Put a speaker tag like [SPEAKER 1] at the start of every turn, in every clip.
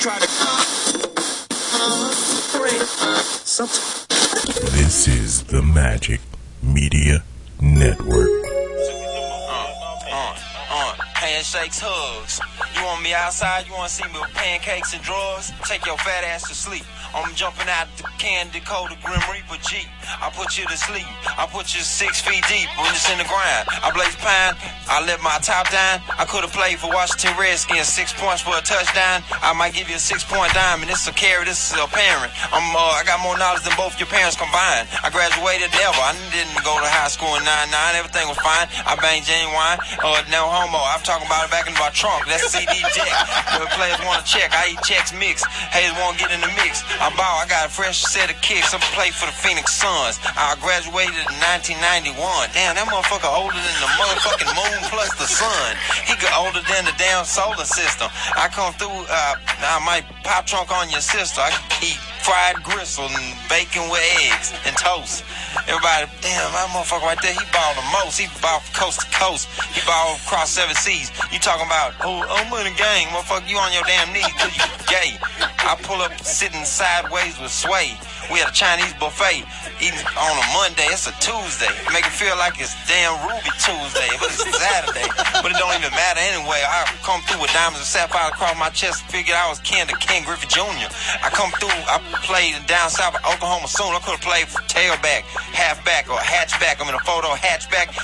[SPEAKER 1] try to.
[SPEAKER 2] This is the Magic Media Network.
[SPEAKER 3] Uh, Handshakes, hugs. You want me outside? You want to see me with pancakes and drugs? Take your fat ass to sleep. I'm jumping out the Candy Dakota Grim Reaper Jeep. I put you to sleep. I put you six feet deep. I'm just in the ground. I blaze pine. I let my top down. I could have played for Washington Redskins. Six points for a touchdown. I might give you a six point diamond. This is a carry. This is a parent. I'm, uh, I got more knowledge than both your parents combined. I graduated ever. I didn't go to high school in 99. Everything was fine. I banged genuine. Uh, no homo. I'm talking about it back in my trunk. That's CD deck. Where players want to check. I eat checks mixed. Haters won't get in the mix. I bow. I got a fresh set of kicks. I'm play for the Phoenix Suns. I graduated in 1991. Damn, that motherfucker older than the motherfucking moon plus the sun. He got older than the damn solar system. I come through. Uh, I might pop trunk on your sister. I eat fried gristle and bacon with eggs and toast. Everybody, damn, that motherfucker right there, he ball the most. He ball from coast to coast. He ball across seven seas. You talking about, oh, I'm in the game. Motherfucker, you on your damn knees till you gay. I pull up sitting sideways with Sway. We had a Chinese buffet. Eating on a Monday, it's a Tuesday. Make it feel like it's damn Ruby Tuesday, but it's Saturday. But it don't even matter anyway. I come through with diamonds and sapphires across my chest. Figured I was kin to Ken Griffey Jr. I come through, I played down south of Oklahoma soon. I could have played tailback, halfback, or hatchback. I'm in a photo hatchback.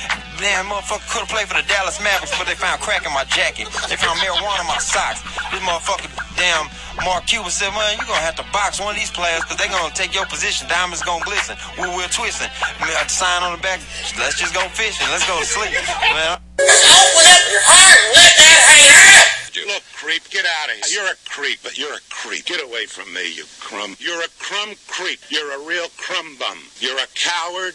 [SPEAKER 3] Damn, motherfucker could have played for the Dallas Mavericks, but they found crack in my jacket. They found marijuana in my socks. This motherfucker, damn, Mark Cuban said, man, you're going to have to box one of these players because they're going to take your position. Diamonds going to glisten. We will twisting. Sign on the back. Let's just go fishing. Let's go to sleep. Man.
[SPEAKER 4] Open up your heart and let that hang out.
[SPEAKER 5] Look, creep, get out of here. You're a creep. You're a creep. Get away from me, you crumb. You're a crumb creep. You're a real crumb bum. You're a coward.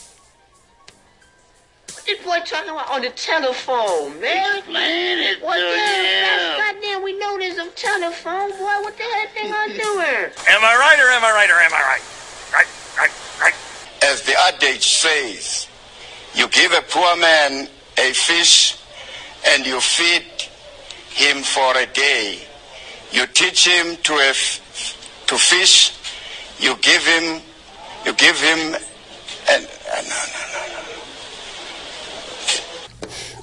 [SPEAKER 6] What this boy talking about on the telephone, man?
[SPEAKER 4] Explain it
[SPEAKER 6] What
[SPEAKER 4] to
[SPEAKER 6] the hell?
[SPEAKER 4] him.
[SPEAKER 6] Goddamn, we know there's a telephone, boy. What the hell thing I doing?
[SPEAKER 7] Am I right or am I right or am I right? Right, right, right.
[SPEAKER 8] As the adage says, you give a poor man a fish and you feed him for a day. You teach him to, a f- to fish, you give him, you give him, and, and no, no, no,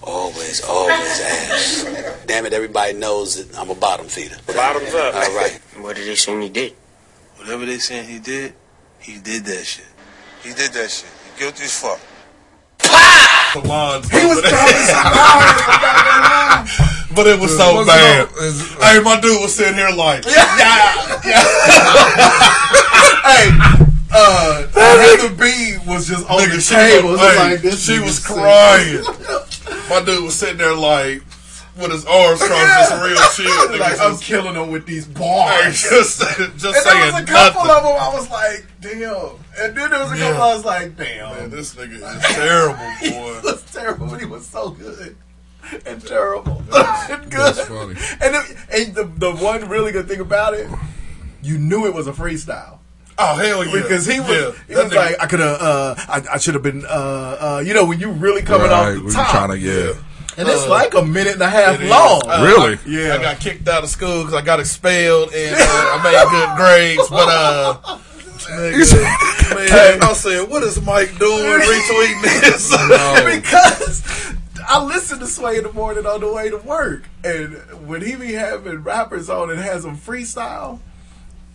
[SPEAKER 9] Always, always ass. Damn it, everybody knows that I'm a bottom feeder.
[SPEAKER 10] Bottoms up.
[SPEAKER 9] All right.
[SPEAKER 10] What did they say he did?
[SPEAKER 11] Whatever they saying he did, he did that shit. He did that shit. He guilty as fuck.
[SPEAKER 2] He was But it was so bad. Hey, my dude was sitting here like, yeah, yeah. hey, uh, Heather B was just on the table.
[SPEAKER 12] was
[SPEAKER 2] Hey,
[SPEAKER 12] like, this
[SPEAKER 2] she
[SPEAKER 12] nigga
[SPEAKER 2] was
[SPEAKER 12] sick.
[SPEAKER 2] crying. my dude was sitting there like, with his arms crossed, just real chill. nigga,
[SPEAKER 12] like, I'm
[SPEAKER 2] just-
[SPEAKER 12] killing them with these
[SPEAKER 2] Hey,
[SPEAKER 12] bars.
[SPEAKER 2] just, just
[SPEAKER 12] and there
[SPEAKER 2] saying
[SPEAKER 12] was a couple
[SPEAKER 2] nothing.
[SPEAKER 12] of them I was like, damn. And then there was a couple
[SPEAKER 2] Yeah.
[SPEAKER 12] I was like, damn.
[SPEAKER 2] Man, this nigga is terrible,
[SPEAKER 12] It
[SPEAKER 2] boy.
[SPEAKER 12] was terrible, but he was so good and terrible and good. And, it, and the, the one really good thing about it, you knew it was a freestyle.
[SPEAKER 2] Oh hell yeah!
[SPEAKER 12] Because he was,
[SPEAKER 2] Yeah,
[SPEAKER 12] he
[SPEAKER 2] that
[SPEAKER 12] was
[SPEAKER 2] nigga-
[SPEAKER 12] like, I could have, uh, I, I should have been, uh, uh, you know, when you really coming off
[SPEAKER 2] Right, when
[SPEAKER 12] the
[SPEAKER 2] you
[SPEAKER 12] top,
[SPEAKER 2] tryna- yeah.
[SPEAKER 12] and it's
[SPEAKER 2] Uh,
[SPEAKER 12] like a minute and a half
[SPEAKER 2] It is.
[SPEAKER 12] long.
[SPEAKER 2] Uh, I, yeah. I got kicked out of school because I got expelled and uh, I made good grades, but uh. Nigga, man, I said, what is Mike doing retweeting this?
[SPEAKER 12] because I listen to Sway in the morning on the way to work, and when he be having rappers on and has them freestyle,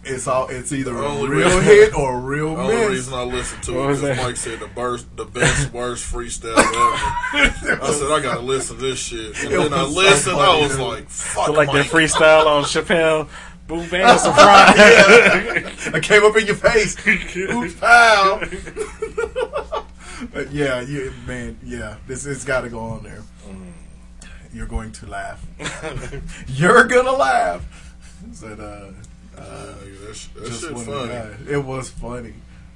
[SPEAKER 12] It's all. It's either
[SPEAKER 2] The
[SPEAKER 12] a
[SPEAKER 2] only
[SPEAKER 12] real
[SPEAKER 2] reason-
[SPEAKER 12] hit or a real
[SPEAKER 2] The only
[SPEAKER 12] miss.
[SPEAKER 2] reason I listened to
[SPEAKER 12] What
[SPEAKER 2] it
[SPEAKER 12] was
[SPEAKER 2] is
[SPEAKER 12] that?
[SPEAKER 2] Mike said the worst, the best, worst freestyle ever. I said I gotta listen to this shit, and
[SPEAKER 12] It
[SPEAKER 2] then I
[SPEAKER 12] was so
[SPEAKER 2] listened. I
[SPEAKER 12] funny,
[SPEAKER 2] was
[SPEAKER 12] dude.
[SPEAKER 2] like, "Fuck,
[SPEAKER 13] So like that
[SPEAKER 2] Mike."
[SPEAKER 13] freestyle on Chappelle, boom, bam, surprise.
[SPEAKER 12] I came up in your face. Oops, pal. but yeah, you, man, yeah, this it's got to go on there.
[SPEAKER 2] Mm.
[SPEAKER 12] You're going to laugh. You're gonna laugh. Said, uh, uh,
[SPEAKER 2] that
[SPEAKER 12] just
[SPEAKER 2] shit
[SPEAKER 12] one
[SPEAKER 2] funny.
[SPEAKER 12] guy. It was funny,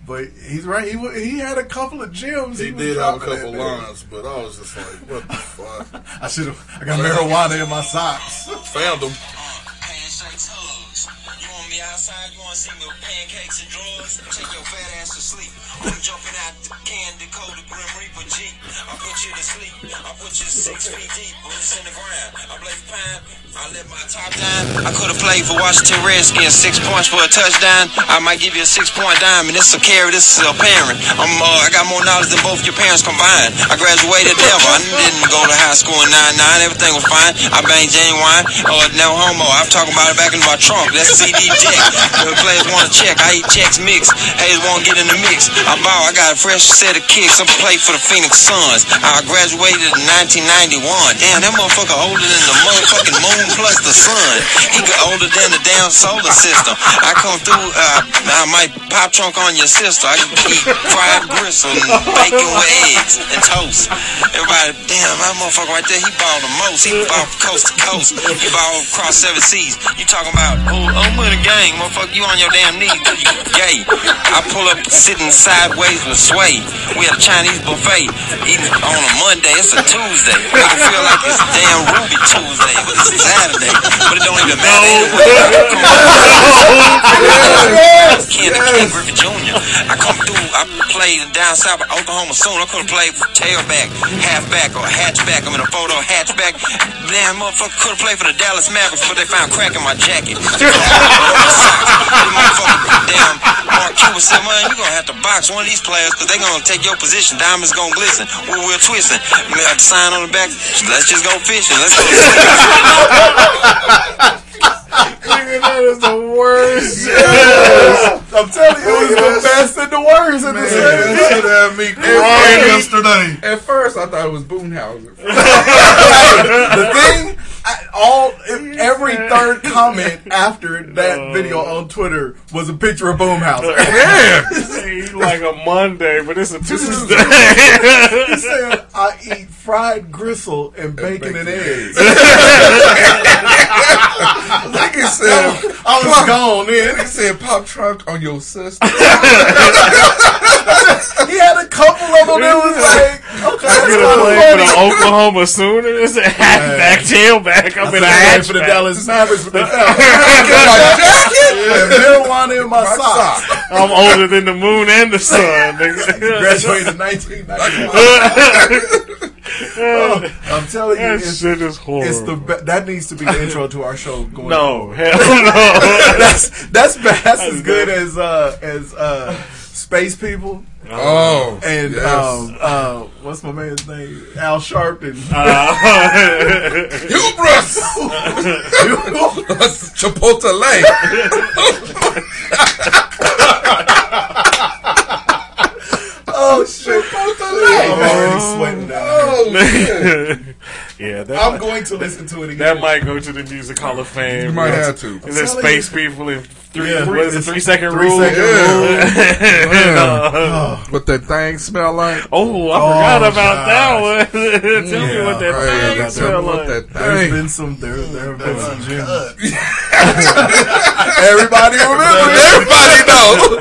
[SPEAKER 12] but he's right. He wa- he had a couple of gems.
[SPEAKER 2] He,
[SPEAKER 12] was
[SPEAKER 2] did have a
[SPEAKER 12] dropping
[SPEAKER 2] couple
[SPEAKER 12] in there.
[SPEAKER 2] lines, but I was just like, "What the fuck?"
[SPEAKER 12] I should have. I got marijuana in my socks.
[SPEAKER 2] Found them.
[SPEAKER 3] Handshakes, hugs. You want me outside? You want to see me with pancakes and drawers? Take your fat ass to sleep. I'm jumping out the candy coated Grim Reaper Jeep. I put you to sleep. I put you six feet deep. Bullets in the ground. I blaze pine. I let my top down. I could have played for Washington Redskins. Six points for a touchdown. I might give you a six point diamond. This a carry. This is a parent. I'm, uh, I got more knowledge than both your parents combined. I graduated Denver. I didn't go to high school in 99. Everything was fine. I banged genuine. Uh, no homo. I'm talking about it back in my trunk. That's CD dick. The players want to check. I eat checks mixed. Hayes won't get in the mix. I ball. I got a fresh set of kicks. I'm play for the Phoenix Suns. I graduated in 1991. Damn, that motherfucker older than the motherfucking moon plus the sun. He got older than the damn solar system. I come through. Uh, I might pop trunk on your sister. I eat fried gristle and bacon with eggs and toast. Everybody, damn, that motherfucker right there. He ball the most. He ball coast to coast. He ball across seven seas. You talking about? Oh, I'm in a gang, motherfucker. You on your damn knees? 'cause You gay? I pull up sitting sideways with sway. We had a Chinese buffet eating on a Monday. It's a Tuesday. I feel like it's damn Ruby Tuesday, but it's Saturday. But it don't even matter. anyway. Come on. Ken the King Griffey Jr. I come through. I played down south of Oklahoma soon. I could have played for tailback, halfback, or hatchback. I'm in a photo hatchback. Damn, motherfucker could have played for the Dallas Mavericks, but they found crack in my jacket. Mark Cuban said, man, you're going to have to box one of these players because they're going to take your position. Diamonds going to glisten. We're, we're twisting. We have to sign on the back. Let's just go fishing. Let's go
[SPEAKER 12] Nigga, that is the worst. Yes. I'm telling you, it was the best and the worst in the same.
[SPEAKER 2] That shit had me crying
[SPEAKER 14] At-
[SPEAKER 2] yesterday.
[SPEAKER 14] At first, I thought it was Boonhauser.
[SPEAKER 12] the thing, I, all every third comment after that
[SPEAKER 13] Uh.
[SPEAKER 12] video on Twitter was a picture of Boomhauser.
[SPEAKER 13] He's like a Monday, but it's a Tuesday.
[SPEAKER 12] he said, "I eat fried gristle and bacon and, eggs."
[SPEAKER 14] Nigga said,
[SPEAKER 12] I was gone in.
[SPEAKER 14] Nigga said, pop trunk on your sister.
[SPEAKER 12] he had a couple of them. It was like, okay,
[SPEAKER 13] I could have played for the Oklahoma Sooners. Halfback, tailback. I'm in a
[SPEAKER 12] I for the
[SPEAKER 13] hatchback.
[SPEAKER 12] Dallas Mavericks, but they fell. My jacket and marijuana in my, sock.
[SPEAKER 13] I'm older than the moon and the sun. Nigga.
[SPEAKER 12] Graduated in 1991. Oh, I'm telling you,
[SPEAKER 13] That
[SPEAKER 12] it's,
[SPEAKER 13] shit is horrible.
[SPEAKER 12] It's the be- that needs to be the intro to our show. Going
[SPEAKER 13] No,
[SPEAKER 12] forward.
[SPEAKER 13] hell no.
[SPEAKER 12] that's that's that's as good as uh as uh space people.
[SPEAKER 2] Oh,
[SPEAKER 12] and
[SPEAKER 2] yes.
[SPEAKER 12] um, uh, what's my man's name? Al Sharpton.
[SPEAKER 13] Uh,
[SPEAKER 2] Hubris!
[SPEAKER 14] Chipotle.
[SPEAKER 12] oh shit! I'm already sweating now.
[SPEAKER 13] Oh. yeah, that
[SPEAKER 12] I'm
[SPEAKER 13] might,
[SPEAKER 12] going to listen to it again.
[SPEAKER 13] that might go to the Music Hall of Fame.
[SPEAKER 14] You might have to.
[SPEAKER 13] Is there
[SPEAKER 12] I'm telling
[SPEAKER 13] space people in three?
[SPEAKER 12] Yeah.
[SPEAKER 13] what is it? Three second
[SPEAKER 12] Three
[SPEAKER 13] rule.
[SPEAKER 12] second
[SPEAKER 13] Yeah.
[SPEAKER 14] Man, what that thing smell like?
[SPEAKER 13] Oh, I forgot about that one. Tell me what Oh, that thing smell like.
[SPEAKER 12] There's been some there. There have been some gems. Everybody remember.
[SPEAKER 14] Everybody know.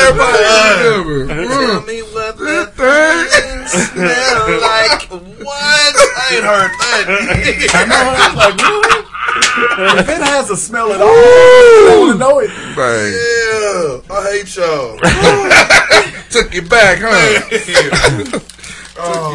[SPEAKER 14] Everybody remember. Mm.
[SPEAKER 2] Tell me what the things smell like. What? I ain't heard that.
[SPEAKER 12] I know. I was like, really? if it has a smell at all, I want to know it.
[SPEAKER 14] Bang.
[SPEAKER 2] Yeah, I hate y'all.
[SPEAKER 14] Took you back, huh?
[SPEAKER 2] Took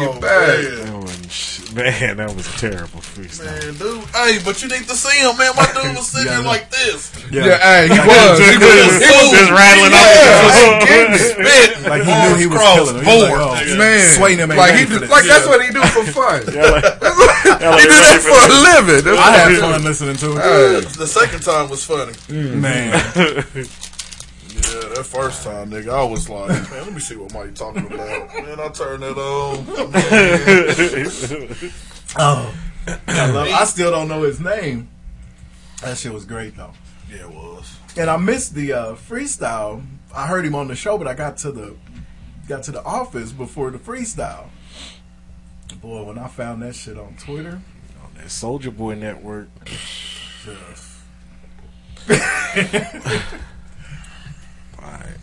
[SPEAKER 14] you back.
[SPEAKER 2] man.
[SPEAKER 13] Oh, and sh- Man, that was a terrible freestyle.
[SPEAKER 5] Man, dude. Hey, but you need to see him, man. My dude was sitting there like this.
[SPEAKER 2] Yeah, hey, he was. He was,
[SPEAKER 13] He was just rattling
[SPEAKER 2] yeah,
[SPEAKER 13] off the-
[SPEAKER 2] like, getting spit.
[SPEAKER 12] Like he knew he was killing him. He was like, oh,
[SPEAKER 2] man.
[SPEAKER 12] Swaying him ain't
[SPEAKER 2] like,
[SPEAKER 12] ready
[SPEAKER 2] he
[SPEAKER 12] for
[SPEAKER 2] do-
[SPEAKER 12] this.
[SPEAKER 2] like that's
[SPEAKER 12] Yeah.
[SPEAKER 2] what he do for fun.
[SPEAKER 12] LA
[SPEAKER 2] he do that
[SPEAKER 12] ready
[SPEAKER 2] for,
[SPEAKER 12] for this.
[SPEAKER 2] a living.
[SPEAKER 12] I
[SPEAKER 2] That's what
[SPEAKER 12] had
[SPEAKER 2] he do.
[SPEAKER 12] fun listening to
[SPEAKER 5] Uh,
[SPEAKER 12] it.
[SPEAKER 5] the second time was funny.
[SPEAKER 12] Man.
[SPEAKER 5] Yeah, that first time, nigga, I was like, man, let me see what Mike talking about. Man, I turned it on.
[SPEAKER 15] Oh, I, love- I still don't know his name. That shit was great though.
[SPEAKER 5] Yeah, it was.
[SPEAKER 15] And I missed the uh, freestyle. I heard him on the show, but I got to the got to the office before the freestyle. Boy, when I found that shit on Twitter,
[SPEAKER 13] Soldier Boy Network.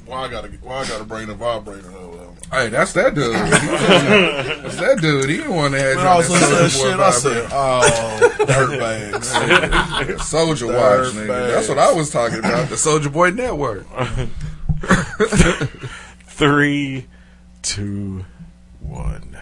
[SPEAKER 5] Why I gotta why I gotta bring the vibrator though?
[SPEAKER 2] Hey, that's that dude. that's that dude. He the one that had
[SPEAKER 5] Man, I was
[SPEAKER 2] that
[SPEAKER 5] listening
[SPEAKER 2] Soulja Boy
[SPEAKER 5] to shit, I said,
[SPEAKER 2] vibe.
[SPEAKER 5] "Oh, dirtbags."
[SPEAKER 2] Yeah, Soldier Watch, nigga. That's what I was talking about. The Soldier Boy Network.
[SPEAKER 13] Three, two, one.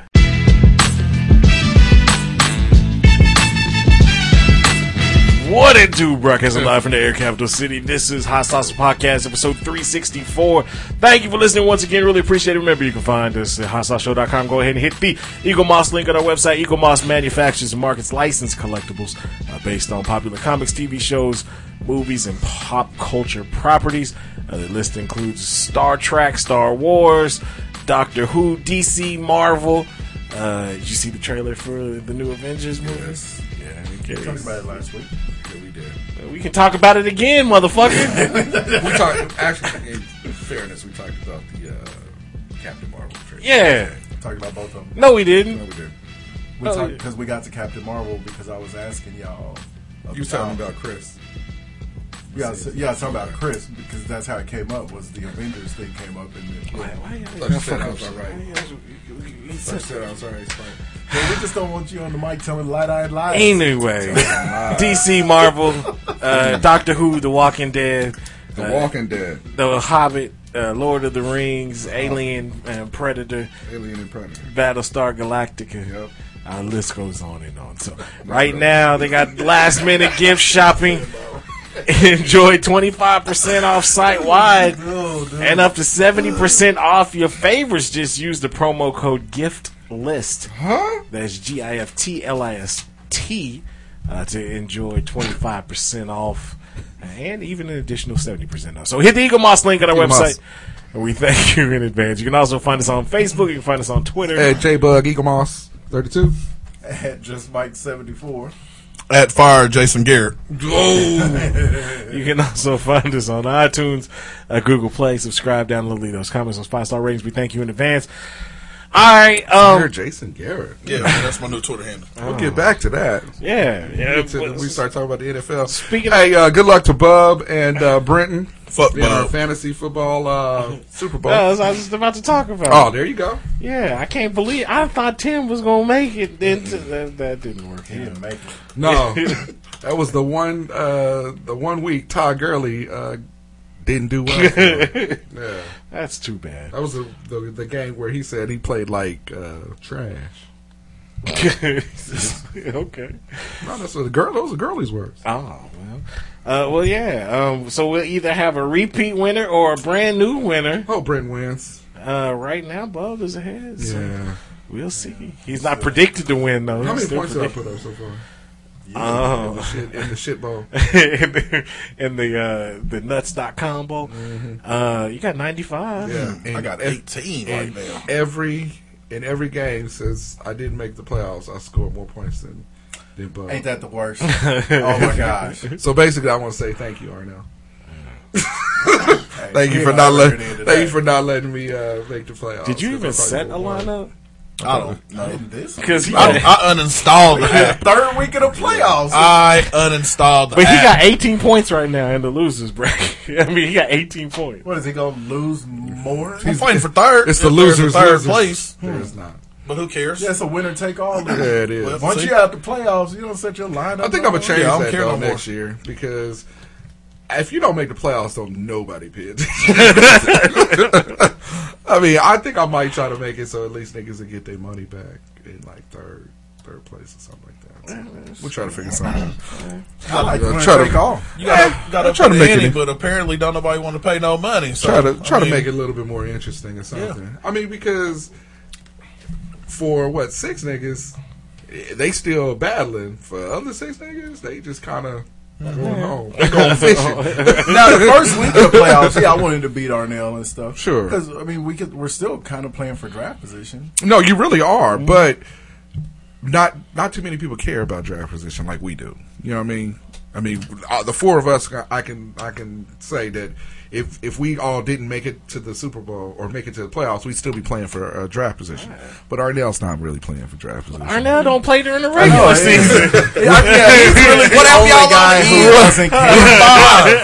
[SPEAKER 13] What it do, broadcasting live from the Air Capital City. This is Hot Sauce Podcast, episode 364. Thank you for listening once again. Really appreciate it. Remember, you can find us at hotsauceshow.com. Go ahead and hit the Eagle Moss link on our website. Eagle Moss manufactures and markets licensed collectibles uh, based on popular comics, TV shows, movies, and pop culture properties. Uh, the list includes Star Trek, Star Wars, Doctor Who, DC, Marvel. Uh, did you see the trailer for the new Avengers movies? Yeah, we
[SPEAKER 15] we talked about it last week.
[SPEAKER 2] Yeah, we did.
[SPEAKER 13] we can talk about it again, motherfucker.
[SPEAKER 2] we talked actually in fairness, we talked about the uh, Captain Marvel trailer.
[SPEAKER 13] Yeah.
[SPEAKER 15] talked about both of them.
[SPEAKER 13] No, we didn't.
[SPEAKER 2] No, we didn't.
[SPEAKER 15] We
[SPEAKER 13] Oh,
[SPEAKER 15] talked
[SPEAKER 13] yeah.
[SPEAKER 15] because we got to Captain Marvel because I was asking y'all.
[SPEAKER 2] You was talking about Chris.
[SPEAKER 15] Yeah, so, yeah, I was talking about Chris because that's how it came up. Was the Avengers thing came up in the
[SPEAKER 2] Like I said, I was alright. Like I said, I was alright. it's fine.
[SPEAKER 15] Well, we just don't want you on the mic telling light-eyed lies.
[SPEAKER 13] Anyway, DC, Marvel, uh, Doctor Who, The Walking Dead,
[SPEAKER 2] The
[SPEAKER 13] uh,
[SPEAKER 2] Walking Dead,
[SPEAKER 13] The Hobbit, uh, Lord of the Rings, Alien and Predator,
[SPEAKER 2] Alien and Predator.
[SPEAKER 13] Battlestar Galactica. Our list goes on and on. So right now they got last minute gift shopping. Enjoy twenty five percent off site wide
[SPEAKER 2] Oh,
[SPEAKER 13] and up to seventy percent off your favorites. Just use the promo code gift list.
[SPEAKER 2] Huh?
[SPEAKER 13] That's G I F T L I S T uh, to enjoy twenty five percent off and even an additional seventy percent off. So hit the Eagle Moss link on our
[SPEAKER 2] Eagle
[SPEAKER 13] website.
[SPEAKER 2] Moss.
[SPEAKER 13] And we thank you in advance. You can also find us on Facebook. You can find us on Twitter.
[SPEAKER 2] Hey, J Bug Eagle Moss, thirty two.
[SPEAKER 15] At just Mike seventy four.
[SPEAKER 5] At fire, Jason Garrett.
[SPEAKER 13] you can also find us on iTunes, uh, Google Play. Subscribe, download, leave those comments on five star ratings. We thank you in advance. All right, um,
[SPEAKER 2] You're Jason Garrett.
[SPEAKER 5] Yeah, man, that's my new Twitter handle.
[SPEAKER 2] We'll get back to that.
[SPEAKER 13] Yeah,
[SPEAKER 2] We
[SPEAKER 13] yeah,
[SPEAKER 2] get to-
[SPEAKER 13] but-
[SPEAKER 2] we start talking about the NFL.
[SPEAKER 13] Speaking
[SPEAKER 2] hey, uh, good luck to Bub and uh, Brenton.
[SPEAKER 5] Fuck
[SPEAKER 2] in our
[SPEAKER 5] Bub.
[SPEAKER 2] fantasy football uh, Super Bowl.
[SPEAKER 13] Yeah, that's what I was just about to talk about.
[SPEAKER 2] Oh, there you go.
[SPEAKER 13] Yeah, I can't believe I thought Tim was gonna make it. Then t- that, that didn't work. He didn't
[SPEAKER 15] make it.
[SPEAKER 2] No, that was the one. Uh, the one week Todd Gurley uh, didn't do well. for him. yeah,
[SPEAKER 13] that's too bad.
[SPEAKER 2] That was the, the the game where he said he played like uh, trash.
[SPEAKER 13] okay.
[SPEAKER 2] No, that's what the girl. Those are Gurley's words.
[SPEAKER 13] Oh well. Uh, well, yeah. Um, so we'll either have a repeat winner or a brand new winner.
[SPEAKER 2] Oh, Brent wins.
[SPEAKER 13] Uh, right now, Bub is ahead. So
[SPEAKER 2] Yeah.
[SPEAKER 13] We'll see. He's not predicted to win though.
[SPEAKER 2] How
[SPEAKER 13] He's
[SPEAKER 2] many
[SPEAKER 13] still
[SPEAKER 2] points did I
[SPEAKER 13] predicted-
[SPEAKER 2] put up so far?
[SPEAKER 13] Oh.
[SPEAKER 2] In the shit, in the shit bowl.
[SPEAKER 13] in the in the, uh, the nuts.com bowl. Uh, you got 95.
[SPEAKER 2] Yeah,
[SPEAKER 5] I got
[SPEAKER 2] ev-
[SPEAKER 5] 18 right
[SPEAKER 2] and
[SPEAKER 5] now.
[SPEAKER 2] Every in every game since I didn't make the playoffs, I scored more points than than Bud.
[SPEAKER 15] Ain't that the worst? oh my gosh!
[SPEAKER 2] So basically, I want to say thank you, Arnell. thank you
[SPEAKER 15] you
[SPEAKER 2] for
[SPEAKER 15] know
[SPEAKER 2] not
[SPEAKER 15] how
[SPEAKER 2] letting.
[SPEAKER 15] record it is
[SPEAKER 2] Thank you for not letting me uh, make the playoffs.
[SPEAKER 13] Did you
[SPEAKER 2] If I
[SPEAKER 13] even
[SPEAKER 2] thought
[SPEAKER 13] set a
[SPEAKER 2] would've won.
[SPEAKER 13] lineup?
[SPEAKER 5] I don't know.
[SPEAKER 13] Because he
[SPEAKER 5] I, I uninstalled the app.
[SPEAKER 15] Third week of the playoffs.
[SPEAKER 5] I uninstalled the
[SPEAKER 13] But he
[SPEAKER 5] app.
[SPEAKER 13] got 18 points right now in the losers bracket. I mean, he got 18 points.
[SPEAKER 15] What is he gonna lose more?
[SPEAKER 5] I'm fighting for third.
[SPEAKER 2] It's the
[SPEAKER 5] If there's a
[SPEAKER 2] losers.
[SPEAKER 5] Third
[SPEAKER 2] losers.
[SPEAKER 5] place.
[SPEAKER 2] There is not.
[SPEAKER 5] But who cares?
[SPEAKER 15] That's a winner take all.
[SPEAKER 2] Yeah, it is.
[SPEAKER 15] Well, Once you out the playoffs, you don't set your lineup.
[SPEAKER 2] I think I'm
[SPEAKER 15] no
[SPEAKER 2] gonna change
[SPEAKER 5] Yeah, I don't
[SPEAKER 2] that
[SPEAKER 5] care
[SPEAKER 2] though
[SPEAKER 5] no more.
[SPEAKER 2] next year because if you don't make the playoffs, don't nobody pay attention. I mean, I think I might try to make it so at least niggas will get their money back in like third. third place or something like that. We'll try to figure something. out.
[SPEAKER 16] I like
[SPEAKER 2] I'll
[SPEAKER 16] to
[SPEAKER 2] try
[SPEAKER 16] take off. You gotta, gotta
[SPEAKER 2] try
[SPEAKER 16] put
[SPEAKER 2] to
[SPEAKER 16] to
[SPEAKER 2] make
[SPEAKER 16] in
[SPEAKER 2] it.
[SPEAKER 16] it, but apparently don't nobody want to pay no money. So
[SPEAKER 2] try to try
[SPEAKER 16] I
[SPEAKER 2] to
[SPEAKER 16] mean,
[SPEAKER 2] make it a little bit more interesting or something.
[SPEAKER 16] Yeah.
[SPEAKER 2] I mean, because for what six niggas, eh, they still battling. For other six niggas, they just kind of
[SPEAKER 16] Mm-hmm.
[SPEAKER 2] going home, They going fishing.
[SPEAKER 12] now the first week of the playoffs, yeah, I wanted to beat Arnell and stuff.
[SPEAKER 2] Sure.
[SPEAKER 12] because I mean we could, we're still kind of playing for draft position.
[SPEAKER 2] No, you really are,
[SPEAKER 16] Mm-hmm.
[SPEAKER 2] but not not too many people care about draft position like we do. You know what I mean? I mean, uh, the four of us, I- I can I can say that if if we all didn't make it to the Super Bowl or make it to the playoffs, we'd still be playing for uh, draft position. But Arnell's not really playing for draft position.
[SPEAKER 13] Arnell don't play during the regular season.
[SPEAKER 2] What
[SPEAKER 13] up, y'all?
[SPEAKER 2] guy who wasn't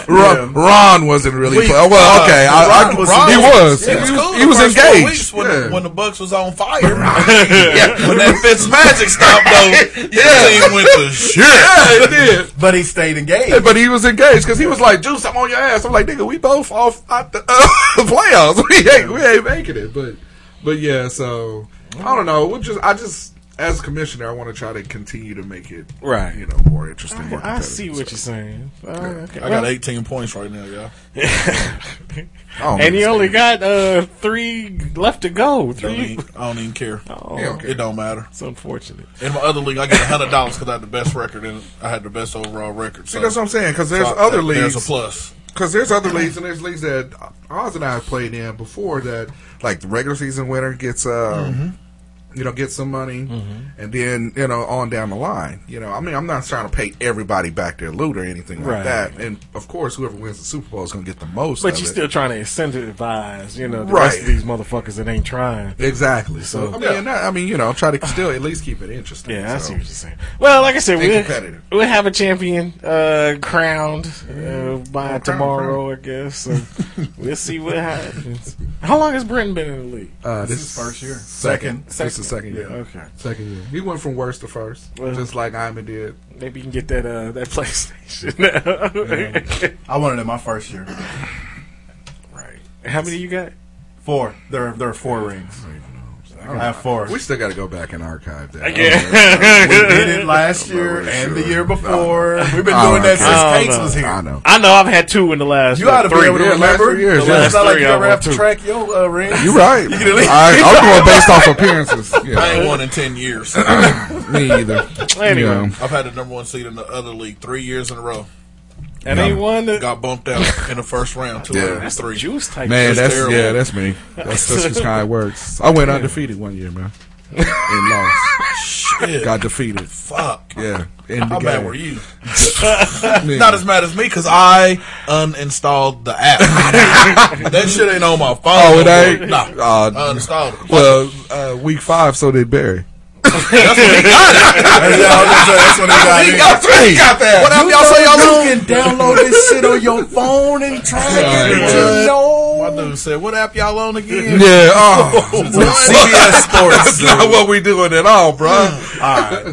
[SPEAKER 2] Ron, Ron wasn't really
[SPEAKER 16] We-
[SPEAKER 2] playing. Well,
[SPEAKER 16] uh,
[SPEAKER 2] okay, I, I,
[SPEAKER 16] Ron
[SPEAKER 2] he was.
[SPEAKER 16] yeah,
[SPEAKER 2] he
[SPEAKER 16] cool
[SPEAKER 2] was,
[SPEAKER 16] the
[SPEAKER 2] he was
[SPEAKER 16] first four
[SPEAKER 2] engaged.
[SPEAKER 16] weeks when,
[SPEAKER 2] Yeah.
[SPEAKER 16] when the Bucks was on fire. When that Fitzmagic stopped though, your team went to shit.
[SPEAKER 2] Yeah, it did.
[SPEAKER 12] But he stayed engaged.
[SPEAKER 2] Yeah, but he was engaged because he was like, "Juice, I'm on your ass." I'm like, "Nigga, we both off out the, uh, the playoffs. We ain't, we ain't making it." But, but yeah. So I don't know. We'll just, I just, as commissioner, I want to try to continue to make it
[SPEAKER 13] Right.
[SPEAKER 2] You know, more interesting. more
[SPEAKER 13] I
[SPEAKER 2] competitive.
[SPEAKER 13] see what you're saying. Uh, okay.
[SPEAKER 16] I
[SPEAKER 13] Well-
[SPEAKER 16] got 18 points right now, y'all.
[SPEAKER 2] Oh,
[SPEAKER 13] and you only got uh, three left to go.
[SPEAKER 16] I don't,
[SPEAKER 13] Three.
[SPEAKER 16] even, I don't even care.
[SPEAKER 13] Oh.
[SPEAKER 16] It don't- It don't matter.
[SPEAKER 13] It's unfortunate.
[SPEAKER 16] In my other league, I get hundred dollars because I had the best record and I had the best overall record.
[SPEAKER 2] See,
[SPEAKER 16] So
[SPEAKER 2] that's what I'm saying. Because there's
[SPEAKER 16] so I-
[SPEAKER 2] other leagues.
[SPEAKER 16] There's a plus.
[SPEAKER 2] Because there's other leagues, and there's leagues that Oz and I have played in before that, like the regular season winner gets, um, you know, gets some money, and then you know on down the line. You know, I mean, I'm not trying to pay everybody back their loot or anything like
[SPEAKER 13] Right.
[SPEAKER 2] that. And of course, whoever wins the Super Bowl is going to get the most.
[SPEAKER 13] But
[SPEAKER 2] of
[SPEAKER 13] you're
[SPEAKER 2] it.
[SPEAKER 13] still trying to incentivize, you know, the rest
[SPEAKER 2] Right.
[SPEAKER 13] of these motherfuckers that ain't trying.
[SPEAKER 2] exactly. So,
[SPEAKER 13] So-
[SPEAKER 2] I mean, and I, I mean, you know, try to still at least keep it interesting.
[SPEAKER 13] Yeah, I
[SPEAKER 2] so.
[SPEAKER 13] see what you're saying. Well, like I said,
[SPEAKER 2] And
[SPEAKER 13] we'll,
[SPEAKER 2] competitive.
[SPEAKER 13] we'll have a champion uh, crowned uh,
[SPEAKER 12] Mm-hmm.
[SPEAKER 13] by tomorrow, I guess. So we'll see what happens. How long has Brenton been in the league?
[SPEAKER 2] Uh, this,
[SPEAKER 12] is first year.
[SPEAKER 2] Second.
[SPEAKER 13] Second.
[SPEAKER 2] This is second year.
[SPEAKER 13] Yeah, okay.
[SPEAKER 2] Second year. He went from worst to first,
[SPEAKER 13] Well-
[SPEAKER 2] just like Iman did.
[SPEAKER 13] Maybe you can get that uh, that PlayStation.
[SPEAKER 12] I wanted it my first year.
[SPEAKER 13] How many you got?
[SPEAKER 12] Four. There are, there are four rings. I have four.
[SPEAKER 2] We still got to go back and archive that.
[SPEAKER 13] Yeah.
[SPEAKER 12] We did it last year and the year before. We've been doing that
[SPEAKER 13] I
[SPEAKER 12] since
[SPEAKER 13] don't
[SPEAKER 12] Cakes
[SPEAKER 13] know.
[SPEAKER 12] was here.
[SPEAKER 2] Oh, I know.
[SPEAKER 13] I know I've had two in the last.
[SPEAKER 12] You
[SPEAKER 13] what,
[SPEAKER 12] ought to be
[SPEAKER 13] three.
[SPEAKER 12] able to
[SPEAKER 2] Yeah, last
[SPEAKER 12] remember
[SPEAKER 2] three years,
[SPEAKER 12] the
[SPEAKER 2] yeah.
[SPEAKER 12] last time like
[SPEAKER 13] Three,
[SPEAKER 12] you
[SPEAKER 13] I
[SPEAKER 12] ever
[SPEAKER 13] want
[SPEAKER 12] have to
[SPEAKER 13] two.
[SPEAKER 12] track your uh, rings.
[SPEAKER 2] You're right.
[SPEAKER 12] You can at least
[SPEAKER 2] I, I'm going based off appearances.
[SPEAKER 16] I
[SPEAKER 2] Yeah,
[SPEAKER 16] ain't won in 10 years. I've
[SPEAKER 2] me either.
[SPEAKER 13] Anyway.
[SPEAKER 2] You know,
[SPEAKER 16] had the number one seed in the other league three years in a row.
[SPEAKER 13] And
[SPEAKER 2] Yeah.
[SPEAKER 13] ain't one that
[SPEAKER 16] Got bumped out in the first round. Two
[SPEAKER 2] Yeah.
[SPEAKER 16] out of
[SPEAKER 13] that's
[SPEAKER 16] three.
[SPEAKER 13] the juice type.
[SPEAKER 2] man,
[SPEAKER 16] That's
[SPEAKER 2] that's
[SPEAKER 16] terrible.
[SPEAKER 2] yeah, that's me. That's that's just how it works. I went undefeated one year, man, and lost.
[SPEAKER 16] Shit.
[SPEAKER 2] Got defeated.
[SPEAKER 16] Fuck.
[SPEAKER 2] Yeah, in the
[SPEAKER 16] How mad
[SPEAKER 2] game.
[SPEAKER 16] were you?
[SPEAKER 2] Yeah.
[SPEAKER 16] Not as mad as me because I uninstalled the app. that shit ain't on my phone.
[SPEAKER 2] Oh, it
[SPEAKER 16] no more.
[SPEAKER 2] ain't?
[SPEAKER 16] Nah,
[SPEAKER 2] Oh,
[SPEAKER 16] I uninstalled it.
[SPEAKER 2] Well, uh, week five, so did Barry.
[SPEAKER 12] Yeah, I was gonna say, that's when they got
[SPEAKER 2] He
[SPEAKER 12] in.
[SPEAKER 2] got three. Got that. What up, y'all? Say y'all lose?
[SPEAKER 12] You can download this shit on your phone and track it.
[SPEAKER 2] Right.
[SPEAKER 12] You
[SPEAKER 16] My
[SPEAKER 12] know.
[SPEAKER 16] dude said, "What app y'all on again?"
[SPEAKER 2] Yeah. Oh,
[SPEAKER 16] CBS
[SPEAKER 2] That's not what we doing at all, bro.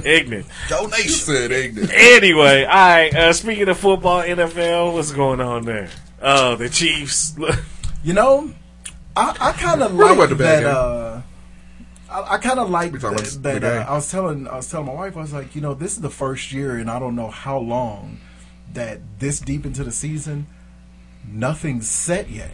[SPEAKER 13] ignorant.
[SPEAKER 2] You
[SPEAKER 16] Donation.
[SPEAKER 2] said ignorant.
[SPEAKER 13] Anyway, all right. Uh, speaking of football, NFL, what's going on there? Oh, the Chiefs.
[SPEAKER 12] You know, I, I kind of
[SPEAKER 2] What about the
[SPEAKER 12] like
[SPEAKER 2] bad
[SPEAKER 12] that.
[SPEAKER 2] game?
[SPEAKER 12] Uh, I, I kind of like
[SPEAKER 2] We
[SPEAKER 12] that.
[SPEAKER 2] talking about
[SPEAKER 12] that
[SPEAKER 2] the game?
[SPEAKER 12] uh, I was telling I was telling my wife I was like, you know, this is the first year, and I don't know how long that this deep into the season, nothing's set yet.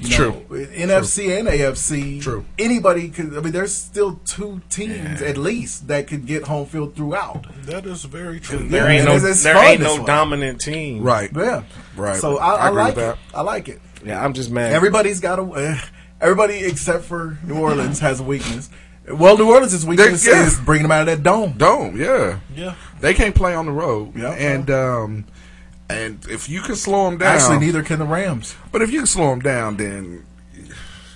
[SPEAKER 12] You know,
[SPEAKER 2] True.
[SPEAKER 12] with NFC and AFC.
[SPEAKER 2] True.
[SPEAKER 12] Anybody could. I mean, there's still two teams at least that could get home field throughout.
[SPEAKER 16] That is very true.
[SPEAKER 13] there
[SPEAKER 12] Yeah,
[SPEAKER 13] ain't no
[SPEAKER 12] it's- it's
[SPEAKER 13] there
[SPEAKER 12] fun
[SPEAKER 13] ain't
[SPEAKER 12] this
[SPEAKER 13] no
[SPEAKER 12] way.
[SPEAKER 13] dominant team.
[SPEAKER 2] Right.
[SPEAKER 12] Yeah.
[SPEAKER 2] Right.
[SPEAKER 12] So I,
[SPEAKER 2] I
[SPEAKER 12] I,
[SPEAKER 2] agree
[SPEAKER 12] like
[SPEAKER 2] with
[SPEAKER 12] it. I like it.
[SPEAKER 13] Yeah, I'm just mad.
[SPEAKER 12] Everybody's got a. Uh, everybody except for New Orleans has a weakness. Well, New Orleans' weakness
[SPEAKER 2] They- yeah.
[SPEAKER 12] is bringing them out of that dome.
[SPEAKER 2] Dome. Yeah.
[SPEAKER 16] Yeah.
[SPEAKER 2] They can't play on the road.
[SPEAKER 12] Yeah.
[SPEAKER 2] And um, and if you can slow them down,
[SPEAKER 12] Actually, neither can the Rams.
[SPEAKER 2] But if you can slow them down, then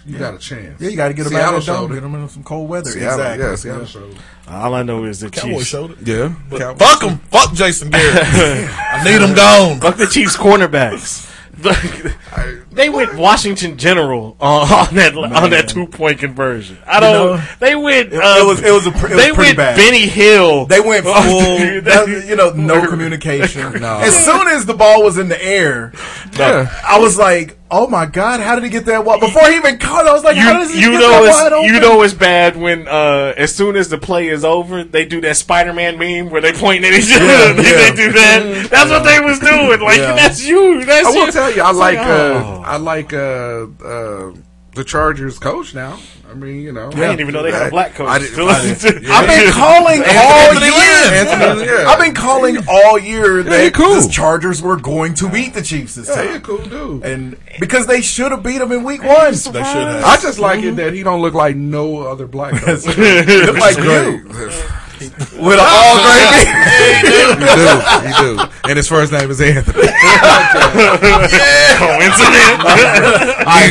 [SPEAKER 2] you got a chance.
[SPEAKER 12] Yeah, you got to get them
[SPEAKER 2] Seattle
[SPEAKER 12] out of the dome.
[SPEAKER 2] showed
[SPEAKER 12] Get
[SPEAKER 2] it.
[SPEAKER 12] them in some cold weather.
[SPEAKER 2] Seattle,
[SPEAKER 12] exactly.
[SPEAKER 2] yeah, Seattle showed it.
[SPEAKER 13] All I know is the
[SPEAKER 16] Cowboys
[SPEAKER 13] Chiefs.
[SPEAKER 16] showed it.
[SPEAKER 2] Yeah, Cow-
[SPEAKER 16] But fuck him. Fuck Jason Garrett. I need him gone.
[SPEAKER 13] Fuck the Chiefs cornerbacks. Like,
[SPEAKER 2] I-
[SPEAKER 13] They went Washington General on, on that on that two point conversion. I
[SPEAKER 12] You
[SPEAKER 13] don't.
[SPEAKER 12] know,
[SPEAKER 13] they went.
[SPEAKER 12] it-
[SPEAKER 13] uh,
[SPEAKER 12] it was- it was a pr- it was
[SPEAKER 13] they
[SPEAKER 12] pretty
[SPEAKER 13] went
[SPEAKER 12] bad.
[SPEAKER 13] Benny Hill.
[SPEAKER 12] They went
[SPEAKER 13] on
[SPEAKER 12] full,
[SPEAKER 13] the-
[SPEAKER 12] nothing- you know, no communication.
[SPEAKER 17] No.
[SPEAKER 12] As soon as the ball was in the air,
[SPEAKER 13] Yeah.
[SPEAKER 12] I was like, "Oh my god, how did he get that wide?" Before he even caught, it, I was like, "How
[SPEAKER 13] you
[SPEAKER 12] does he
[SPEAKER 13] you
[SPEAKER 12] get
[SPEAKER 13] know
[SPEAKER 12] that wide
[SPEAKER 13] it's,
[SPEAKER 12] open?"
[SPEAKER 13] you know it's bad when uh, as soon as the play is over, they do that Spider Man meme where they point at each other.
[SPEAKER 5] Yeah,
[SPEAKER 13] they,
[SPEAKER 5] yeah.
[SPEAKER 13] they do
[SPEAKER 12] Mm-hmm.
[SPEAKER 13] that. That's what they was doing. Like
[SPEAKER 5] Yeah.
[SPEAKER 13] that's you. That's
[SPEAKER 5] I will
[SPEAKER 13] you.
[SPEAKER 5] tell you, I
[SPEAKER 13] It's
[SPEAKER 5] like,
[SPEAKER 13] oh.
[SPEAKER 5] uh, I like uh, uh, the Chargers coach now. I mean, you know,
[SPEAKER 13] I didn't even know they had a
[SPEAKER 5] I-
[SPEAKER 13] black coach.
[SPEAKER 5] I didn't-
[SPEAKER 13] Still
[SPEAKER 5] I
[SPEAKER 13] listen
[SPEAKER 5] didn't-
[SPEAKER 13] to-
[SPEAKER 5] yeah.
[SPEAKER 12] I've been calling all
[SPEAKER 5] Anthony
[SPEAKER 12] year.
[SPEAKER 5] Lynn. Anthony Lynn.
[SPEAKER 12] I've been calling all year
[SPEAKER 5] Yeah, he
[SPEAKER 12] that
[SPEAKER 5] cool.
[SPEAKER 12] the Chargers were going to beat the Chiefs this
[SPEAKER 5] Yeah,
[SPEAKER 12] time.
[SPEAKER 5] he a cool dude.
[SPEAKER 12] And because they should have beat them in week one. They should
[SPEAKER 5] have. I just like it that he don't look like no other black. coach.
[SPEAKER 12] He look like you. With an all gray
[SPEAKER 5] he do. He do. And his first name is Anthony.
[SPEAKER 13] Coincidence.
[SPEAKER 5] I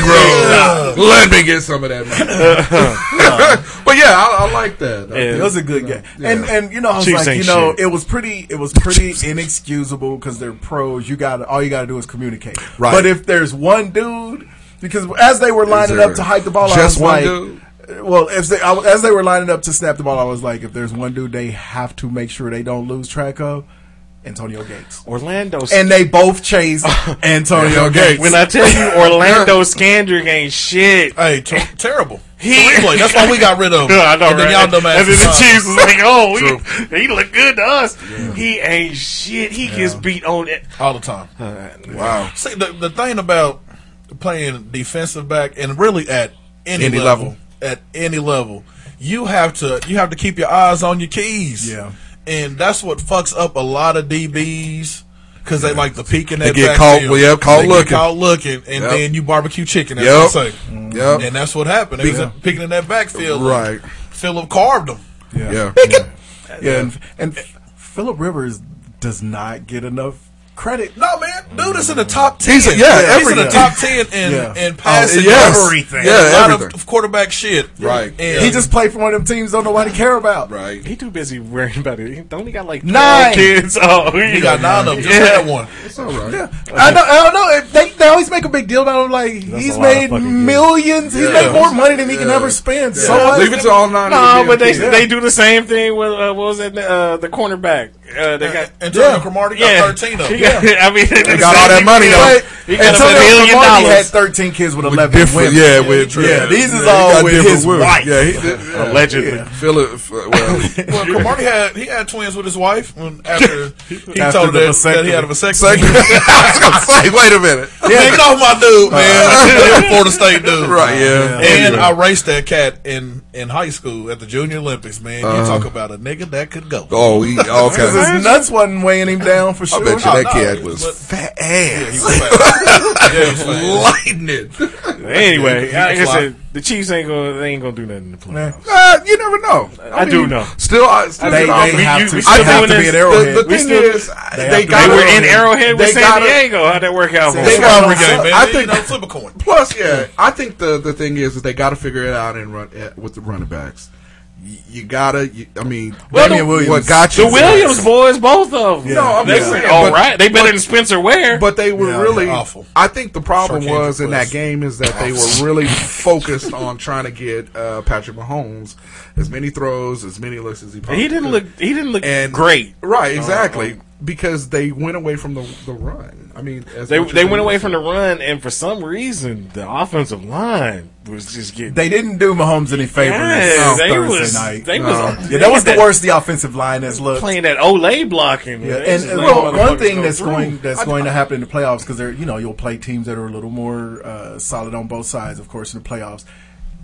[SPEAKER 5] grow. Let me get some of that money. but yeah, I, I like that. I
[SPEAKER 12] It
[SPEAKER 5] think-
[SPEAKER 12] was a good game,
[SPEAKER 5] Yeah.
[SPEAKER 12] and and you know I was
[SPEAKER 5] Chiefs
[SPEAKER 12] like you
[SPEAKER 5] ain't
[SPEAKER 12] know
[SPEAKER 5] shit.
[SPEAKER 12] it was pretty it was pretty inexcusable because they're pros. You got all you got to do is communicate.
[SPEAKER 5] Right.
[SPEAKER 12] But if there's one dude, because as they were lining
[SPEAKER 5] there
[SPEAKER 12] up to hike the ball, I was
[SPEAKER 5] just one
[SPEAKER 12] like,
[SPEAKER 5] dude?
[SPEAKER 12] Well, if they, I, as they were lining up to snap the ball, I was like, if there's one dude they have to make sure they don't lose track of, Antonio Gates.
[SPEAKER 13] Orlando,
[SPEAKER 12] And they both chased Antonio Gates.
[SPEAKER 13] When I tell you Orlando Scandrick ain't shit.
[SPEAKER 2] Hey, t- terrible.
[SPEAKER 13] He,
[SPEAKER 2] Replay, that's why we got rid of him.
[SPEAKER 13] I know,
[SPEAKER 2] And then
[SPEAKER 13] right?
[SPEAKER 2] y'all dumbasses
[SPEAKER 13] And then the
[SPEAKER 2] signed him.
[SPEAKER 13] Chiefs was like, oh, he, he look good to us. He ain't shit. He gets beat on it.
[SPEAKER 2] all the time.
[SPEAKER 13] Wow.
[SPEAKER 2] See the the thing about playing defensive back and really at any,
[SPEAKER 5] Any
[SPEAKER 2] level,
[SPEAKER 5] level.
[SPEAKER 2] at any level, you have to you have to keep your eyes on your keys.
[SPEAKER 12] Yeah.
[SPEAKER 2] and that's what fucks up a lot of DBs because they like the peek in
[SPEAKER 5] They
[SPEAKER 2] that
[SPEAKER 5] get caught-
[SPEAKER 2] backfield.
[SPEAKER 5] yep, caught
[SPEAKER 2] They get
[SPEAKER 5] looking.
[SPEAKER 2] caught looking, and
[SPEAKER 5] Yep.
[SPEAKER 2] then you barbecue chicken. As
[SPEAKER 5] Yep.
[SPEAKER 2] they say.
[SPEAKER 5] Yep.
[SPEAKER 2] and that's what happened. They
[SPEAKER 5] Yeah.
[SPEAKER 2] was picking in that backfield,
[SPEAKER 5] Right.
[SPEAKER 2] Philip carved them.
[SPEAKER 12] Yeah.
[SPEAKER 5] Yeah.
[SPEAKER 12] Yeah, and, and Philip Rivers does not get enough credit.
[SPEAKER 2] No man, dude is in the top ten.
[SPEAKER 12] He's a- yeah,
[SPEAKER 2] he's in the
[SPEAKER 12] everything.
[SPEAKER 2] top ten in
[SPEAKER 12] Yeah.
[SPEAKER 2] in passing
[SPEAKER 12] Oh, yes.
[SPEAKER 2] everything.
[SPEAKER 12] Yeah,
[SPEAKER 2] a lot of-
[SPEAKER 12] everything.
[SPEAKER 2] of quarterback shit.
[SPEAKER 12] Right.
[SPEAKER 2] And
[SPEAKER 12] He just played for one of them teams don't nobody care about.
[SPEAKER 5] Right.
[SPEAKER 13] He too busy worrying about it. He only got like
[SPEAKER 12] Nine.
[SPEAKER 13] nine kids. Oh,
[SPEAKER 2] He got nine of them. Just had one.
[SPEAKER 5] It's all right.
[SPEAKER 12] I don't, I don't know. If they, they always make a big deal about him. Like he's
[SPEAKER 13] a lot of
[SPEAKER 12] made
[SPEAKER 13] fucking kids.
[SPEAKER 12] millions. He's
[SPEAKER 5] Yeah.
[SPEAKER 12] made more money than he can
[SPEAKER 5] Yeah.
[SPEAKER 12] ever spend.
[SPEAKER 5] Yeah.
[SPEAKER 12] So what?
[SPEAKER 5] Leave it to all nine.
[SPEAKER 13] No,
[SPEAKER 5] of the
[SPEAKER 13] but they
[SPEAKER 5] damn kids.
[SPEAKER 13] they do the same thing with uh, what was that uh, the cornerback? Uh, they got
[SPEAKER 2] Antonio Cromartie got thirteen of
[SPEAKER 13] He
[SPEAKER 2] them.
[SPEAKER 13] got, I mean, they,
[SPEAKER 5] got all that money, though.
[SPEAKER 13] He got
[SPEAKER 12] Antonio
[SPEAKER 13] a million
[SPEAKER 12] Cromartie had
[SPEAKER 13] dollars.
[SPEAKER 12] thirteen kids with eleven
[SPEAKER 5] different,
[SPEAKER 12] women.
[SPEAKER 5] yeah, with
[SPEAKER 12] yeah, These is
[SPEAKER 5] he
[SPEAKER 12] all
[SPEAKER 5] got
[SPEAKER 12] with
[SPEAKER 5] different
[SPEAKER 12] his
[SPEAKER 5] women.
[SPEAKER 12] wife.
[SPEAKER 5] Yeah, he, yeah.
[SPEAKER 13] Allegedly.
[SPEAKER 5] Philip. f- Well,
[SPEAKER 2] Well, Cromartie had he had twins with his wife when after he
[SPEAKER 12] After
[SPEAKER 2] told
[SPEAKER 12] the
[SPEAKER 2] her that, that he
[SPEAKER 12] vasectomy.
[SPEAKER 2] had a vasectomy.
[SPEAKER 5] I was gonna say, wait a minute.
[SPEAKER 2] Yeah, get off my dude,
[SPEAKER 12] Uh.
[SPEAKER 2] man. You're a Florida State dude,
[SPEAKER 5] Right, yeah.
[SPEAKER 2] And
[SPEAKER 5] Anyway.
[SPEAKER 2] I raced that cat in in high school at the Junior Olympics. Man, you
[SPEAKER 12] Uh-huh.
[SPEAKER 2] talk about a nigga that could go.
[SPEAKER 5] Oh, he,
[SPEAKER 12] Because
[SPEAKER 5] okay.
[SPEAKER 12] his nuts wasn't weighing him down for
[SPEAKER 5] I
[SPEAKER 12] sure.
[SPEAKER 5] bet you that kid
[SPEAKER 2] but-
[SPEAKER 5] was fat
[SPEAKER 2] Yeah, he
[SPEAKER 5] ass.
[SPEAKER 2] was fast. yeah, he was fast.
[SPEAKER 5] Lightning.
[SPEAKER 13] Anyway,
[SPEAKER 2] Yeah, he
[SPEAKER 13] like I
[SPEAKER 2] can fly.
[SPEAKER 13] said, the Chiefs ain't gonna they ain't gonna do nothing in the playoffs.
[SPEAKER 5] Uh, you never know. Uh,
[SPEAKER 13] I do know.
[SPEAKER 5] Still, I still
[SPEAKER 12] They-
[SPEAKER 5] you know,
[SPEAKER 12] they
[SPEAKER 5] we-
[SPEAKER 12] have
[SPEAKER 5] you-
[SPEAKER 12] to- they
[SPEAKER 5] we still
[SPEAKER 12] have
[SPEAKER 5] doing
[SPEAKER 12] to be
[SPEAKER 5] this.
[SPEAKER 12] at Arrowhead.
[SPEAKER 5] The, the
[SPEAKER 13] We
[SPEAKER 5] thing
[SPEAKER 13] still-
[SPEAKER 5] is,
[SPEAKER 12] have
[SPEAKER 5] they
[SPEAKER 12] to
[SPEAKER 5] got
[SPEAKER 12] be
[SPEAKER 13] They were
[SPEAKER 12] at
[SPEAKER 13] in Arrowhead with
[SPEAKER 5] They
[SPEAKER 13] San
[SPEAKER 5] gotta-
[SPEAKER 13] Diego. How'd that work out for
[SPEAKER 12] They
[SPEAKER 13] them?
[SPEAKER 12] got-
[SPEAKER 2] Rivalry game, man.
[SPEAKER 5] I
[SPEAKER 2] You
[SPEAKER 5] think-
[SPEAKER 2] know, flip a coin.
[SPEAKER 5] Plus, yeah, I think the the thing is that they got to figure it out and run eh, with the running backs. You, you gotta. You, I mean,
[SPEAKER 13] Well,
[SPEAKER 5] Damian
[SPEAKER 13] the-
[SPEAKER 5] Williams. What got you?
[SPEAKER 13] The Williams boys, both of them.
[SPEAKER 5] No, I'm
[SPEAKER 13] they
[SPEAKER 5] just
[SPEAKER 13] were
[SPEAKER 5] saying,
[SPEAKER 13] all
[SPEAKER 5] but-
[SPEAKER 13] right. They better than Spencer Ware.
[SPEAKER 5] But they were
[SPEAKER 2] Yeah,
[SPEAKER 5] really
[SPEAKER 2] yeah, awful.
[SPEAKER 5] I think the problem
[SPEAKER 2] Sharkhan's
[SPEAKER 5] was in that
[SPEAKER 2] request.
[SPEAKER 5] game is that they were really focused on trying to get uh, Patrick Mahomes as many throws, as many looks as he possibly.
[SPEAKER 13] he didn't
[SPEAKER 5] could.
[SPEAKER 13] look. He didn't look
[SPEAKER 5] And-
[SPEAKER 13] great.
[SPEAKER 5] Right, exactly. Because they went away from the the run. I mean, as
[SPEAKER 13] They
[SPEAKER 5] much as
[SPEAKER 13] they went away from the run, and for some reason, the offensive line was just getting.
[SPEAKER 12] They didn't do Mahomes any favors
[SPEAKER 13] Yeah,
[SPEAKER 12] on
[SPEAKER 13] they
[SPEAKER 12] Thursday
[SPEAKER 13] was-
[SPEAKER 12] night.
[SPEAKER 13] they
[SPEAKER 12] No.
[SPEAKER 13] was-
[SPEAKER 12] yeah,
[SPEAKER 13] they
[SPEAKER 12] that was
[SPEAKER 13] had
[SPEAKER 12] the
[SPEAKER 13] that-
[SPEAKER 12] worst the offensive line has looked.
[SPEAKER 13] playing that Olay blocking.
[SPEAKER 12] Yeah,
[SPEAKER 13] man. It's
[SPEAKER 12] and,
[SPEAKER 13] just
[SPEAKER 12] and
[SPEAKER 13] like,
[SPEAKER 12] well, one
[SPEAKER 13] motherfuckers
[SPEAKER 12] thing
[SPEAKER 13] go
[SPEAKER 12] that's
[SPEAKER 13] through.
[SPEAKER 12] going that's going to happen in the playoffs because they're you know you'll play teams that are a little more uh, solid on both sides, of course, in the playoffs.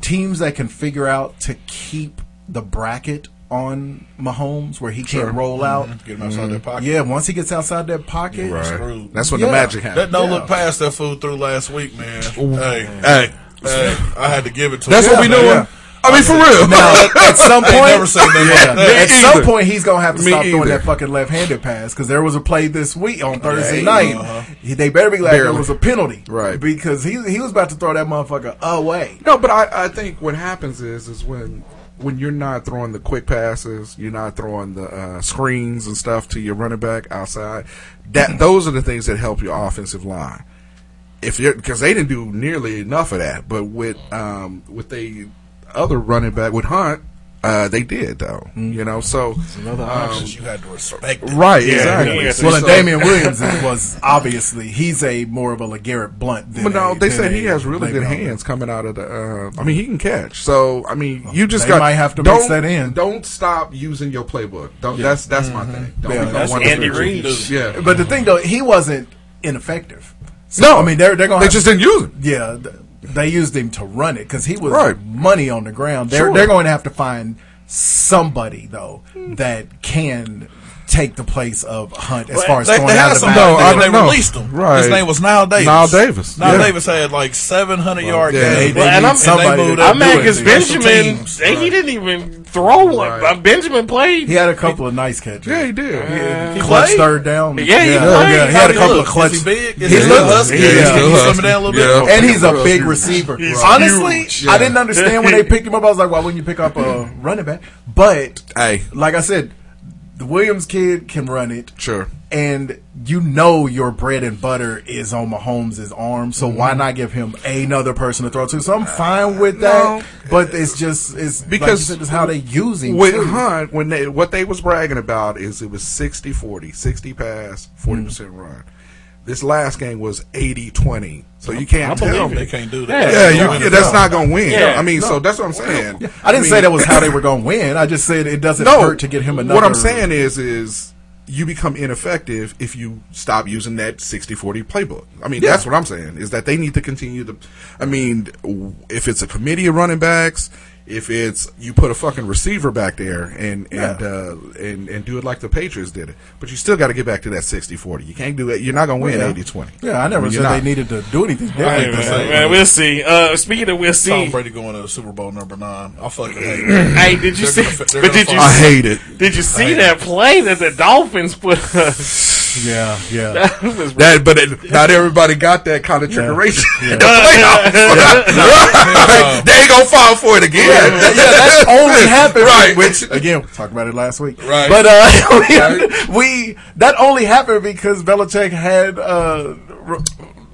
[SPEAKER 12] Teams that can figure out to keep the bracket on Mahomes where he can't roll out.
[SPEAKER 2] Get him outside their pocket.
[SPEAKER 12] Yeah, once he gets outside that pocket,
[SPEAKER 5] Right.
[SPEAKER 2] screwed.
[SPEAKER 5] That's when
[SPEAKER 12] Yeah.
[SPEAKER 5] the magic
[SPEAKER 2] That
[SPEAKER 5] happened.
[SPEAKER 2] no look past that food through last week, man. Hey,
[SPEAKER 5] Hey,
[SPEAKER 2] hey, I had to give it to
[SPEAKER 5] that's
[SPEAKER 2] him.
[SPEAKER 5] what we
[SPEAKER 2] man.
[SPEAKER 5] doing. I mean, for real.
[SPEAKER 12] Now, at some
[SPEAKER 2] I ain't never
[SPEAKER 12] point,
[SPEAKER 2] seen that.
[SPEAKER 5] Me
[SPEAKER 12] at some
[SPEAKER 5] either.
[SPEAKER 12] point, he's gonna have to
[SPEAKER 5] Me
[SPEAKER 12] stop throwing
[SPEAKER 5] either.
[SPEAKER 12] that fucking left-handed pass because there was a play this week on Thursday
[SPEAKER 5] Yeah, uh-huh.
[SPEAKER 12] night. He- They better be glad there
[SPEAKER 5] Barely.
[SPEAKER 12] was a penalty,
[SPEAKER 5] Right.
[SPEAKER 12] Because he he was about to throw that motherfucker away.
[SPEAKER 5] No, but I, I think what happens is is when when you're not throwing the quick passes, you're not throwing the uh, screens and stuff to your running back outside. That those are the things that help your offensive line. if because they didn't do nearly enough of that. But with um, with the other running back with Hunt, uh, they did though.
[SPEAKER 12] Mm-hmm.
[SPEAKER 5] You know, so
[SPEAKER 12] another
[SPEAKER 5] um,
[SPEAKER 12] option.
[SPEAKER 2] You had to respect it.
[SPEAKER 5] right? exactly.
[SPEAKER 12] Well, and
[SPEAKER 5] So-
[SPEAKER 12] Damian Williams was obviously he's a more of a LeGarrette Blunt. Than
[SPEAKER 5] But no,
[SPEAKER 12] a-
[SPEAKER 5] they
[SPEAKER 12] than
[SPEAKER 5] said he
[SPEAKER 12] a
[SPEAKER 5] has really
[SPEAKER 12] Blake
[SPEAKER 5] good
[SPEAKER 12] Bell.
[SPEAKER 5] hands coming out of the. Uh, I mean, he can catch. So I mean, you just
[SPEAKER 12] they
[SPEAKER 5] got
[SPEAKER 12] might have to
[SPEAKER 5] don't-
[SPEAKER 12] mix that in. Mm-hmm.
[SPEAKER 5] Don't stop using your playbook. Don't, That's that's my thing. Don't,
[SPEAKER 12] Yeah,
[SPEAKER 5] don't
[SPEAKER 12] that's
[SPEAKER 5] want
[SPEAKER 12] Andy
[SPEAKER 5] to-
[SPEAKER 12] Reid.
[SPEAKER 5] Yeah,
[SPEAKER 12] But the thing though, he wasn't ineffective.
[SPEAKER 5] No.
[SPEAKER 12] I mean they're they're gonna
[SPEAKER 5] They
[SPEAKER 12] have-
[SPEAKER 5] just didn't use him.
[SPEAKER 12] Yeah, th- they used him to run it because he was
[SPEAKER 5] Right.
[SPEAKER 12] money on the ground. They're
[SPEAKER 5] Sure.
[SPEAKER 12] they're going to have to find somebody though that can take the place of Hunt as
[SPEAKER 2] Well,
[SPEAKER 12] far as
[SPEAKER 2] they,
[SPEAKER 12] throwing
[SPEAKER 2] they
[SPEAKER 12] out
[SPEAKER 2] had
[SPEAKER 12] of
[SPEAKER 2] somebody
[SPEAKER 12] bounds.
[SPEAKER 2] when they released him. His name was Nile Davis.
[SPEAKER 5] Nile Davis,
[SPEAKER 2] Nile
[SPEAKER 5] yeah.
[SPEAKER 2] Davis had like 700 yard
[SPEAKER 5] yeah.
[SPEAKER 2] game.
[SPEAKER 5] They- they need somebody
[SPEAKER 2] moved
[SPEAKER 5] to
[SPEAKER 2] up
[SPEAKER 5] do
[SPEAKER 2] to
[SPEAKER 5] it.
[SPEAKER 2] it. They
[SPEAKER 13] Because
[SPEAKER 2] got some
[SPEAKER 13] Benjamin,
[SPEAKER 2] teams.
[SPEAKER 13] they- he didn't even throw one. Uh, Benjamin played.
[SPEAKER 12] He had a couple of nice catches.
[SPEAKER 5] Yeah, he did.
[SPEAKER 12] He clutch third down.
[SPEAKER 13] Yeah, he
[SPEAKER 12] yeah,
[SPEAKER 13] played.
[SPEAKER 12] yeah, He had a
[SPEAKER 13] How'd he
[SPEAKER 12] couple
[SPEAKER 13] look?
[SPEAKER 12] of clutch.
[SPEAKER 13] Is he big? Is
[SPEAKER 12] He
[SPEAKER 13] he
[SPEAKER 12] looked-
[SPEAKER 13] husky?
[SPEAKER 12] yeah,
[SPEAKER 13] Yeah,
[SPEAKER 12] he's
[SPEAKER 13] he's
[SPEAKER 12] husky.
[SPEAKER 13] slimmed down a little bit.
[SPEAKER 12] And he's a
[SPEAKER 13] Real
[SPEAKER 12] big
[SPEAKER 13] huge.
[SPEAKER 12] receiver.
[SPEAKER 13] He's
[SPEAKER 12] Honestly,
[SPEAKER 13] huge,
[SPEAKER 12] I
[SPEAKER 13] yeah.
[SPEAKER 12] didn't understand when they picked him up. I was like, why wouldn't you pick up a running back? But
[SPEAKER 5] hey,
[SPEAKER 12] like I said, the Williams kid can run it.
[SPEAKER 5] Sure.
[SPEAKER 12] And you know your bread and butter is on Mahomes' arm, so
[SPEAKER 5] Mm-hmm.
[SPEAKER 12] why not give him another person to throw to?
[SPEAKER 5] Uh,
[SPEAKER 12] So I'm fine with that, but it's just it's because
[SPEAKER 5] because
[SPEAKER 12] it's how they use him.
[SPEAKER 5] with
[SPEAKER 12] too.
[SPEAKER 5] Hunt when they what they was bragging about is it was 60 40 60 pass 40 percent
[SPEAKER 2] Mm.
[SPEAKER 5] run this last game was 80 20 so you can't
[SPEAKER 2] I believe
[SPEAKER 5] tell
[SPEAKER 2] it.
[SPEAKER 5] me
[SPEAKER 2] They can't do
[SPEAKER 5] yeah,
[SPEAKER 2] that.
[SPEAKER 5] you-
[SPEAKER 2] They're not
[SPEAKER 5] yeah,
[SPEAKER 2] gonna
[SPEAKER 5] that's
[SPEAKER 2] win.
[SPEAKER 5] not gonna win
[SPEAKER 2] Yeah.
[SPEAKER 5] I mean
[SPEAKER 2] No.
[SPEAKER 5] so that's what I'm saying
[SPEAKER 12] I didn't
[SPEAKER 5] mean-
[SPEAKER 12] say that was how they were going to win. I just said it doesn't hurt to get him another.
[SPEAKER 5] What I'm saying is, is you become ineffective if you stop using that 60-40 playbook. I mean,
[SPEAKER 12] Yeah.
[SPEAKER 5] that's what I'm saying is that they need to continue to. I mean, w- if it's a committee of running backs, if it's you put a fucking receiver back there and and
[SPEAKER 12] Yeah.
[SPEAKER 5] uh, and and do it like the Patriots did it, but you still got to get back to that 60-40. You can't do that. You're not gonna win
[SPEAKER 12] Yeah.
[SPEAKER 5] 80-20.
[SPEAKER 12] Yeah, I never
[SPEAKER 5] mean,
[SPEAKER 12] said
[SPEAKER 5] you're
[SPEAKER 12] they
[SPEAKER 5] not.
[SPEAKER 12] needed to do anything
[SPEAKER 2] Hey,
[SPEAKER 12] different.
[SPEAKER 2] man,
[SPEAKER 12] per se.
[SPEAKER 2] man,
[SPEAKER 13] we'll see. Uh, speaking of we'll
[SPEAKER 2] Tom
[SPEAKER 13] see.
[SPEAKER 2] Brady going to Super Bowl number nine. I fucking hate it.
[SPEAKER 13] hey, did you
[SPEAKER 2] They're
[SPEAKER 13] see?
[SPEAKER 2] gonna fi- they're
[SPEAKER 13] But
[SPEAKER 2] gonna
[SPEAKER 13] did you?
[SPEAKER 2] find-
[SPEAKER 5] I hate it.
[SPEAKER 13] Did you
[SPEAKER 2] I
[SPEAKER 13] see
[SPEAKER 2] hate
[SPEAKER 13] that play that the Dolphins put?
[SPEAKER 12] yeah, yeah.
[SPEAKER 13] That was
[SPEAKER 5] That, but it, not everybody got that kind of trickery. in the playoffs. they ain't gonna fall for it again.
[SPEAKER 12] Yeah, that- yeah, that's only happened
[SPEAKER 5] right.
[SPEAKER 12] Which again, we talked about it last week.
[SPEAKER 5] Right.
[SPEAKER 12] But uh, we, we that only happened because Belichick had uh, Ro-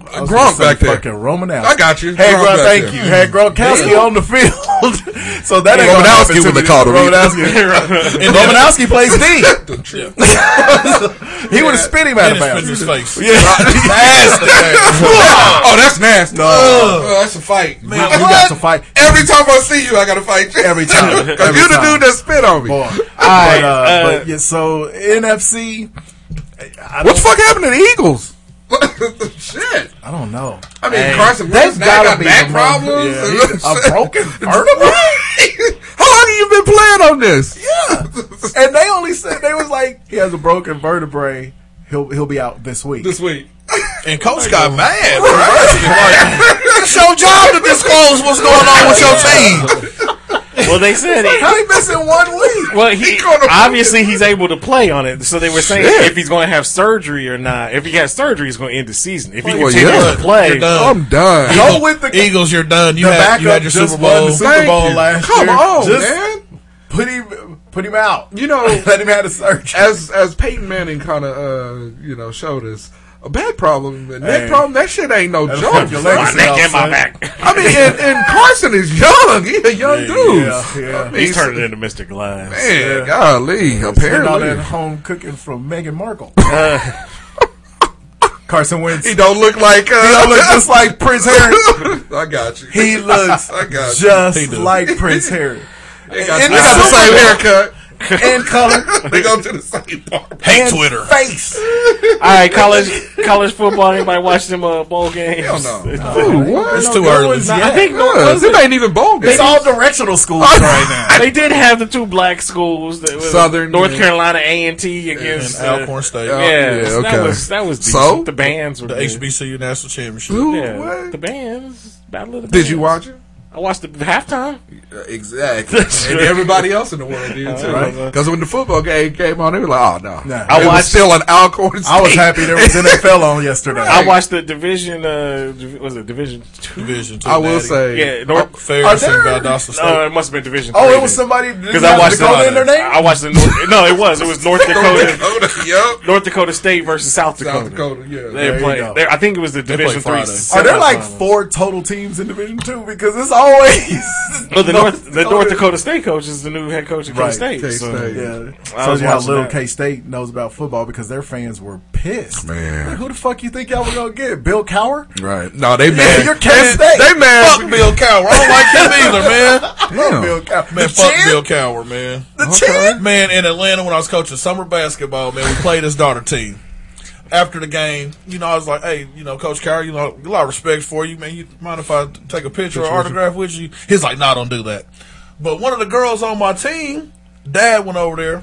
[SPEAKER 12] I was gonna
[SPEAKER 5] Gronk
[SPEAKER 12] say
[SPEAKER 5] back there.
[SPEAKER 12] Fucking Romanowski.
[SPEAKER 5] I got you.
[SPEAKER 12] Had
[SPEAKER 5] Gronk
[SPEAKER 12] Gronk,
[SPEAKER 5] back
[SPEAKER 12] thank
[SPEAKER 5] there.
[SPEAKER 12] you. Had Gronkowski
[SPEAKER 5] Yeah.
[SPEAKER 12] on the field. so that ain't gonna happen
[SPEAKER 5] Romanowski
[SPEAKER 12] to
[SPEAKER 5] would
[SPEAKER 12] me.
[SPEAKER 5] have called him.
[SPEAKER 12] Romanowski. Romanowski plays D. he would have spit him out of
[SPEAKER 2] Spit in
[SPEAKER 12] bounds.
[SPEAKER 2] his face.
[SPEAKER 12] Yeah.
[SPEAKER 5] oh, that's nasty.
[SPEAKER 12] No.
[SPEAKER 5] Oh, that's a fight.
[SPEAKER 12] We, we got to fight
[SPEAKER 5] Every time I see you, I gotta fight you.
[SPEAKER 12] every time.
[SPEAKER 5] Cause
[SPEAKER 12] Every
[SPEAKER 5] you the
[SPEAKER 12] time.
[SPEAKER 5] dude that spit on me.
[SPEAKER 12] Boy.
[SPEAKER 13] right,
[SPEAKER 12] but, uh,
[SPEAKER 13] uh,
[SPEAKER 12] but yeah, so NFC, I
[SPEAKER 5] What the
[SPEAKER 12] don't,
[SPEAKER 5] fuck happened to the Eagles? Shit.
[SPEAKER 12] I don't know.
[SPEAKER 5] I mean,
[SPEAKER 12] Hey,
[SPEAKER 5] Carson
[SPEAKER 12] that's
[SPEAKER 5] Wentz now
[SPEAKER 12] gotta
[SPEAKER 5] got
[SPEAKER 12] be
[SPEAKER 5] back
[SPEAKER 12] the
[SPEAKER 5] problems.
[SPEAKER 12] most- yeah,
[SPEAKER 5] and-
[SPEAKER 12] a broken vertebra?
[SPEAKER 5] How long have you been playing on this?
[SPEAKER 12] and they only said they was like he has a broken vertebrae. He'll he'll be out this week.
[SPEAKER 5] This week.
[SPEAKER 2] And Coach got mad. Right?
[SPEAKER 5] It's your job to disclose what's going on with your team.
[SPEAKER 13] well, they said it.
[SPEAKER 12] How he missing one week?
[SPEAKER 13] Well, he,
[SPEAKER 5] He gonna-
[SPEAKER 13] obviously he's able to play on it. So they were saying
[SPEAKER 5] Shit.
[SPEAKER 13] if he's going to have surgery or not. If he has surgery, he's going to end the season. If he
[SPEAKER 5] Well,
[SPEAKER 13] continues
[SPEAKER 5] yeah.
[SPEAKER 13] to play,
[SPEAKER 2] You're done.
[SPEAKER 5] I'm done.
[SPEAKER 12] Go with the,
[SPEAKER 2] Eagles, you're done. You
[SPEAKER 12] the
[SPEAKER 2] had
[SPEAKER 12] backup.
[SPEAKER 2] you had your
[SPEAKER 12] just
[SPEAKER 2] Super
[SPEAKER 12] won
[SPEAKER 2] Bowl.
[SPEAKER 12] the Super
[SPEAKER 5] Thank
[SPEAKER 12] Bowl
[SPEAKER 5] you.
[SPEAKER 12] last
[SPEAKER 5] Come
[SPEAKER 12] year.
[SPEAKER 5] on,
[SPEAKER 12] Just
[SPEAKER 5] man.
[SPEAKER 12] Put him put him out.
[SPEAKER 5] You know-
[SPEAKER 12] let him have a surgery.
[SPEAKER 5] As as Peyton Manning kind of uh, you know showed us a back problem, a neck
[SPEAKER 12] Hey.
[SPEAKER 5] problem. That shit ain't no
[SPEAKER 12] That'll
[SPEAKER 5] joke.
[SPEAKER 12] fuck your legacy
[SPEAKER 13] neck
[SPEAKER 12] up,
[SPEAKER 13] and my
[SPEAKER 12] son.
[SPEAKER 13] back.
[SPEAKER 5] I mean, and, and Carson is young. He a young dude.
[SPEAKER 12] Yeah, yeah.
[SPEAKER 5] I mean,
[SPEAKER 13] He's turning into Mr. Glass.
[SPEAKER 5] Man, golly,
[SPEAKER 12] Getting all that
[SPEAKER 5] apparently.
[SPEAKER 12] home cooking from Meghan Markle. Carson Wentz.
[SPEAKER 5] He don't look like uh,
[SPEAKER 12] He don't look just like Prince Harry.
[SPEAKER 5] I got you.
[SPEAKER 12] He looks
[SPEAKER 5] I got you.
[SPEAKER 12] just
[SPEAKER 5] He do.
[SPEAKER 12] like Prince Harry.
[SPEAKER 5] They got,
[SPEAKER 12] in
[SPEAKER 5] they
[SPEAKER 12] the
[SPEAKER 5] got the
[SPEAKER 12] Super
[SPEAKER 5] same
[SPEAKER 12] Bowl.
[SPEAKER 5] haircut.
[SPEAKER 12] And color.
[SPEAKER 5] They go to the same part.
[SPEAKER 2] Hate
[SPEAKER 12] and
[SPEAKER 2] Twitter.
[SPEAKER 12] Face.
[SPEAKER 13] All right, college college football. Anybody watch them uh, bowl games?
[SPEAKER 5] Hell no. Ooh, what?
[SPEAKER 2] It's too early.
[SPEAKER 13] I think no,
[SPEAKER 5] Yeah,
[SPEAKER 13] was
[SPEAKER 5] it
[SPEAKER 13] it?
[SPEAKER 5] ain't even bowl
[SPEAKER 12] It's
[SPEAKER 5] games.
[SPEAKER 12] all directional schools right now.
[SPEAKER 13] They did have the two black schools, that was
[SPEAKER 5] Southern
[SPEAKER 13] North
[SPEAKER 5] and-
[SPEAKER 13] Carolina A and T against
[SPEAKER 2] And
[SPEAKER 13] uh,
[SPEAKER 2] Alcorn State.
[SPEAKER 13] Yeah,
[SPEAKER 5] Yeah,
[SPEAKER 13] so
[SPEAKER 5] okay.
[SPEAKER 13] that was that was decent.
[SPEAKER 5] So?
[SPEAKER 13] the bands were
[SPEAKER 2] The
[SPEAKER 13] good.
[SPEAKER 2] HBCU National Championship.
[SPEAKER 5] Ooh,
[SPEAKER 13] Yeah,
[SPEAKER 5] what?
[SPEAKER 13] the bands battle of the
[SPEAKER 5] Did you watch
[SPEAKER 13] bands.
[SPEAKER 5] it?
[SPEAKER 13] I watched the halftime.
[SPEAKER 5] Exactly. and everybody else in the world did too.
[SPEAKER 13] Right.
[SPEAKER 5] Because when the football game came on, they were like, "Oh no!"
[SPEAKER 13] Uh-huh. Nah.
[SPEAKER 5] I
[SPEAKER 13] I
[SPEAKER 5] was
[SPEAKER 13] watched-
[SPEAKER 5] still an Alcorn.
[SPEAKER 13] I was
[SPEAKER 5] State.
[SPEAKER 13] happy there was
[SPEAKER 12] NFL on yesterday.
[SPEAKER 13] I watched the division. Uh, div- was it division two? Division
[SPEAKER 5] I will say-
[SPEAKER 13] yeah, North
[SPEAKER 2] Ferris and Valdosta State.
[SPEAKER 13] No, it must have been division.
[SPEAKER 12] Oh,
[SPEAKER 13] three
[SPEAKER 12] it was
[SPEAKER 13] then.
[SPEAKER 12] somebody-
[SPEAKER 13] because I
[SPEAKER 12] North
[SPEAKER 13] watched the-
[SPEAKER 12] Dakota in their name?
[SPEAKER 13] I watched the North, no, it was it was North Dakota.
[SPEAKER 5] Yup.
[SPEAKER 13] North Dakota State versus South Dakota.
[SPEAKER 5] Dakota, yeah.
[SPEAKER 13] They
[SPEAKER 5] There you
[SPEAKER 13] played.
[SPEAKER 5] go.
[SPEAKER 13] they- I think it was the
[SPEAKER 5] They
[SPEAKER 13] Division
[SPEAKER 5] play
[SPEAKER 13] Three.
[SPEAKER 5] Friday.
[SPEAKER 12] Are there like four total teams in Division Two? Because it's always
[SPEAKER 13] Well, the North, the North Dakota State coach is the new head coach of K State. so-
[SPEAKER 12] Yeah.
[SPEAKER 13] I
[SPEAKER 12] Tells
[SPEAKER 13] was
[SPEAKER 12] you how
[SPEAKER 13] watching
[SPEAKER 12] little
[SPEAKER 13] that.
[SPEAKER 12] K State knows about football because their fans were pissed.
[SPEAKER 5] Man.
[SPEAKER 12] Like, who the fuck you think y'all were gonna get? Bill Cower?
[SPEAKER 5] Right. No, they mad.
[SPEAKER 12] You're K State.
[SPEAKER 5] They mad.
[SPEAKER 2] Fuck Bill Cowher. I don't like him either, man.
[SPEAKER 5] Damn.
[SPEAKER 12] Bill Cowher.
[SPEAKER 2] Man,
[SPEAKER 12] The
[SPEAKER 2] fuck
[SPEAKER 12] chin?
[SPEAKER 2] Bill Cowher, man.
[SPEAKER 12] The chin?
[SPEAKER 2] Man, in Atlanta when I was coaching summer basketball, man, we played his daughter team. After the game, you know, I was like, "Hey, you know, Coach Cowher, you know, a lot of respect for you, man. You mind if I take a picture or
[SPEAKER 18] Picture with you.
[SPEAKER 2] autograph with you?" He's like, "Nah, don't do that." But one of the girls on my team, dad went over there,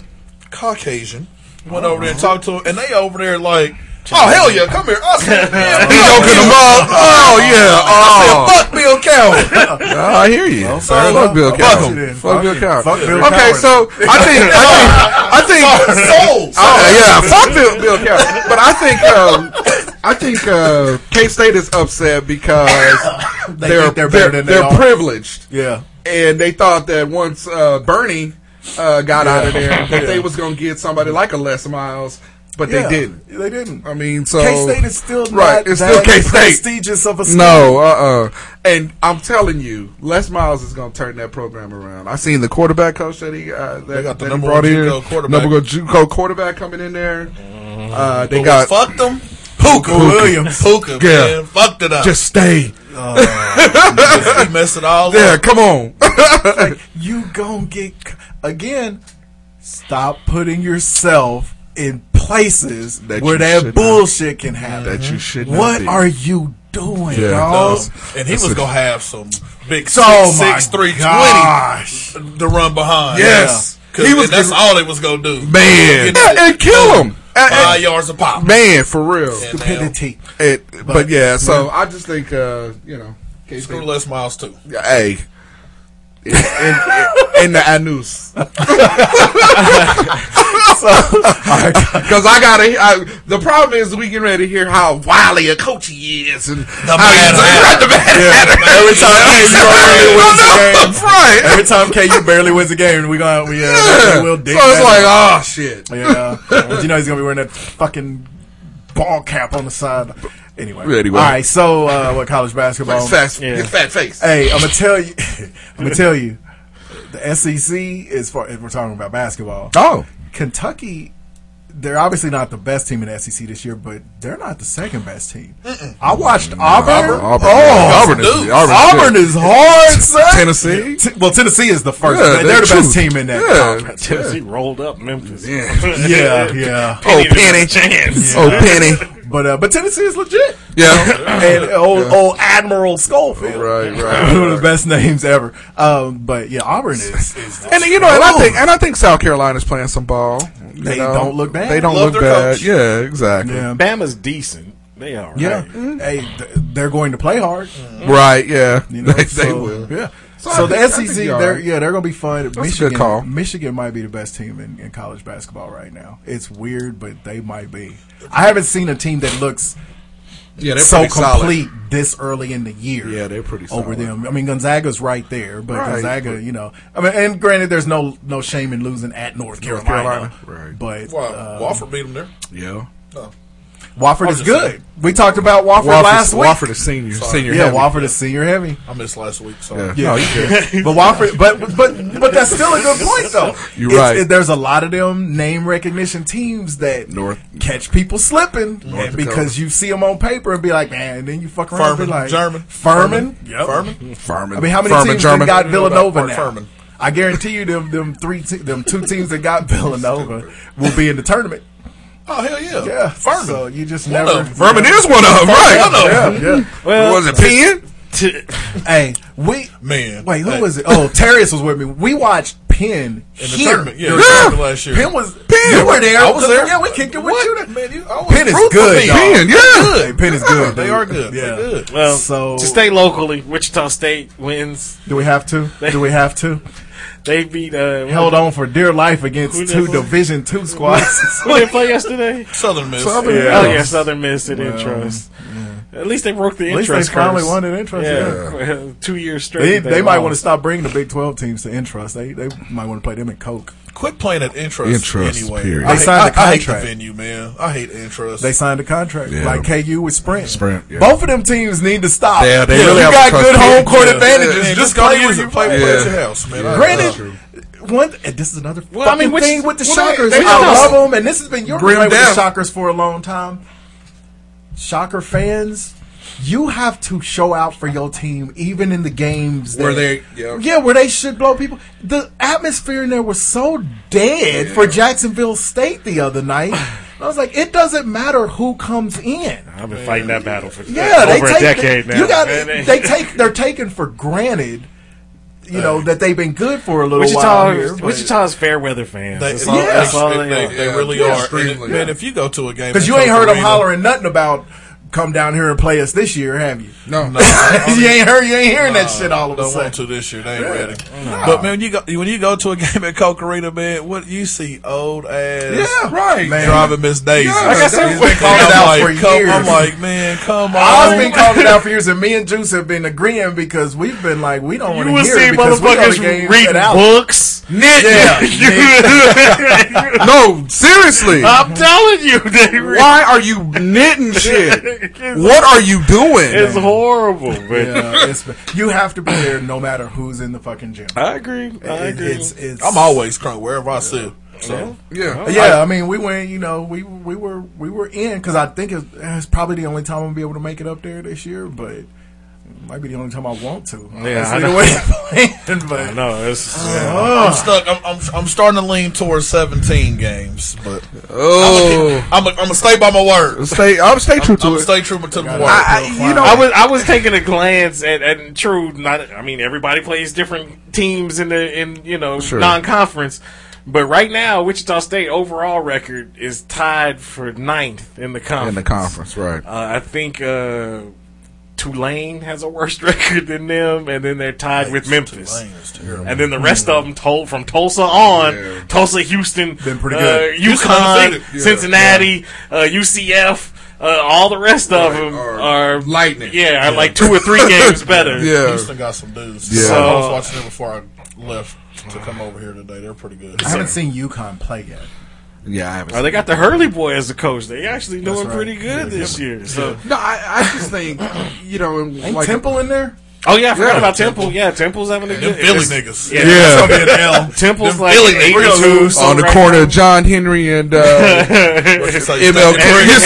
[SPEAKER 2] Caucasian, went over there and talked to him, and they over there like, "Oh hell yeah, come here!" I said, "Man,
[SPEAKER 5] He
[SPEAKER 2] fuck
[SPEAKER 5] opened
[SPEAKER 2] you."
[SPEAKER 5] them up. Oh yeah.
[SPEAKER 2] I
[SPEAKER 5] Oh.
[SPEAKER 2] said, "Fuck Bill Cowher."
[SPEAKER 5] Oh, I hear you.
[SPEAKER 2] fair
[SPEAKER 5] fuck,
[SPEAKER 2] enough.
[SPEAKER 5] Bill
[SPEAKER 2] Fuck
[SPEAKER 5] Cowher.
[SPEAKER 2] him.
[SPEAKER 5] fuck Bill Cowher.
[SPEAKER 2] Fuck Bill
[SPEAKER 5] okay,
[SPEAKER 2] Cowher.
[SPEAKER 5] so I think I think I think
[SPEAKER 2] Soul,
[SPEAKER 5] Uh, yeah, fuck Bill, Bill Cowher. But I think um, I think uh, K State is upset because
[SPEAKER 12] They
[SPEAKER 5] are
[SPEAKER 12] think they're better than they
[SPEAKER 5] they're
[SPEAKER 12] are.
[SPEAKER 5] privileged,
[SPEAKER 12] Yeah.
[SPEAKER 5] and they thought that once uh, Bernie uh, got out of there, that
[SPEAKER 12] Yeah.
[SPEAKER 5] they was gonna get somebody like a Les Miles, but
[SPEAKER 12] Yeah,
[SPEAKER 5] they didn't.
[SPEAKER 12] They didn't.
[SPEAKER 5] I mean, so
[SPEAKER 12] K State is still
[SPEAKER 5] right.
[SPEAKER 12] not
[SPEAKER 5] it's
[SPEAKER 12] that
[SPEAKER 5] still K State.
[SPEAKER 12] prestigious of a school.
[SPEAKER 5] No, uh, uh And I'm telling you, Les Miles is going to turn that program around. I seen the quarterback coach that he uh, that,
[SPEAKER 2] They got the
[SPEAKER 5] that he
[SPEAKER 2] number
[SPEAKER 5] brought
[SPEAKER 2] one
[SPEAKER 5] in,
[SPEAKER 2] JUCO quarterback.
[SPEAKER 5] number one JUCO quarterback coming in there. Uh, they
[SPEAKER 2] But
[SPEAKER 5] got
[SPEAKER 2] what fucked them. Puka, Williams, Puka,
[SPEAKER 5] Yeah.
[SPEAKER 2] man, fucked it up.
[SPEAKER 5] Just stay. Uh,
[SPEAKER 2] Oh, he messed it all
[SPEAKER 5] Yeah,
[SPEAKER 2] up.
[SPEAKER 5] come on.
[SPEAKER 12] like, you gonna get c- again. Stop putting yourself in places
[SPEAKER 5] That
[SPEAKER 12] where
[SPEAKER 5] you
[SPEAKER 12] that
[SPEAKER 5] should
[SPEAKER 12] bullshit can happen.
[SPEAKER 5] That you should. not
[SPEAKER 12] What
[SPEAKER 5] be.
[SPEAKER 12] are you doing,
[SPEAKER 5] Yeah.
[SPEAKER 12] dog?
[SPEAKER 2] No. And he was gonna have some big
[SPEAKER 12] So,
[SPEAKER 2] six,
[SPEAKER 12] Oh my
[SPEAKER 2] six, three,
[SPEAKER 12] gosh.
[SPEAKER 2] 20 to run behind.
[SPEAKER 5] Yes.
[SPEAKER 2] Yeah. 'Cause
[SPEAKER 5] He was
[SPEAKER 2] and that's
[SPEAKER 5] gonna-
[SPEAKER 2] all they was gonna do.
[SPEAKER 5] man?
[SPEAKER 2] You know,
[SPEAKER 5] Yeah, and kill him,
[SPEAKER 2] five yards a pop.
[SPEAKER 5] man, for real.
[SPEAKER 12] Stupidity.
[SPEAKER 5] It, but,
[SPEAKER 2] But-
[SPEAKER 5] yeah, so I just think uh, you know, K
[SPEAKER 2] Screw
[SPEAKER 5] State.
[SPEAKER 2] Les Miles too.
[SPEAKER 5] Hey. In, in, in the anus. Because I gotta. I, the problem is we getting ready to hear how wily a coach he is and
[SPEAKER 2] The
[SPEAKER 5] how he's
[SPEAKER 2] Mad
[SPEAKER 5] the bad hatter.
[SPEAKER 12] Every time KU barely wins
[SPEAKER 5] No,
[SPEAKER 12] the
[SPEAKER 5] no,
[SPEAKER 12] game,
[SPEAKER 5] right.
[SPEAKER 12] Oh, every time KU barily wins the game, we gonna we uh,
[SPEAKER 5] Yeah.
[SPEAKER 12] we'll
[SPEAKER 5] So
[SPEAKER 12] dig
[SPEAKER 5] it's
[SPEAKER 12] that
[SPEAKER 5] like,
[SPEAKER 12] up.
[SPEAKER 5] oh, shit.
[SPEAKER 12] yeah. But you know he's gonna be wearing that fucking ball cap on the side. Anyway,
[SPEAKER 5] Anyway.
[SPEAKER 12] all right. So uh, what college basketball?
[SPEAKER 5] Fast, your fat face.
[SPEAKER 12] Hey, I'm gonna tell you. I'm gonna tell you. The SEC is for if we're talking about basketball.
[SPEAKER 5] Oh.
[SPEAKER 12] Kentucky. They're obviously not the best team in the SEC this year, but they're not the second best team. I watched Auburn.
[SPEAKER 5] Auburn, Auburn,
[SPEAKER 12] Oh,
[SPEAKER 5] yeah. Auburn is-
[SPEAKER 12] dude.
[SPEAKER 5] Auburn is
[SPEAKER 12] Auburn
[SPEAKER 5] good.
[SPEAKER 12] is hard, son.
[SPEAKER 5] Tennessee?
[SPEAKER 12] T- well, Tennessee is the first.
[SPEAKER 5] Yeah,
[SPEAKER 12] they're,
[SPEAKER 5] they're
[SPEAKER 12] the best
[SPEAKER 5] true.
[SPEAKER 12] team in that
[SPEAKER 5] Yeah.
[SPEAKER 12] conference.
[SPEAKER 13] Tennessee rolled up Memphis.
[SPEAKER 12] Yeah, yeah.
[SPEAKER 5] Oh, Penny. Oh, Penny.
[SPEAKER 12] But uh, but Tennessee is legit.
[SPEAKER 5] Yeah.
[SPEAKER 12] and old, old Admiral Schofield.
[SPEAKER 5] Right,
[SPEAKER 12] One of
[SPEAKER 5] right.
[SPEAKER 12] the best names ever. Um, but yeah, Auburn is. is
[SPEAKER 5] And you know, and I think, and I think South Carolina's playing some ball. You
[SPEAKER 12] They
[SPEAKER 5] know?
[SPEAKER 12] don't look bad.
[SPEAKER 5] They don't
[SPEAKER 12] Love
[SPEAKER 5] look
[SPEAKER 12] their
[SPEAKER 5] bad.
[SPEAKER 12] coach.
[SPEAKER 5] Yeah, exactly.
[SPEAKER 12] Yeah.
[SPEAKER 13] Bama's decent. They are.
[SPEAKER 12] yeah. Hey, th- they're going to play hard.
[SPEAKER 5] Right. Yeah.
[SPEAKER 12] You know,
[SPEAKER 5] they,
[SPEAKER 12] so,
[SPEAKER 5] they will.
[SPEAKER 12] Yeah. So,
[SPEAKER 5] I think- I
[SPEAKER 12] the
[SPEAKER 5] think
[SPEAKER 12] SEC,
[SPEAKER 5] y'all
[SPEAKER 12] they're
[SPEAKER 5] right.
[SPEAKER 12] yeah, they're gonna be fun.
[SPEAKER 5] That's a good
[SPEAKER 12] Michigan,
[SPEAKER 5] call.
[SPEAKER 12] Michigan might be the best team in, in college basketball right now. It's weird, but they might be. I haven't seen a team that looks
[SPEAKER 5] Yeah, they're
[SPEAKER 12] so
[SPEAKER 5] pretty solid.
[SPEAKER 12] complete this early in the year.
[SPEAKER 5] Yeah, they're pretty
[SPEAKER 12] over
[SPEAKER 5] solid.
[SPEAKER 12] them. I mean, Gonzaga's right there, but
[SPEAKER 5] Right.
[SPEAKER 12] Gonzaga, you know, I mean, and granted, there's no no shame in losing at North
[SPEAKER 5] North
[SPEAKER 12] Carolina,
[SPEAKER 5] Carolina. Right.
[SPEAKER 12] but
[SPEAKER 2] Wow,
[SPEAKER 12] uh,
[SPEAKER 2] Wofford beat him there.
[SPEAKER 5] Yeah.
[SPEAKER 12] Wofford
[SPEAKER 2] I'm
[SPEAKER 12] is
[SPEAKER 2] just
[SPEAKER 12] good.
[SPEAKER 2] saying.
[SPEAKER 12] We talked about Wofford last
[SPEAKER 5] Wofford's-
[SPEAKER 12] week.
[SPEAKER 5] Wofford is senior- senior
[SPEAKER 12] yeah,
[SPEAKER 5] heavy.
[SPEAKER 12] Wofford is senior heavy.
[SPEAKER 2] I missed last week. So
[SPEAKER 5] Yeah.
[SPEAKER 12] Yeah,
[SPEAKER 5] No, you good.
[SPEAKER 12] but Wofford, but but but that's still a good point though.
[SPEAKER 5] You're
[SPEAKER 12] It's-
[SPEAKER 5] right.
[SPEAKER 12] it- there's a lot of them name recognition teams that
[SPEAKER 5] North.
[SPEAKER 12] catch people slipping
[SPEAKER 5] North Dakota.
[SPEAKER 12] because you see them on paper and be like, man, and then you fuck around and
[SPEAKER 2] Furman,
[SPEAKER 12] be like,
[SPEAKER 2] German.
[SPEAKER 12] Furman, Yep.
[SPEAKER 2] Furman.
[SPEAKER 5] Furman.
[SPEAKER 12] I mean, how many
[SPEAKER 5] Furman,
[SPEAKER 12] teams
[SPEAKER 5] German.
[SPEAKER 12] done got
[SPEAKER 2] You know about
[SPEAKER 12] Villanova
[SPEAKER 2] Bart
[SPEAKER 12] now?
[SPEAKER 2] Furman.
[SPEAKER 12] I guarantee you, them them three te- them two teams that got Villanova will be in the tournament.
[SPEAKER 2] Oh hell yeah,
[SPEAKER 12] Yeah,
[SPEAKER 2] Furman.
[SPEAKER 12] So you just
[SPEAKER 2] One
[SPEAKER 12] never.
[SPEAKER 2] of 'em.
[SPEAKER 5] Furman is one of them, right?
[SPEAKER 2] One of 'em.
[SPEAKER 12] Yeah, yeah.
[SPEAKER 13] Well,
[SPEAKER 5] was it Penn?
[SPEAKER 13] t-
[SPEAKER 12] Hey, we
[SPEAKER 2] Man,
[SPEAKER 12] wait. Who
[SPEAKER 2] Hey.
[SPEAKER 12] was it? Oh, Terrius was with me. We watched Penn
[SPEAKER 2] In the
[SPEAKER 12] here.
[SPEAKER 2] tournament, yeah, the tournament last year.
[SPEAKER 12] Penn was.
[SPEAKER 2] Penn,
[SPEAKER 12] you were there.
[SPEAKER 2] I was there.
[SPEAKER 12] Yeah, we kicked it with you. Man, you I was
[SPEAKER 2] Penn is
[SPEAKER 12] rooting for
[SPEAKER 2] good,
[SPEAKER 12] Penn.
[SPEAKER 2] dog. Penn, yeah.
[SPEAKER 12] Hey, Penn is good.
[SPEAKER 2] They
[SPEAKER 12] dude.
[SPEAKER 2] are good. They're good.
[SPEAKER 13] Well,
[SPEAKER 12] So-
[SPEAKER 13] so to stay locally, Wichita State wins.
[SPEAKER 12] Do we have to? Do we have to?
[SPEAKER 13] They beat uh,
[SPEAKER 12] Held on for dear life against
[SPEAKER 13] Who they
[SPEAKER 12] two
[SPEAKER 13] play?
[SPEAKER 12] Division Two squads.
[SPEAKER 13] Who they play yesterday?
[SPEAKER 2] Southern Miss.
[SPEAKER 12] Southern Miss.
[SPEAKER 13] Oh yeah, Southern Miss and
[SPEAKER 12] Well,
[SPEAKER 13] interest. At least they broke the
[SPEAKER 12] At least
[SPEAKER 13] interest.
[SPEAKER 12] they finally
[SPEAKER 13] curse.
[SPEAKER 12] won an interest,
[SPEAKER 13] yeah. two years straight.
[SPEAKER 12] They, they might
[SPEAKER 13] lost.
[SPEAKER 12] want to stop bringing the Big Twelve teams to interest. They they might want to play them in Coke.
[SPEAKER 2] Quit playing at interest.
[SPEAKER 12] Interest,
[SPEAKER 2] anyway.
[SPEAKER 12] period.
[SPEAKER 2] I,
[SPEAKER 12] They
[SPEAKER 2] hate-
[SPEAKER 12] signed the
[SPEAKER 2] I- I hate the
[SPEAKER 12] contract.
[SPEAKER 2] venue, man. I hate interest.
[SPEAKER 12] They signed a contract
[SPEAKER 2] Yeah.
[SPEAKER 12] like KU with Sprint.
[SPEAKER 2] Sprint, yeah.
[SPEAKER 12] Both of them teams need to stop.
[SPEAKER 2] Yeah, they
[SPEAKER 12] you
[SPEAKER 2] really have
[SPEAKER 12] got
[SPEAKER 2] to
[SPEAKER 12] good
[SPEAKER 2] cut-
[SPEAKER 12] home court
[SPEAKER 2] Yeah.
[SPEAKER 12] advantages.
[SPEAKER 2] Yeah,
[SPEAKER 12] Just,
[SPEAKER 2] just
[SPEAKER 12] play
[SPEAKER 2] play
[SPEAKER 12] where
[SPEAKER 2] where
[SPEAKER 12] you
[SPEAKER 2] you
[SPEAKER 12] play.
[SPEAKER 2] play, play at your house, man. I- that's
[SPEAKER 12] Granted, one and this is another
[SPEAKER 13] Well, I
[SPEAKER 12] fucking
[SPEAKER 13] mean, which-
[SPEAKER 12] thing with the
[SPEAKER 13] well, they-
[SPEAKER 12] Shockers.
[SPEAKER 13] they
[SPEAKER 12] I love
[SPEAKER 13] just-
[SPEAKER 12] them, and this has been your
[SPEAKER 13] Grim
[SPEAKER 12] complaint with the
[SPEAKER 13] down.
[SPEAKER 12] Shockers for a long time. Shocker fans. You have to show out for your team, even in the games
[SPEAKER 5] Where
[SPEAKER 12] that-
[SPEAKER 5] they- yeah.
[SPEAKER 12] yeah, where they should blow people. The atmosphere in there was so dead for Jacksonville State the other night. I was like, it doesn't matter who comes in.
[SPEAKER 13] I've been fighting that battle for
[SPEAKER 12] Yeah, they
[SPEAKER 13] over
[SPEAKER 12] take,
[SPEAKER 13] a decade now.
[SPEAKER 12] You got
[SPEAKER 13] Man,
[SPEAKER 12] they take they're taken for granted. You know that they've been good for a little
[SPEAKER 13] Wichita,
[SPEAKER 12] while here. but-
[SPEAKER 13] Wichita's fair weather fans.
[SPEAKER 2] They,
[SPEAKER 13] That's all-
[SPEAKER 2] yeah,
[SPEAKER 13] that's all
[SPEAKER 2] they,
[SPEAKER 13] they
[SPEAKER 2] they,
[SPEAKER 13] are.
[SPEAKER 2] they really
[SPEAKER 12] Yeah.
[SPEAKER 2] are. And,
[SPEAKER 12] Extremely.
[SPEAKER 2] man, if you go to a game,
[SPEAKER 12] Because
[SPEAKER 2] in
[SPEAKER 12] you ain't
[SPEAKER 2] Coke
[SPEAKER 12] heard them
[SPEAKER 2] Arena-
[SPEAKER 12] hollering nothing about come down here and play us this year, have you?
[SPEAKER 5] No,
[SPEAKER 12] no. you ain't heard. You ain't hearing that shit all of a
[SPEAKER 2] don't
[SPEAKER 12] sudden.
[SPEAKER 2] want to this year. They ain't
[SPEAKER 12] Yeah.
[SPEAKER 2] ready.
[SPEAKER 12] Nah.
[SPEAKER 2] But man, you go when you go to a game at Coke Arena, man, what you see old ass,
[SPEAKER 12] Yeah,
[SPEAKER 5] right,
[SPEAKER 12] man.
[SPEAKER 2] driving Miss Daisy.
[SPEAKER 12] Yeah, Like I said,
[SPEAKER 2] He's
[SPEAKER 12] we-
[SPEAKER 2] been called
[SPEAKER 12] I'm
[SPEAKER 2] out
[SPEAKER 12] like,
[SPEAKER 2] for
[SPEAKER 12] come-
[SPEAKER 2] years. I'm like, man, come on.
[SPEAKER 12] I've been calling it out for years, and me and Juice have been agreeing because we've been like, we don't want to
[SPEAKER 13] will
[SPEAKER 12] hear
[SPEAKER 13] see
[SPEAKER 12] it because we
[SPEAKER 13] motherfuckers
[SPEAKER 12] the games
[SPEAKER 13] reading
[SPEAKER 12] that out.
[SPEAKER 13] books. Knit-
[SPEAKER 12] Yeah,
[SPEAKER 13] You-
[SPEAKER 5] no, seriously.
[SPEAKER 12] Mm-hmm.
[SPEAKER 13] I'm telling you, they re-
[SPEAKER 5] Why are you knitting shit? What are you doing?
[SPEAKER 13] It's horrible, man.
[SPEAKER 12] Yeah, it's, you have to be there no matter who's in the fucking gym.
[SPEAKER 13] I agree. I
[SPEAKER 12] It-
[SPEAKER 13] agree.
[SPEAKER 12] It's, it's,
[SPEAKER 2] I'm always crunk wherever I sit. So
[SPEAKER 5] Yeah.
[SPEAKER 12] Yeah, I, mean, we went. You know, we we were we were in because I think it's, it's probably the only time I'm gonna be able to make it up there this year, but it might be the only time I want to.
[SPEAKER 13] Yeah, I
[SPEAKER 12] honestly, the
[SPEAKER 13] know.
[SPEAKER 12] way I'm playing, but-
[SPEAKER 13] I know. It's, yeah.
[SPEAKER 2] I'm stuck. I'm, I'm I'm starting to lean towards 17 games, but
[SPEAKER 5] Oh.
[SPEAKER 2] I'm gonna I'm stay by my word.
[SPEAKER 5] Stay, I'm stay true to
[SPEAKER 2] I'm
[SPEAKER 5] it.
[SPEAKER 2] stay true to my word.
[SPEAKER 13] you know, I was I was taking a glance at, at true. Not I mean, everybody plays different teams in the in you know
[SPEAKER 5] Sure.
[SPEAKER 13] non-conference, but right now Wichita State overall record is tied for ninth in the conference.
[SPEAKER 5] in the conference, right?
[SPEAKER 13] Uh, I think uh, Tulane has a worse record than them, and then they're tied with Memphis. And then the rest of them, told from Tulsa on, Tulsa, Houston,
[SPEAKER 12] Been pretty good.
[SPEAKER 13] uh,
[SPEAKER 12] Houston
[SPEAKER 13] UConn,
[SPEAKER 12] undefeated. Yeah.
[SPEAKER 13] Cincinnati, Uh, UCF, uh, all the rest of them are, lightning. Yeah, are like two or three games better.
[SPEAKER 2] Houston got some dudes.
[SPEAKER 13] Yeah.
[SPEAKER 2] So, I was
[SPEAKER 13] So-
[SPEAKER 2] watching them before I left to come over here today. They're pretty good.
[SPEAKER 12] I haven't seen UConn play yet.
[SPEAKER 5] Yeah, I haven't.
[SPEAKER 13] Oh, they got the Hurley boy as the coach. They actually
[SPEAKER 12] That's
[SPEAKER 13] doing
[SPEAKER 12] right.
[SPEAKER 13] pretty good this year. So,
[SPEAKER 5] No, I, I just think you know, and
[SPEAKER 12] Ain't
[SPEAKER 5] like
[SPEAKER 12] Temple in there?
[SPEAKER 13] oh yeah, I forgot
[SPEAKER 5] Yeah.
[SPEAKER 13] about Temple. Yeah, Temple's having a
[SPEAKER 2] Them
[SPEAKER 13] good.
[SPEAKER 2] Philly
[SPEAKER 13] it's-
[SPEAKER 2] niggas.
[SPEAKER 13] Yeah,
[SPEAKER 5] Yeah.
[SPEAKER 13] it's gonna be an L. Temple's
[SPEAKER 2] Them
[SPEAKER 13] like
[SPEAKER 2] Philly niggas.
[SPEAKER 13] eight
[SPEAKER 2] We're
[SPEAKER 13] and
[SPEAKER 2] gonna
[SPEAKER 13] two
[SPEAKER 2] lose.
[SPEAKER 13] so
[SPEAKER 5] on the
[SPEAKER 13] right
[SPEAKER 5] corner of John Henry and uh, ML
[SPEAKER 2] ML
[SPEAKER 5] Gordon.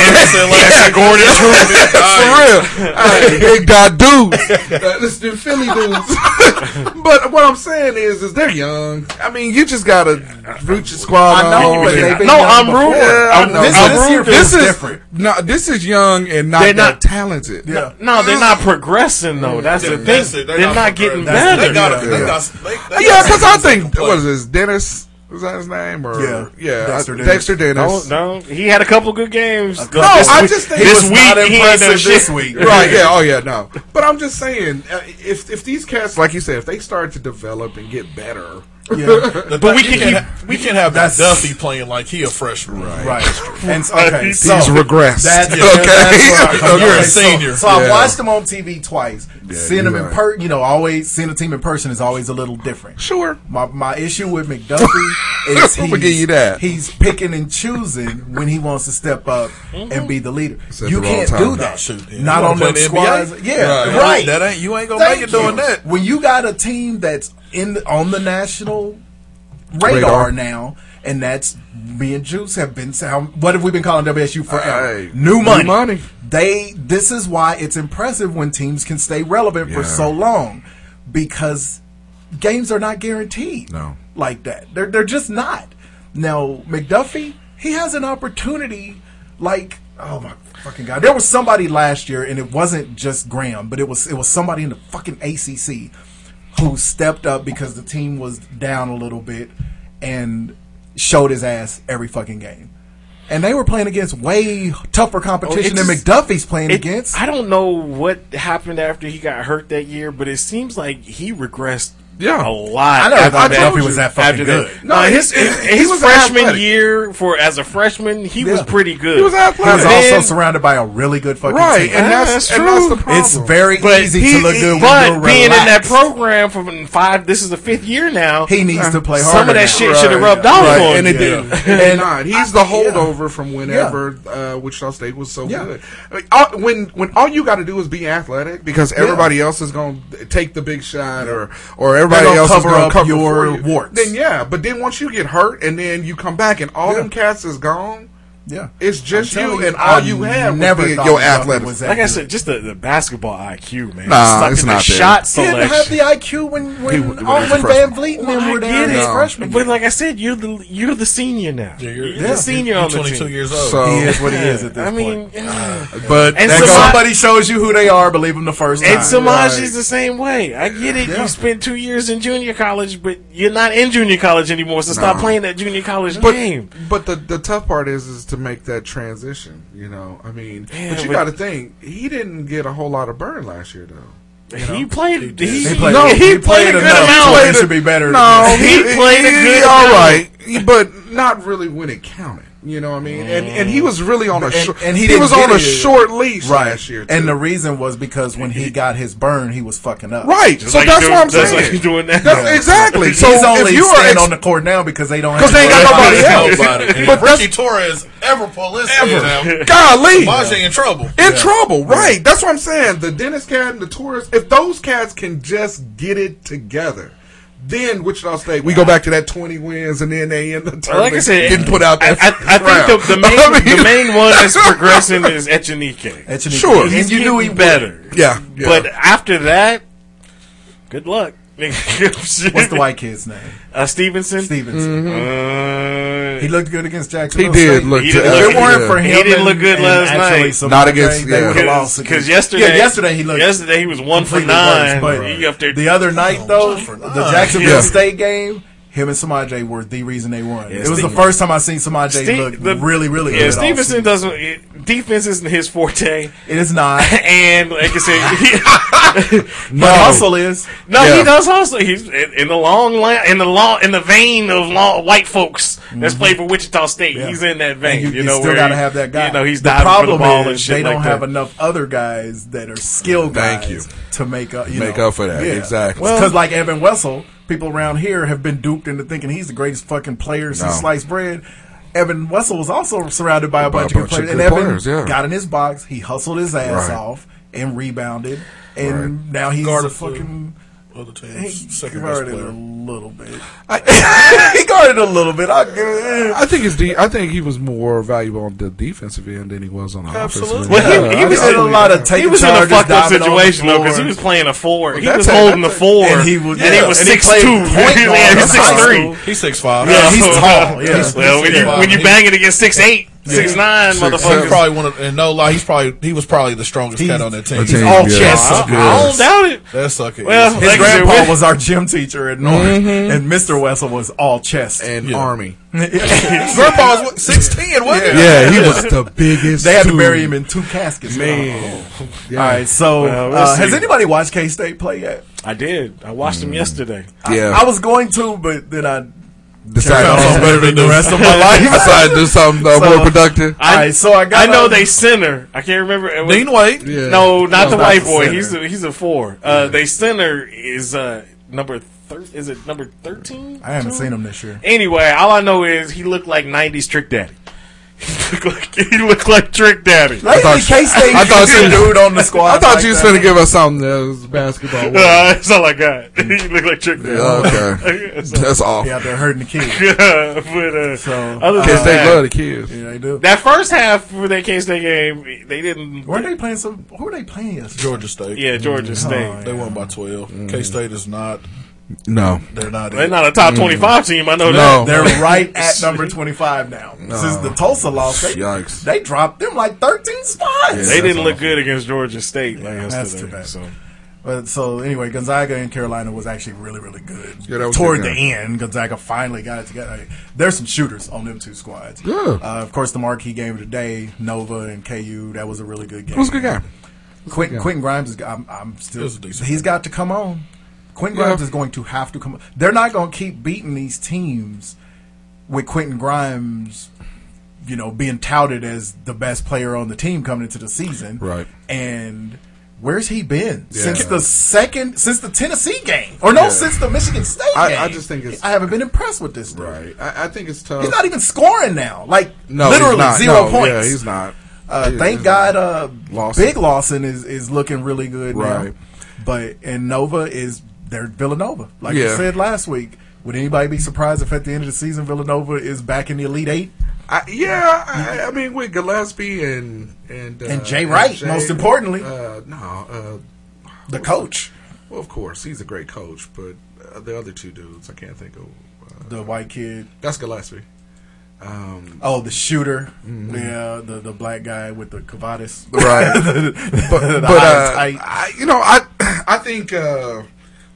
[SPEAKER 2] Gordon. Gordon.
[SPEAKER 5] for real, Hey, big dot dudes. Uh, this the Philly dudes. but what I'm saying is, is they're young. I mean, you just gotta root your squad.
[SPEAKER 12] I know,
[SPEAKER 5] on.
[SPEAKER 12] but they've been
[SPEAKER 5] no,
[SPEAKER 12] young
[SPEAKER 5] I'm
[SPEAKER 12] before.
[SPEAKER 5] rooting. Yeah, I
[SPEAKER 12] I'm-
[SPEAKER 5] know.
[SPEAKER 12] this-
[SPEAKER 5] I'm
[SPEAKER 12] this year
[SPEAKER 5] rooting.
[SPEAKER 12] feels
[SPEAKER 5] is
[SPEAKER 12] different.
[SPEAKER 5] No, this is young and not
[SPEAKER 13] They're
[SPEAKER 5] that
[SPEAKER 13] not-
[SPEAKER 5] talented.
[SPEAKER 12] Yeah.
[SPEAKER 13] No, they're not progressing though. That's the thing.
[SPEAKER 2] That's it.
[SPEAKER 13] They're,
[SPEAKER 2] They
[SPEAKER 13] not,
[SPEAKER 2] got
[SPEAKER 13] getting
[SPEAKER 2] progress. That's-
[SPEAKER 13] better.
[SPEAKER 2] They got
[SPEAKER 5] Yeah.
[SPEAKER 2] they got they- they
[SPEAKER 5] Yeah,
[SPEAKER 2] got
[SPEAKER 5] because I
[SPEAKER 2] some
[SPEAKER 5] think
[SPEAKER 2] play.
[SPEAKER 5] what is this? Dennis was that his name or
[SPEAKER 12] Yeah.
[SPEAKER 5] yeah,
[SPEAKER 12] Dexter
[SPEAKER 5] I-
[SPEAKER 12] Dennis.
[SPEAKER 5] Dexter Dennis.
[SPEAKER 13] No, no, he had a couple good games.
[SPEAKER 5] No, I just think
[SPEAKER 13] this
[SPEAKER 5] he was
[SPEAKER 13] week
[SPEAKER 5] not
[SPEAKER 13] he ain't done
[SPEAKER 5] impressive
[SPEAKER 13] shit.
[SPEAKER 5] this week. Right? Yeah. Oh yeah. No. But I'm just saying, uh, if if these cats, like you said, if they start to develop and get better,
[SPEAKER 12] Yeah,
[SPEAKER 2] The
[SPEAKER 13] But we
[SPEAKER 2] thing-
[SPEAKER 13] can
[SPEAKER 2] you
[SPEAKER 13] keep-
[SPEAKER 2] ha- we can have
[SPEAKER 12] That's-
[SPEAKER 2] Duffy playing like he a freshman.
[SPEAKER 12] right. And so- okay,
[SPEAKER 5] he's
[SPEAKER 12] so
[SPEAKER 5] regressed.
[SPEAKER 12] That's,
[SPEAKER 2] Yeah.
[SPEAKER 12] that's where I come-
[SPEAKER 2] You're a
[SPEAKER 12] okay, so-
[SPEAKER 2] senior.
[SPEAKER 12] So, I
[SPEAKER 5] Yeah.
[SPEAKER 12] watched them on TV twice. seeing them
[SPEAKER 5] you're
[SPEAKER 12] in
[SPEAKER 5] right.
[SPEAKER 12] per, you know, always seeing a team in person is always a little different.
[SPEAKER 5] Sure.
[SPEAKER 12] My my issue with McDuffie is
[SPEAKER 5] I'ma
[SPEAKER 12] he's,
[SPEAKER 5] give you that.
[SPEAKER 12] he's picking and choosing when he wants to step up and be the leader.
[SPEAKER 5] It's at
[SPEAKER 12] you
[SPEAKER 5] the wrong
[SPEAKER 12] can't
[SPEAKER 5] time.
[SPEAKER 12] do
[SPEAKER 2] Nah,
[SPEAKER 12] that.
[SPEAKER 2] Mm-hmm. shoot, yeah.
[SPEAKER 12] Not on
[SPEAKER 2] You wanna
[SPEAKER 12] them
[SPEAKER 2] play in the NBA?
[SPEAKER 12] squads. Yeah,
[SPEAKER 2] Right.
[SPEAKER 12] right.
[SPEAKER 2] That ain't- you ain't gonna make it doing
[SPEAKER 12] you.
[SPEAKER 2] that.
[SPEAKER 12] When you got a team that's in the, on the national radar,
[SPEAKER 5] Radar.
[SPEAKER 12] now, and that's me and Juice have been sound. What have we been calling WSU forever?
[SPEAKER 5] Hey,
[SPEAKER 12] new money.
[SPEAKER 5] new money.
[SPEAKER 12] They. This is why it's impressive when teams can stay relevant for
[SPEAKER 5] Yeah.
[SPEAKER 12] so long, because games are not guaranteed.
[SPEAKER 5] No.
[SPEAKER 12] like that. They're they're just not. Now McDuffie, he has an opportunity. Like oh my fucking god, there was somebody last year, and it wasn't just Graham, but it was it was somebody in the fucking ACC who stepped up because the team was down a little bit and showed his ass every fucking game. And they were playing against way tougher competition
[SPEAKER 13] Oh, it
[SPEAKER 12] than
[SPEAKER 13] just-
[SPEAKER 12] McDuffie's playing
[SPEAKER 13] it-
[SPEAKER 12] against.
[SPEAKER 13] I don't know what happened after he got hurt that year, but it seems like he regressed.
[SPEAKER 12] Yeah.
[SPEAKER 13] a lot.
[SPEAKER 12] I know
[SPEAKER 13] after
[SPEAKER 12] I
[SPEAKER 13] that.
[SPEAKER 12] told you. was that fucking
[SPEAKER 13] After
[SPEAKER 12] good.
[SPEAKER 13] No,
[SPEAKER 12] No, he-
[SPEAKER 13] his his,
[SPEAKER 12] he was
[SPEAKER 13] freshman
[SPEAKER 12] athletic.
[SPEAKER 13] year for as a freshman, he was pretty good.
[SPEAKER 12] He was
[SPEAKER 13] But
[SPEAKER 12] also
[SPEAKER 13] then-
[SPEAKER 12] surrounded by a really good fucking
[SPEAKER 13] Right,
[SPEAKER 12] team.
[SPEAKER 13] and Yeah, that's- that's and that's true. the problem.
[SPEAKER 12] It's very
[SPEAKER 13] But
[SPEAKER 12] easy
[SPEAKER 13] he-
[SPEAKER 12] to look good when
[SPEAKER 13] But
[SPEAKER 12] you're
[SPEAKER 13] being in that
[SPEAKER 12] relaxed.
[SPEAKER 13] program for five, this is the fifth year now.
[SPEAKER 12] He needs to play
[SPEAKER 13] Some
[SPEAKER 12] harder
[SPEAKER 13] of that
[SPEAKER 12] now.
[SPEAKER 13] shit should have
[SPEAKER 12] Right,
[SPEAKER 13] rubbed off
[SPEAKER 12] right,
[SPEAKER 13] on
[SPEAKER 2] and
[SPEAKER 13] you.
[SPEAKER 2] it did. And not. He's the holdover from whenever uh, Wichita State was so
[SPEAKER 13] Yeah.
[SPEAKER 2] good. I mean, all, when when all you got to do is be athletic because
[SPEAKER 15] Yeah.
[SPEAKER 2] everybody else is going to take the big shot or or everybody
[SPEAKER 15] gonna
[SPEAKER 2] else is
[SPEAKER 15] cover
[SPEAKER 2] going
[SPEAKER 15] up
[SPEAKER 2] to cover
[SPEAKER 15] your
[SPEAKER 2] for you.
[SPEAKER 15] warts.
[SPEAKER 2] Then yeah, but then once you get hurt and then you come back and all them cats is gone.
[SPEAKER 12] Yeah,
[SPEAKER 2] it's just
[SPEAKER 13] I'm
[SPEAKER 2] you
[SPEAKER 13] telling
[SPEAKER 2] and
[SPEAKER 13] you,
[SPEAKER 2] all
[SPEAKER 13] I
[SPEAKER 2] you have
[SPEAKER 13] never
[SPEAKER 2] never was being
[SPEAKER 13] thought
[SPEAKER 2] your
[SPEAKER 13] Milwaukee
[SPEAKER 2] athleticism.
[SPEAKER 13] like I said, just the, the basketball IQ, man.
[SPEAKER 2] Nah,
[SPEAKER 13] Sucked
[SPEAKER 2] it's
[SPEAKER 13] in
[SPEAKER 2] not
[SPEAKER 13] the
[SPEAKER 2] there.
[SPEAKER 13] shot
[SPEAKER 12] He didn't
[SPEAKER 13] selection.
[SPEAKER 12] have the IQ when
[SPEAKER 13] He
[SPEAKER 12] when,
[SPEAKER 13] was- when
[SPEAKER 12] all-
[SPEAKER 13] he was
[SPEAKER 12] when Van
[SPEAKER 13] a freshman.
[SPEAKER 12] Vliet and
[SPEAKER 13] Well,
[SPEAKER 12] them
[SPEAKER 13] I
[SPEAKER 12] were
[SPEAKER 13] get
[SPEAKER 12] down
[SPEAKER 13] it.
[SPEAKER 12] as
[SPEAKER 13] No.
[SPEAKER 12] freshmen.
[SPEAKER 13] But like I said, you're the you're the senior now. Yeah, you're,
[SPEAKER 12] yeah.
[SPEAKER 13] the senior on the team.
[SPEAKER 12] 22 years old. So- He is what he is at this
[SPEAKER 13] I mean,
[SPEAKER 2] Ah,
[SPEAKER 12] But
[SPEAKER 13] and
[SPEAKER 12] that-
[SPEAKER 13] Samaj-
[SPEAKER 12] somebody shows you who they are, believe them the first time.
[SPEAKER 13] and Samaj is
[SPEAKER 12] Right.
[SPEAKER 13] the same way. I get it.
[SPEAKER 12] Yeah.
[SPEAKER 13] You spent two years in junior college, but you're not in junior college anymore. So stop
[SPEAKER 2] Nah.
[SPEAKER 13] playing that junior college
[SPEAKER 2] but,
[SPEAKER 13] game.
[SPEAKER 2] But the the tough part is is to make that transition. You know, I mean,
[SPEAKER 13] Yeah,
[SPEAKER 2] but you
[SPEAKER 13] but-
[SPEAKER 2] got to think he didn't get a whole lot of burn last year though. You
[SPEAKER 13] He
[SPEAKER 2] know?
[SPEAKER 13] played. He,
[SPEAKER 2] He
[SPEAKER 13] played,
[SPEAKER 2] played-
[SPEAKER 13] no, he,
[SPEAKER 2] he
[SPEAKER 13] played,
[SPEAKER 2] played
[SPEAKER 13] a good
[SPEAKER 2] enough
[SPEAKER 13] amount.
[SPEAKER 2] to where
[SPEAKER 13] Played
[SPEAKER 2] it
[SPEAKER 13] a-
[SPEAKER 2] should be better than
[SPEAKER 13] No,
[SPEAKER 2] this.
[SPEAKER 13] he played a good.
[SPEAKER 2] all
[SPEAKER 13] amount.
[SPEAKER 2] right, but not really when it counted. You know what I mean? And and he was really on a
[SPEAKER 12] and,
[SPEAKER 2] short,
[SPEAKER 12] and he,
[SPEAKER 2] he,
[SPEAKER 12] didn't
[SPEAKER 2] was
[SPEAKER 12] get
[SPEAKER 2] on a
[SPEAKER 12] it.
[SPEAKER 2] short leash
[SPEAKER 12] right.
[SPEAKER 2] last year.
[SPEAKER 12] And the reason was because when he got his burn, he was fucking up.
[SPEAKER 2] Right. Just So like that's you do- what I'm just saying. like you doing now. That's exactly.
[SPEAKER 12] He's
[SPEAKER 2] So if
[SPEAKER 12] only
[SPEAKER 2] you are
[SPEAKER 12] staying
[SPEAKER 2] ex-
[SPEAKER 12] on the court now because they don't. have
[SPEAKER 2] 'Cause they ain't got nobody else.
[SPEAKER 5] but
[SPEAKER 2] But
[SPEAKER 5] Ricky Torres ever pull this
[SPEAKER 2] Ever. Golly.
[SPEAKER 5] Samaj in trouble.
[SPEAKER 2] In trouble, right? That's what I'm saying. The Dennis Cat and the Taurus, if those cats can just get it together, then Wichita State, we go back to that 20 wins, and then they end the
[SPEAKER 13] Well,
[SPEAKER 2] tournament.
[SPEAKER 13] like I said,
[SPEAKER 2] getting put out.
[SPEAKER 13] I,
[SPEAKER 2] That
[SPEAKER 13] I, I think the, the main
[SPEAKER 2] round. I mean-
[SPEAKER 13] the main one that's progressing is Echenike.
[SPEAKER 12] Echenike.
[SPEAKER 2] Sure.
[SPEAKER 13] he's
[SPEAKER 2] And you
[SPEAKER 13] you
[SPEAKER 2] knew
[SPEAKER 13] knew
[SPEAKER 2] he
[SPEAKER 13] he
[SPEAKER 2] would.
[SPEAKER 13] better.
[SPEAKER 2] Yeah, yeah.
[SPEAKER 13] but after that, good luck. What's
[SPEAKER 12] What's the white kid's name?
[SPEAKER 13] Uh, Stevenson.
[SPEAKER 12] Stevenson.
[SPEAKER 13] Uh,
[SPEAKER 12] he looked good against Jackson.
[SPEAKER 2] Mm, He did look
[SPEAKER 13] He
[SPEAKER 2] good.
[SPEAKER 13] didn't
[SPEAKER 2] If
[SPEAKER 13] look
[SPEAKER 2] it weren't
[SPEAKER 13] good.
[SPEAKER 2] for
[SPEAKER 13] He
[SPEAKER 2] him
[SPEAKER 13] didn't
[SPEAKER 2] and-
[SPEAKER 13] look good
[SPEAKER 2] and
[SPEAKER 13] last
[SPEAKER 12] actually
[SPEAKER 13] night.
[SPEAKER 12] some Not other against- day, they yeah. would've lost
[SPEAKER 13] Because
[SPEAKER 12] against-
[SPEAKER 13] yesterday,
[SPEAKER 12] Oh, Yeah, yesterday he looked
[SPEAKER 13] Yesterday he was one for
[SPEAKER 12] completely worse,
[SPEAKER 13] nine.
[SPEAKER 12] but
[SPEAKER 13] He up there.
[SPEAKER 12] The other night, though, the Jacksonville
[SPEAKER 13] Yeah.
[SPEAKER 12] State game, him and Samaje were the reason they won.
[SPEAKER 13] Yeah,
[SPEAKER 12] it was
[SPEAKER 13] Steve-
[SPEAKER 12] the first time I seen Samaje
[SPEAKER 13] Ste-
[SPEAKER 12] look
[SPEAKER 13] the-
[SPEAKER 12] really, really
[SPEAKER 13] Yeah,
[SPEAKER 12] good. all season.
[SPEAKER 13] Stevenson doesn't. it- defense isn't his forte.
[SPEAKER 12] It is not.
[SPEAKER 13] and like I said, he-
[SPEAKER 12] But hustle is.
[SPEAKER 13] No,
[SPEAKER 12] Yeah.
[SPEAKER 13] he does also. He's in in the long line, in the long, in the vein of long, white folks that's played for Wichita State. He's in that vein.
[SPEAKER 12] And
[SPEAKER 13] You,
[SPEAKER 12] you, you
[SPEAKER 13] know,
[SPEAKER 12] still
[SPEAKER 13] where
[SPEAKER 12] got to
[SPEAKER 13] he-
[SPEAKER 12] have that guy.
[SPEAKER 13] You know, he's
[SPEAKER 12] the
[SPEAKER 13] diving
[SPEAKER 12] problem
[SPEAKER 13] for the ball
[SPEAKER 12] is
[SPEAKER 13] and shit
[SPEAKER 12] they don't
[SPEAKER 13] like
[SPEAKER 12] have
[SPEAKER 13] that.
[SPEAKER 12] enough other guys that are skilled guys
[SPEAKER 2] Thank you.
[SPEAKER 12] to make up. You
[SPEAKER 2] Make
[SPEAKER 12] know.
[SPEAKER 2] up for that. Exactly.
[SPEAKER 12] Because
[SPEAKER 2] Well-
[SPEAKER 12] like Evan Wessel, people around here have been duped into thinking he's the greatest fucking player since
[SPEAKER 2] No.
[SPEAKER 12] sliced bread. Evan Wessel was also surrounded by a
[SPEAKER 2] By
[SPEAKER 12] bunch,
[SPEAKER 2] a
[SPEAKER 12] of good
[SPEAKER 2] bunch
[SPEAKER 12] players,
[SPEAKER 2] of
[SPEAKER 12] and
[SPEAKER 2] good
[SPEAKER 12] Evan
[SPEAKER 2] players, yeah.
[SPEAKER 12] got in his box. He hustled his ass
[SPEAKER 2] Right.
[SPEAKER 12] off and rebounded, and now he's
[SPEAKER 5] Guarded
[SPEAKER 12] a fucking.
[SPEAKER 5] the other team's
[SPEAKER 12] He
[SPEAKER 5] second best
[SPEAKER 12] guarded a
[SPEAKER 5] player.
[SPEAKER 12] little bit. he guarded a little bit. I give it.
[SPEAKER 2] I think his de- I think he was more valuable on the defensive end than he was on the offensive. end.
[SPEAKER 13] Well, he, he
[SPEAKER 2] Yeah,
[SPEAKER 13] was
[SPEAKER 2] I- I
[SPEAKER 13] in a
[SPEAKER 2] believe
[SPEAKER 13] lot
[SPEAKER 2] that.
[SPEAKER 13] of he was in a fucked up situation though because he was playing a four.
[SPEAKER 2] Well,
[SPEAKER 13] he
[SPEAKER 2] that's
[SPEAKER 13] was
[SPEAKER 2] a-
[SPEAKER 13] holding the
[SPEAKER 2] that's a-
[SPEAKER 13] four,
[SPEAKER 2] and
[SPEAKER 13] he
[SPEAKER 2] he
[SPEAKER 13] was,
[SPEAKER 2] was-
[SPEAKER 13] and he
[SPEAKER 2] yeah,
[SPEAKER 13] was
[SPEAKER 2] and he
[SPEAKER 13] six
[SPEAKER 2] played
[SPEAKER 13] two.
[SPEAKER 2] point guard
[SPEAKER 13] Yeah,
[SPEAKER 2] in
[SPEAKER 13] he's
[SPEAKER 2] high
[SPEAKER 13] six three.
[SPEAKER 2] school.
[SPEAKER 5] He's six five.
[SPEAKER 13] Yeah,
[SPEAKER 5] he's
[SPEAKER 12] tall, yeah.
[SPEAKER 13] Well, when you when you bang it against six eight, six nine,
[SPEAKER 5] He's
[SPEAKER 13] motherfucker.
[SPEAKER 5] probably one of, and no lie, he's probably he was probably the strongest cat on that team.
[SPEAKER 2] He's all yeah. chest.
[SPEAKER 13] I, I don't doubt it.
[SPEAKER 5] That sucker.
[SPEAKER 13] Well,
[SPEAKER 12] His
[SPEAKER 13] like I said,
[SPEAKER 12] grandpa
[SPEAKER 13] we-
[SPEAKER 12] was our gym teacher at North,
[SPEAKER 2] Mhm.
[SPEAKER 12] and Mr. Wessel was all chest
[SPEAKER 2] and army.
[SPEAKER 5] Grandpa was six ten, wasn't he?
[SPEAKER 2] Yeah, he was the biggest.
[SPEAKER 12] They had to
[SPEAKER 2] dude.
[SPEAKER 12] bury him in two caskets. Oh.
[SPEAKER 2] Man. Yeah.
[SPEAKER 12] All right, so
[SPEAKER 13] Well, we'll
[SPEAKER 12] uh,
[SPEAKER 13] see.
[SPEAKER 12] has anybody watched K State play yet?
[SPEAKER 13] I did. I watched him yesterday.
[SPEAKER 2] Yeah.
[SPEAKER 12] I was going to, but then I
[SPEAKER 2] Decided
[SPEAKER 12] found
[SPEAKER 2] to do
[SPEAKER 12] something better than
[SPEAKER 2] something.
[SPEAKER 12] the rest of my life.
[SPEAKER 2] Decided to do something, uh, more productive.
[SPEAKER 12] All right, so I got.
[SPEAKER 13] I know
[SPEAKER 12] on-
[SPEAKER 13] they sent her. I can't remember. It was-
[SPEAKER 12] Dean White? Yeah.
[SPEAKER 13] No, not
[SPEAKER 12] No,
[SPEAKER 13] the
[SPEAKER 12] not
[SPEAKER 13] white
[SPEAKER 12] the
[SPEAKER 13] boy.
[SPEAKER 12] center.
[SPEAKER 13] He's a, he's a four. Uh, They center is uh, number. Thir- is it number thirteen?
[SPEAKER 12] I haven't seen him this year.
[SPEAKER 13] Anyway, all I know is he looked like '90s Trick Daddy. He looked like, he looked like Trick Daddy.
[SPEAKER 12] Lately,
[SPEAKER 2] thought-
[SPEAKER 12] K State.
[SPEAKER 2] I thought you-
[SPEAKER 12] dude on the squad.
[SPEAKER 2] I thought
[SPEAKER 12] like
[SPEAKER 2] you was
[SPEAKER 12] that.
[SPEAKER 2] going to give us something that was basketball.
[SPEAKER 13] Uh, that's all I got. he
[SPEAKER 12] Mm.
[SPEAKER 13] looked like Trick Daddy.
[SPEAKER 2] Yeah, okay. That's
[SPEAKER 12] He
[SPEAKER 2] awful.
[SPEAKER 12] out there hurting the kids.
[SPEAKER 13] Yeah, but uh, so, other than
[SPEAKER 2] Kids, they
[SPEAKER 13] that,
[SPEAKER 2] love the kids.
[SPEAKER 12] Yeah, they do.
[SPEAKER 13] that first half for that K State game, they didn't.
[SPEAKER 12] Weren't they playing some? Who were they playing yesterday? Oh,
[SPEAKER 5] Georgia State.
[SPEAKER 13] Yeah,
[SPEAKER 12] Mm,
[SPEAKER 13] Georgia State.
[SPEAKER 5] They won by twelve.
[SPEAKER 2] Mm-hmm.
[SPEAKER 5] K State is not.
[SPEAKER 2] No.
[SPEAKER 5] They're not.
[SPEAKER 13] They're
[SPEAKER 5] it.
[SPEAKER 13] not a
[SPEAKER 12] Mm.
[SPEAKER 13] top twenty-five team. I know
[SPEAKER 2] No.
[SPEAKER 13] that.
[SPEAKER 12] They're right at number twenty-five now. Since the Tulsa loss, they,
[SPEAKER 2] Yikes.
[SPEAKER 12] they dropped them like thirteen spots.
[SPEAKER 13] they didn't look good against Georgia State like
[SPEAKER 12] that's
[SPEAKER 13] yesterday.
[SPEAKER 12] too bad.
[SPEAKER 13] So
[SPEAKER 12] But so anyway, Gonzaga and Carolina was actually really, really good.
[SPEAKER 5] Yeah, that was
[SPEAKER 12] Toward
[SPEAKER 5] good
[SPEAKER 12] the
[SPEAKER 5] game.
[SPEAKER 12] end, Gonzaga finally got it together. Like, there's some shooters on them two squads.
[SPEAKER 5] Yeah.
[SPEAKER 12] Uh, of course, the marquee game of the day, Nova and KU. That was a really good game.
[SPEAKER 5] It was a good game.
[SPEAKER 12] Quentin,
[SPEAKER 5] Yeah.
[SPEAKER 12] Quentin Grimes is. I'm, I'm still.
[SPEAKER 5] It was a decent
[SPEAKER 12] He's got to come on. Quentin
[SPEAKER 5] Yeah.
[SPEAKER 12] Grimes is going to have to come. on. They're not going to keep beating these teams with Quentin Grimes, you know, being touted as the best player on the team coming into the season.
[SPEAKER 5] Right.
[SPEAKER 12] And where's he been
[SPEAKER 5] Yeah.
[SPEAKER 12] since the second, since the Tennessee game, or no,
[SPEAKER 5] Yeah.
[SPEAKER 12] since the Michigan State
[SPEAKER 5] I,
[SPEAKER 12] game?
[SPEAKER 5] I just think it's
[SPEAKER 12] I haven't been impressed with this. Dude.
[SPEAKER 5] right. I, I think it's tough.
[SPEAKER 12] He's not even scoring now. Like
[SPEAKER 5] No, he's
[SPEAKER 12] literally
[SPEAKER 5] not.
[SPEAKER 12] zero
[SPEAKER 5] No,
[SPEAKER 12] points.
[SPEAKER 5] yeah, he's not.
[SPEAKER 12] Uh,
[SPEAKER 5] He-
[SPEAKER 12] thank
[SPEAKER 5] he's
[SPEAKER 12] God, uh,
[SPEAKER 5] Lawson.
[SPEAKER 12] Big Lawson is is looking really good
[SPEAKER 5] Right.
[SPEAKER 12] now. But and Nova is they're Villanova. Like you
[SPEAKER 5] Yeah.
[SPEAKER 12] said last week, would anybody be surprised if at the end of the season Villanova is back in the Elite Eight?
[SPEAKER 5] I, yeah, I, I mean with Gillespie and and uh,
[SPEAKER 12] And Jay Wright, most importantly.
[SPEAKER 5] Uh, no, uh,
[SPEAKER 12] the coach.
[SPEAKER 5] Well, of course, he's a great coach, but uh, the other two dudes, I can't think of. Uh,
[SPEAKER 12] The white kid.
[SPEAKER 5] That's Gillespie. Um,
[SPEAKER 12] Oh, the shooter.
[SPEAKER 5] Mhm.
[SPEAKER 12] Yeah, the the black guy with the cavadas.
[SPEAKER 5] right?
[SPEAKER 12] The- the
[SPEAKER 5] but but
[SPEAKER 12] high
[SPEAKER 5] uh,
[SPEAKER 12] tight.
[SPEAKER 5] I, you know, I I think uh,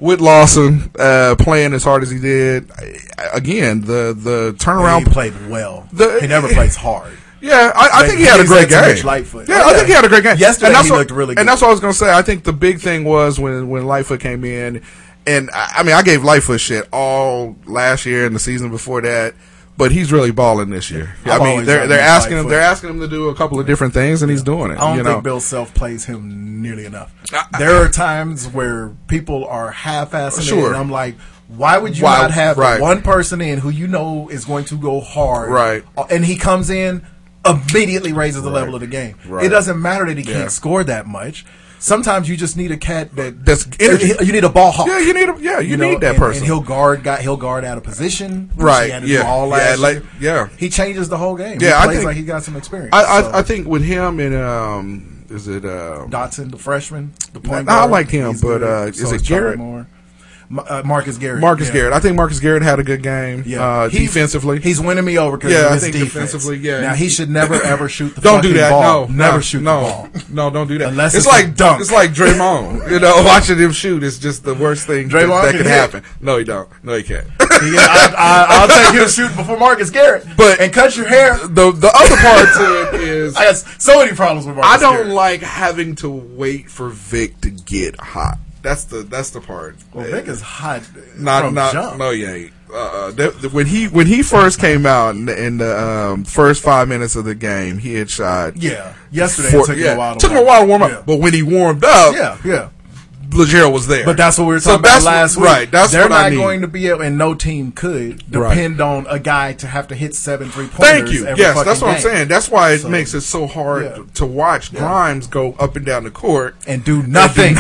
[SPEAKER 5] with Lawson uh, playing as hard as he did, I, again the the turnaround
[SPEAKER 12] he played well.
[SPEAKER 5] The-
[SPEAKER 12] he never plays hard.
[SPEAKER 5] Yeah, I, I
[SPEAKER 12] Like,
[SPEAKER 5] think he had a
[SPEAKER 12] he's
[SPEAKER 5] great
[SPEAKER 12] had too
[SPEAKER 5] game.
[SPEAKER 12] much Lightfoot.
[SPEAKER 5] Yeah, I think he had a great game.
[SPEAKER 12] Yesterday
[SPEAKER 5] and that's
[SPEAKER 12] he
[SPEAKER 5] what,
[SPEAKER 12] looked really good.
[SPEAKER 5] And that's what I was gonna say. I think the big thing was when when Lightfoot came in, and I, I mean I gave Lightfoot shit all last year and the season before that, but he's really balling this year.
[SPEAKER 12] I've
[SPEAKER 5] I mean
[SPEAKER 12] always
[SPEAKER 5] they're
[SPEAKER 12] liked
[SPEAKER 5] they're asking him
[SPEAKER 12] Lightfoot.
[SPEAKER 5] they're asking him to do a couple of different things and he's doing it.
[SPEAKER 12] I don't
[SPEAKER 5] you
[SPEAKER 12] think
[SPEAKER 5] know?
[SPEAKER 12] Bill Self plays him nearly enough. there are times where people are half-assing it,
[SPEAKER 5] Sure.
[SPEAKER 12] and I'm like, why would you
[SPEAKER 5] Why-
[SPEAKER 12] not have
[SPEAKER 5] right.
[SPEAKER 12] one person in who you know is going to go hard,
[SPEAKER 5] Right.
[SPEAKER 12] Uh, And he comes in, immediately raises the level of the game.
[SPEAKER 5] Right.
[SPEAKER 12] It doesn't matter that he
[SPEAKER 5] Yeah.
[SPEAKER 12] can't score that much. Sometimes you just need a cat that
[SPEAKER 5] That's energy.
[SPEAKER 12] You need a ball hawk.
[SPEAKER 5] Yeah, you need a- yeah, you need that
[SPEAKER 12] and-
[SPEAKER 5] person.
[SPEAKER 12] And he'll guard guy. He'll guard out of position. which he
[SPEAKER 5] Right,
[SPEAKER 12] had to
[SPEAKER 5] yeah,
[SPEAKER 12] do all
[SPEAKER 5] yeah,
[SPEAKER 12] last
[SPEAKER 5] like-
[SPEAKER 12] year.
[SPEAKER 5] yeah.
[SPEAKER 12] He changes the whole game.
[SPEAKER 5] Yeah,
[SPEAKER 12] he
[SPEAKER 5] I
[SPEAKER 12] plays
[SPEAKER 5] think-
[SPEAKER 12] like he got some experience.
[SPEAKER 5] I,
[SPEAKER 12] so.
[SPEAKER 5] I I think with him and um is it um
[SPEAKER 12] Dotson, the freshman, the
[SPEAKER 5] I liked him, but, uh, is it Garrett?
[SPEAKER 12] Moore. M- uh, Marcus Garrett.
[SPEAKER 5] Marcus
[SPEAKER 12] yeah.
[SPEAKER 5] Garrett. I think Marcus Garrett had a good game.
[SPEAKER 12] Yeah.
[SPEAKER 5] Uh,
[SPEAKER 12] He's-
[SPEAKER 5] defensively,
[SPEAKER 12] he's winning me over because
[SPEAKER 5] yeah,
[SPEAKER 12] of
[SPEAKER 5] I
[SPEAKER 12] his
[SPEAKER 5] think
[SPEAKER 12] defense.
[SPEAKER 5] defensively, yeah.
[SPEAKER 12] Now, he should never, ever shoot the
[SPEAKER 5] don't do
[SPEAKER 12] fucking
[SPEAKER 5] that.
[SPEAKER 12] ball.
[SPEAKER 5] No,
[SPEAKER 12] Never
[SPEAKER 5] no,
[SPEAKER 12] shoot the
[SPEAKER 5] no,
[SPEAKER 12] ball.
[SPEAKER 5] No, don't do that.
[SPEAKER 12] Unless
[SPEAKER 5] it's,
[SPEAKER 12] it's a
[SPEAKER 5] like
[SPEAKER 12] dunk.
[SPEAKER 5] It's like Draymond. you know, watching him shoot is just the worst thing that,
[SPEAKER 12] Draymond
[SPEAKER 5] that
[SPEAKER 12] can
[SPEAKER 5] could
[SPEAKER 12] hit.
[SPEAKER 5] happen. No, he don't. No, he can't.
[SPEAKER 12] Yeah, I, I, I'll take him shooting before Marcus Garrett.
[SPEAKER 5] But-
[SPEAKER 12] and cut your hair.
[SPEAKER 5] the the other part to it is
[SPEAKER 12] I got so many problems with Marcus.
[SPEAKER 5] I don't
[SPEAKER 12] Garrett.
[SPEAKER 5] like having to wait for Vic to get hot. That's the that's the part.
[SPEAKER 12] Well, Vic is hot.
[SPEAKER 5] not
[SPEAKER 12] from
[SPEAKER 5] not
[SPEAKER 12] jump.
[SPEAKER 5] no you ain't. Uh, uh, that- that- when he when he first came out in the, in the um, first five minutes of the game, he had shot.
[SPEAKER 12] Yeah. Yesterday it took him a while to
[SPEAKER 5] took him a
[SPEAKER 12] warm
[SPEAKER 5] while to warm up. But when he warmed up,
[SPEAKER 12] Yeah, yeah.
[SPEAKER 5] Legere was there.
[SPEAKER 12] But that's what we were
[SPEAKER 5] So
[SPEAKER 12] talking about
[SPEAKER 5] that's what-
[SPEAKER 12] last week.
[SPEAKER 5] Right, that's
[SPEAKER 12] They're
[SPEAKER 5] what
[SPEAKER 12] not
[SPEAKER 5] I need.
[SPEAKER 12] going to be able, and no team could
[SPEAKER 5] Right.
[SPEAKER 12] depend on a guy to have to hit seven three pointers.
[SPEAKER 5] Thank you.
[SPEAKER 12] every
[SPEAKER 5] Yes, that's
[SPEAKER 12] fucking
[SPEAKER 5] what I'm
[SPEAKER 12] game.
[SPEAKER 5] saying. That's why it
[SPEAKER 12] So-
[SPEAKER 5] makes it so hard
[SPEAKER 12] Yeah.
[SPEAKER 5] to watch Grimes go up and down the court
[SPEAKER 12] and do nothing.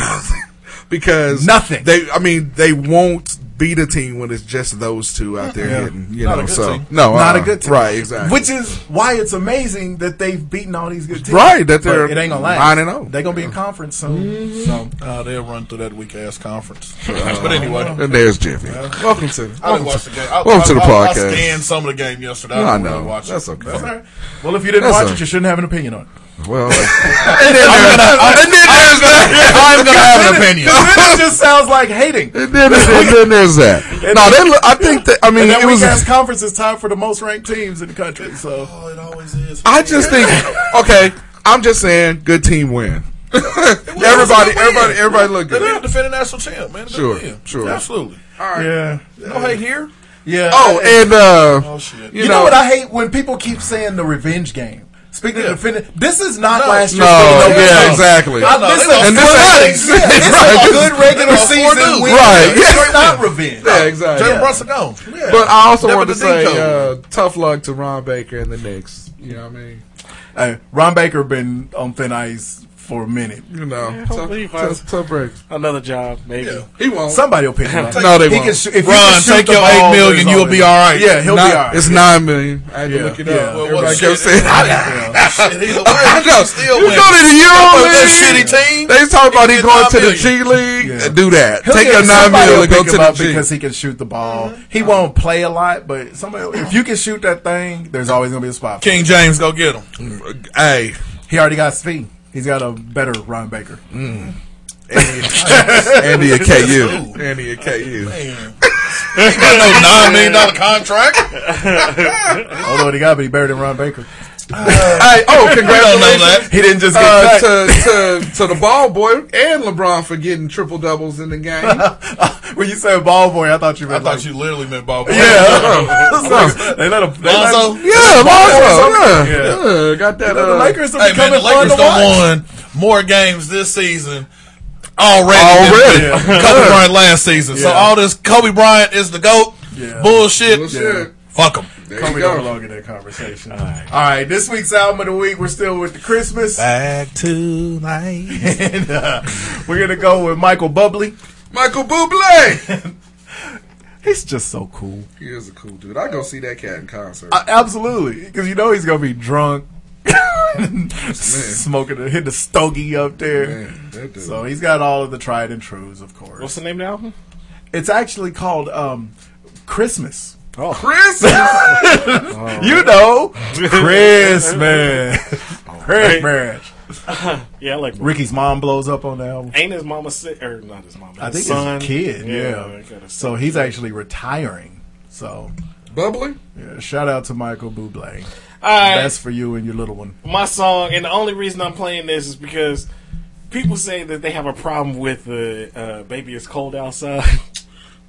[SPEAKER 5] because
[SPEAKER 12] Nothing.
[SPEAKER 5] They, I mean, they won't beat a team when it's just those two out there
[SPEAKER 12] Yeah.
[SPEAKER 5] hitting. You
[SPEAKER 12] Not a
[SPEAKER 5] know,
[SPEAKER 12] good
[SPEAKER 5] so
[SPEAKER 12] team.
[SPEAKER 5] no,
[SPEAKER 12] not
[SPEAKER 5] uh-uh.
[SPEAKER 12] a good team,
[SPEAKER 5] Right, exactly.
[SPEAKER 12] Which is why it's amazing that they've beaten all these good teams,
[SPEAKER 5] Right, that they're
[SPEAKER 12] But it ain't gonna last.
[SPEAKER 5] 9 and oh. 0.
[SPEAKER 12] They're gonna be in conference soon. So
[SPEAKER 2] Uh, they'll run through that weak ass conference.
[SPEAKER 5] Uh,
[SPEAKER 2] but anyway,
[SPEAKER 5] and there's Jeffy. Welcome to.
[SPEAKER 2] I didn't watch the game. I,
[SPEAKER 5] welcome
[SPEAKER 2] I,
[SPEAKER 5] to the
[SPEAKER 2] I, I
[SPEAKER 5] podcast.
[SPEAKER 2] scanned some of the game yesterday.
[SPEAKER 5] No,
[SPEAKER 2] I,
[SPEAKER 5] I
[SPEAKER 2] didn't really
[SPEAKER 5] know.
[SPEAKER 2] watch it.
[SPEAKER 5] That's okay.
[SPEAKER 2] That's all
[SPEAKER 12] right. well, if you didn't
[SPEAKER 5] That's
[SPEAKER 12] watch
[SPEAKER 5] a-
[SPEAKER 12] it, you shouldn't have an opinion on it.
[SPEAKER 5] Well,
[SPEAKER 12] And then
[SPEAKER 5] I'm gonna- I'm- I'm gonna- I'm gonna have an
[SPEAKER 12] Because then it-
[SPEAKER 5] opinion.
[SPEAKER 12] because then it just sounds like hating.
[SPEAKER 5] and then, and then there's that.
[SPEAKER 12] And
[SPEAKER 5] No,
[SPEAKER 12] then-
[SPEAKER 5] they, look- I think that. I mean,
[SPEAKER 12] and that
[SPEAKER 5] it was.
[SPEAKER 12] weekend's conference is tied for the most ranked teams in the country. So oh, it always is.
[SPEAKER 5] I just think. Okay, I'm just saying, good team win. everybody, everybody, everybody, look
[SPEAKER 2] They're
[SPEAKER 5] good.
[SPEAKER 2] not defending national champ, man. They're
[SPEAKER 5] Sure,
[SPEAKER 2] doing it.
[SPEAKER 5] sure.
[SPEAKER 2] absolutely.
[SPEAKER 5] All right.
[SPEAKER 12] Yeah.
[SPEAKER 2] No hate here.
[SPEAKER 12] Yeah.
[SPEAKER 5] Oh, and uh,
[SPEAKER 12] You, know, what I hate when people keep saying the revenge game. Speaking of defending, this is not
[SPEAKER 2] No.
[SPEAKER 12] last year's
[SPEAKER 5] No,
[SPEAKER 12] Villanova
[SPEAKER 5] yeah,
[SPEAKER 12] team.
[SPEAKER 5] exactly.
[SPEAKER 12] I-
[SPEAKER 5] No,
[SPEAKER 12] this
[SPEAKER 5] they
[SPEAKER 12] is a
[SPEAKER 5] lost four
[SPEAKER 12] good-
[SPEAKER 5] games.
[SPEAKER 12] yeah, this is
[SPEAKER 5] Right.
[SPEAKER 12] a good regular
[SPEAKER 2] They lost four
[SPEAKER 12] season
[SPEAKER 2] dudes.
[SPEAKER 12] win.
[SPEAKER 5] Right,
[SPEAKER 12] It's
[SPEAKER 5] yeah.
[SPEAKER 12] not revenge.
[SPEAKER 5] Yeah, exactly.
[SPEAKER 2] Jalen Brunson gone. Yeah.
[SPEAKER 5] But I also
[SPEAKER 2] Never
[SPEAKER 5] wanted to
[SPEAKER 2] the D
[SPEAKER 5] say
[SPEAKER 2] code.
[SPEAKER 5] uh, tough luck to Ron Baker and the Knicks. You know what I mean?
[SPEAKER 12] Hey, Ron Baker been on thin ice for a minute.
[SPEAKER 5] You know, Uh, tough,
[SPEAKER 13] hopefully he finds-
[SPEAKER 5] tough, tough breaks.
[SPEAKER 13] Another job, maybe.
[SPEAKER 5] He won't.
[SPEAKER 12] Somebody will pick him up.
[SPEAKER 5] No, they
[SPEAKER 12] He
[SPEAKER 5] won't.
[SPEAKER 12] can shoot- if you
[SPEAKER 2] Ron,
[SPEAKER 12] can shoot
[SPEAKER 2] take
[SPEAKER 12] the
[SPEAKER 2] your
[SPEAKER 12] ball,
[SPEAKER 2] eight million,
[SPEAKER 12] there's
[SPEAKER 2] you'll
[SPEAKER 12] always-
[SPEAKER 2] be all right.
[SPEAKER 12] Yeah, he'll
[SPEAKER 5] Nine-
[SPEAKER 12] be all right.
[SPEAKER 5] It's nine million. I had
[SPEAKER 12] Yeah,
[SPEAKER 5] to look it
[SPEAKER 12] yeah.
[SPEAKER 5] up.
[SPEAKER 12] Well,
[SPEAKER 2] what
[SPEAKER 5] Everybody
[SPEAKER 2] the
[SPEAKER 5] kept
[SPEAKER 2] shit?
[SPEAKER 5] saying,
[SPEAKER 2] Shit, either way,
[SPEAKER 5] I know.
[SPEAKER 2] you still
[SPEAKER 5] You
[SPEAKER 2] win.
[SPEAKER 5] go to the Euro
[SPEAKER 2] Don't play
[SPEAKER 5] League.
[SPEAKER 2] that shitty team.
[SPEAKER 5] They talk about he
[SPEAKER 2] get
[SPEAKER 5] going
[SPEAKER 2] nine
[SPEAKER 5] to the
[SPEAKER 2] million.
[SPEAKER 5] G League.
[SPEAKER 12] Yeah.
[SPEAKER 5] Do that.
[SPEAKER 12] He'll
[SPEAKER 5] Take
[SPEAKER 12] get-
[SPEAKER 5] your nine
[SPEAKER 12] somebody
[SPEAKER 5] million
[SPEAKER 12] will
[SPEAKER 5] and go
[SPEAKER 12] pick him
[SPEAKER 5] to the
[SPEAKER 12] up
[SPEAKER 5] G.
[SPEAKER 12] because he can shoot the ball. He won't play a lot, but somebody if you can shoot that thing, there's always gonna be a spot. For him.
[SPEAKER 2] King James, go get him.
[SPEAKER 5] hey,
[SPEAKER 12] Mm-hmm. He already got speed. He's got a better Ron Baker.
[SPEAKER 2] Andy at KU. Andy at KU.
[SPEAKER 5] Ain't got no nine million dollar contract.
[SPEAKER 12] Although he got, but he buried in Ron Baker.
[SPEAKER 2] hey, oh, congratulations!
[SPEAKER 12] He didn't just get
[SPEAKER 2] uh,
[SPEAKER 12] cut.
[SPEAKER 2] to, to, to the ball boy and LeBron for getting triple doubles in the game.
[SPEAKER 12] when you said ball boy, I thought you meant.
[SPEAKER 5] I thought you literally meant ball.
[SPEAKER 12] Yeah. they let him. They let
[SPEAKER 5] Lonzo?
[SPEAKER 12] him-
[SPEAKER 2] Yeah, Lonzo.
[SPEAKER 12] Lonzo.
[SPEAKER 2] Yeah. yeah, got that.
[SPEAKER 12] You know, the
[SPEAKER 2] uh,
[SPEAKER 12] Lakers are
[SPEAKER 5] Hey man, the
[SPEAKER 12] becoming fun
[SPEAKER 5] Lakers
[SPEAKER 12] to watch.
[SPEAKER 5] done won more games this season already.
[SPEAKER 2] Already.
[SPEAKER 5] than
[SPEAKER 2] Yeah.
[SPEAKER 5] Kobe Bryant last season. So
[SPEAKER 2] Yeah.
[SPEAKER 5] all this Kobe Bryant is the goat bullshit.
[SPEAKER 2] Bullshit.
[SPEAKER 5] Fuck him.
[SPEAKER 12] Come
[SPEAKER 2] go.
[SPEAKER 12] go along in that conversation. All right. this week's album of the week. We're still with the Christmas,
[SPEAKER 5] Back tonight.
[SPEAKER 12] and uh, we're gonna go with Michael Bublé.
[SPEAKER 2] Michael Bublé.
[SPEAKER 12] He's just so cool.
[SPEAKER 2] he is a cool dude. I go see that cat in concert.
[SPEAKER 12] I, absolutely, because you know he's gonna be drunk, smoking, a, hitting a stogie up there.
[SPEAKER 2] Man, that dude.
[SPEAKER 12] So he's got all of the tried and trues, of course.
[SPEAKER 13] What's the name of the album?
[SPEAKER 12] It's actually called um, Christmas.
[SPEAKER 13] Oh,
[SPEAKER 2] Chris.
[SPEAKER 12] You know, Christmas, Christmas.
[SPEAKER 13] yeah, I like
[SPEAKER 12] Ricky's mom blows up on the album.
[SPEAKER 13] Ain't his mama sick or not his mama?
[SPEAKER 12] I
[SPEAKER 13] his
[SPEAKER 12] think
[SPEAKER 13] son.
[SPEAKER 12] his kid, yeah.
[SPEAKER 13] okay, that's-
[SPEAKER 12] So he's actually retiring. So
[SPEAKER 2] Bubbly.
[SPEAKER 12] yeah, shout out to Michael Bublé.
[SPEAKER 13] All right.
[SPEAKER 12] That's for you and your little one.
[SPEAKER 13] my song, and the only reason I'm playing this is because people say that they have a problem with the uh, "Baby It's Cold Outside."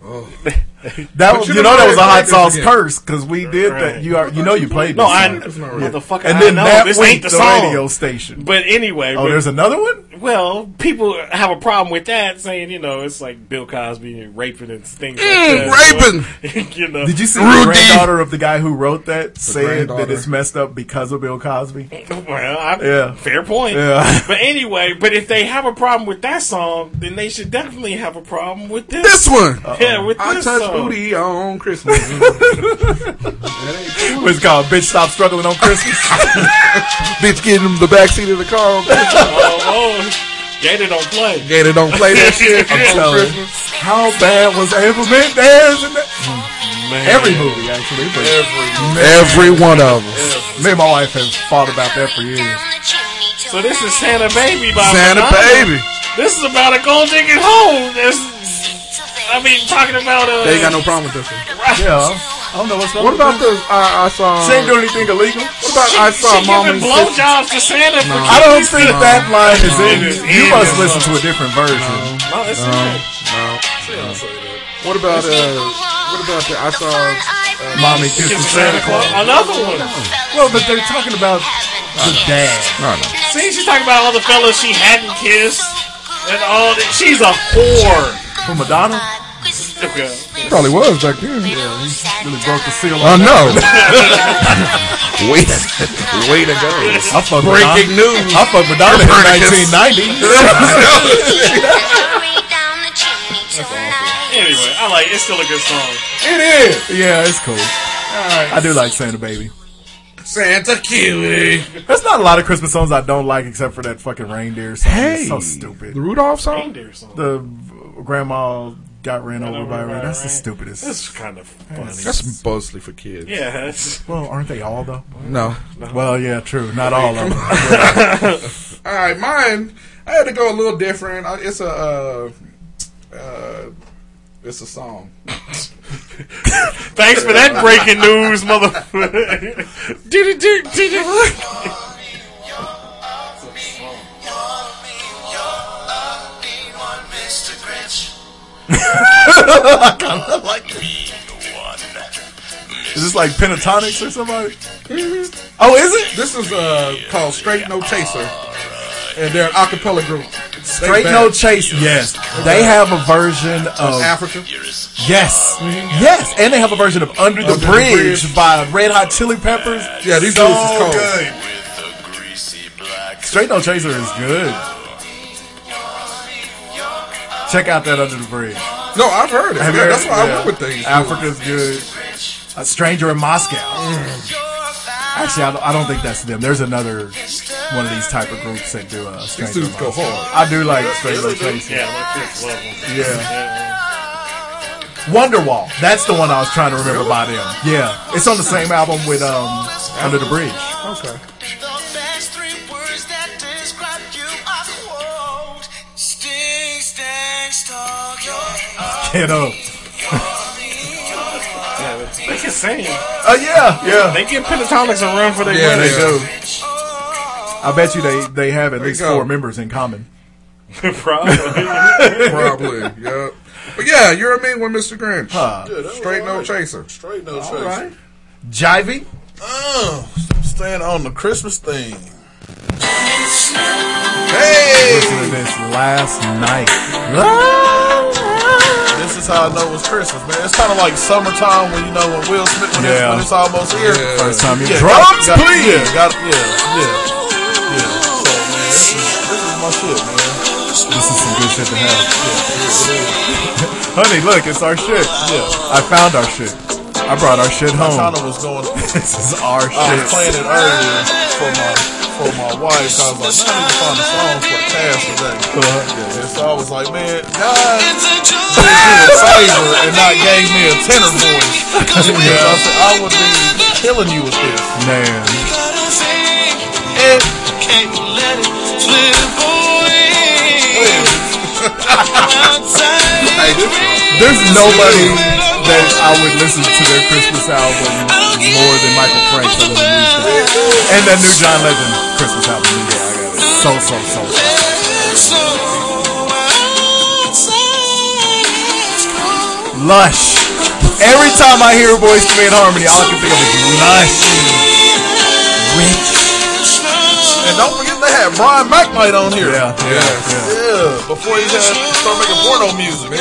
[SPEAKER 2] Oh.
[SPEAKER 12] That was, you know that was a hot sauce
[SPEAKER 2] curse.
[SPEAKER 12] curse because we did that.
[SPEAKER 13] Right.
[SPEAKER 12] You are you know you played
[SPEAKER 13] No,
[SPEAKER 12] this
[SPEAKER 13] I
[SPEAKER 12] song.
[SPEAKER 13] motherfucker.
[SPEAKER 12] and
[SPEAKER 13] I
[SPEAKER 12] then
[SPEAKER 13] know.
[SPEAKER 12] that
[SPEAKER 13] this
[SPEAKER 12] went
[SPEAKER 13] ain't the,
[SPEAKER 12] to
[SPEAKER 13] song.
[SPEAKER 12] radio station.
[SPEAKER 13] But anyway,
[SPEAKER 12] oh,
[SPEAKER 13] but-
[SPEAKER 12] there's another one.
[SPEAKER 13] Well, people have a problem with that, saying you know it's like Bill Cosby and raping and things
[SPEAKER 2] Mm,
[SPEAKER 13] like that. raping. you know,
[SPEAKER 12] Did you see the
[SPEAKER 2] Rudy.
[SPEAKER 12] granddaughter of the guy who wrote that said that
[SPEAKER 2] granddaughter.
[SPEAKER 12] it's messed up because of Bill Cosby?
[SPEAKER 13] Well, I,
[SPEAKER 12] Yeah.
[SPEAKER 13] fair point.
[SPEAKER 12] Yeah.
[SPEAKER 13] But anyway, but if they have a problem with that song, then they should definitely have a problem with this.
[SPEAKER 2] This one.
[SPEAKER 13] Yeah, with
[SPEAKER 2] I
[SPEAKER 13] this
[SPEAKER 2] touch
[SPEAKER 13] song.
[SPEAKER 2] booty on Christmas.
[SPEAKER 12] It's called "Bitch Stop Struggling on Christmas."
[SPEAKER 2] Bitch, get in the back seat of the car.
[SPEAKER 13] Oh, oh, Gator don't play.
[SPEAKER 2] Gator don't play that shit
[SPEAKER 12] I'm
[SPEAKER 2] on
[SPEAKER 12] telling you.
[SPEAKER 2] Christmas.
[SPEAKER 12] How bad was Implement Dance? In that?
[SPEAKER 13] Oh, Man.
[SPEAKER 12] Every movie, actually. But
[SPEAKER 2] Every one of them.
[SPEAKER 12] Me and my wife has fought about that for years.
[SPEAKER 13] So this is Santa Baby by
[SPEAKER 2] Santa
[SPEAKER 13] Madonna.
[SPEAKER 2] baby.
[SPEAKER 13] This is about a gold digging hole. That's, I mean, talking about uh,
[SPEAKER 2] They ain't got no problem with this one.
[SPEAKER 12] Yeah, I don't know what's going
[SPEAKER 2] What about the uh, I, I saw?
[SPEAKER 12] She ain't doing anything illegal.
[SPEAKER 2] What about I saw
[SPEAKER 13] she
[SPEAKER 2] mommy?
[SPEAKER 13] giving blowjobs to Santa. For
[SPEAKER 12] I don't think
[SPEAKER 13] No,
[SPEAKER 12] that line is in.
[SPEAKER 13] It is
[SPEAKER 12] You
[SPEAKER 13] in
[SPEAKER 12] must
[SPEAKER 13] this
[SPEAKER 12] listen to a different version.
[SPEAKER 13] no, it's not.
[SPEAKER 2] What about uh? What about the I saw? Uh,
[SPEAKER 12] Mommy kisses Santa Claus.
[SPEAKER 13] Another one.
[SPEAKER 12] Well, but they're talking about the dad.
[SPEAKER 2] no, no.
[SPEAKER 13] See, she's talking about all the fellas she hadn't kissed and all that. She's a whore.
[SPEAKER 12] From Madonna?
[SPEAKER 13] Okay.
[SPEAKER 2] Probably was back then.
[SPEAKER 12] Really broke the seal
[SPEAKER 2] I
[SPEAKER 12] on
[SPEAKER 2] know. way, way to go.
[SPEAKER 12] I fuck
[SPEAKER 2] Breaking
[SPEAKER 12] Madonna.
[SPEAKER 2] news.
[SPEAKER 12] I fuck Madonna in 1990.
[SPEAKER 13] Anyway, I like it's still a good song.
[SPEAKER 12] it is. Yeah, it's cool. I do like Santa Baby.
[SPEAKER 5] Santa Cutie.
[SPEAKER 12] There's not a lot of Christmas songs I don't like except for that fucking reindeer song.
[SPEAKER 2] Hey,
[SPEAKER 12] It's so stupid.
[SPEAKER 2] The Rudolph song.
[SPEAKER 13] Reindeer song.
[SPEAKER 12] The v- grandma got ran over by a reindeer. That's the
[SPEAKER 13] This
[SPEAKER 12] stupidest.
[SPEAKER 13] is kind of funny.
[SPEAKER 2] That's mostly for kids.
[SPEAKER 13] Yeah, that's,
[SPEAKER 12] Well, oh, aren't they all though?
[SPEAKER 2] No.
[SPEAKER 12] Well, yeah, true. Not all of them.
[SPEAKER 2] All right, mine. I had to go a little different. I- It's a, uh, uh, it's a song.
[SPEAKER 13] thanks for that breaking news, motherfucker. Did it, did it, did it.
[SPEAKER 12] Is this like Pentatonics or somebody?
[SPEAKER 2] Oh, is it? This is uh called Straight No Chaser, and they're an acapella group. They
[SPEAKER 12] Straight
[SPEAKER 2] bad.
[SPEAKER 12] No Chase. Yes, they have a version of
[SPEAKER 2] Africa.
[SPEAKER 12] yes, yes, and they have a version of Under the,
[SPEAKER 2] Under the
[SPEAKER 12] Bridge,
[SPEAKER 2] Bridge.
[SPEAKER 12] by Red Hot Chili Peppers.
[SPEAKER 2] Yeah, these
[SPEAKER 12] so
[SPEAKER 2] dudes is cold.
[SPEAKER 12] good. Straight No Chaser is good. Check out that Under the Bridge.
[SPEAKER 2] No, I've heard it.
[SPEAKER 12] Have you
[SPEAKER 2] Yeah,
[SPEAKER 12] heard-
[SPEAKER 2] that's why
[SPEAKER 12] yeah.
[SPEAKER 2] I went with things.
[SPEAKER 12] Africa's good. A Stranger in Moscow.
[SPEAKER 2] Mm.
[SPEAKER 12] Actually, I don't, I don't think that's them. There's another one of these type of groups that do uh,
[SPEAKER 2] These
[SPEAKER 12] Stranger in
[SPEAKER 2] dudes go
[SPEAKER 12] Moscow.
[SPEAKER 2] hard.
[SPEAKER 12] I do like Straight No Chaser.
[SPEAKER 13] Yeah, my kids love them.
[SPEAKER 12] Yeah. Wonderwall. That's the one I was trying to remember by them. Yeah. It's on the same album with um Under the Bridge.
[SPEAKER 2] Okay.
[SPEAKER 4] The best three words that describe you are quote, still
[SPEAKER 12] you know.
[SPEAKER 13] They can sing.
[SPEAKER 12] Oh yeah, yeah.
[SPEAKER 13] They get pentatonics and run for their
[SPEAKER 12] Yeah,
[SPEAKER 13] money.
[SPEAKER 12] they do. I bet you they, they have at
[SPEAKER 13] There you
[SPEAKER 12] least
[SPEAKER 13] go.
[SPEAKER 12] four members in common.
[SPEAKER 13] Probably.
[SPEAKER 19] Probably. Yep. But yeah, you're a mean one, Mr. Grinch. Straight no chaser.
[SPEAKER 2] Straight no
[SPEAKER 19] All
[SPEAKER 2] chaser.
[SPEAKER 19] right.
[SPEAKER 12] Jivey?
[SPEAKER 2] Oh, staying on the Christmas thing.
[SPEAKER 12] Hey!
[SPEAKER 2] Hey!
[SPEAKER 12] Listening to this last night.
[SPEAKER 2] This is how I know it's Christmas, man. It's kind of like summertime when you know when Will Smith when,
[SPEAKER 12] Yeah.
[SPEAKER 2] it's, when it's almost here.
[SPEAKER 12] Yeah. First time you-
[SPEAKER 2] yeah,
[SPEAKER 12] Drums,
[SPEAKER 2] got,
[SPEAKER 12] please!
[SPEAKER 2] Yeah, got, yeah, yeah, yeah. So man, this is, this is my shit, man.
[SPEAKER 12] This is some good shit to have. Honey, look, it's our shit. I found our shit. I brought our shit
[SPEAKER 2] My
[SPEAKER 12] home.
[SPEAKER 2] channel was going.
[SPEAKER 12] this is our
[SPEAKER 2] I was
[SPEAKER 12] shit.
[SPEAKER 2] playing it earlier for my for my wife. 'cause I was like, man, I need to find a song for the task today.
[SPEAKER 12] Uh-huh.
[SPEAKER 2] And so I was like, man, God did me a favor and not gave me a tenor voice. Because I said I would be killing you with this.
[SPEAKER 12] Man.
[SPEAKER 2] And
[SPEAKER 12] There's nobody that I would listen to their Christmas album more than Michael Frank other than these guys. And that new John Legend Christmas album. So, so, so. Lush. Every time I hear Boys to Me in Harmony, all I can think of is Lush. Rich.
[SPEAKER 2] and don't forget they had Brian McKnight on here.
[SPEAKER 12] Yeah, yeah, yeah.
[SPEAKER 2] Yeah, before he had started making porno music.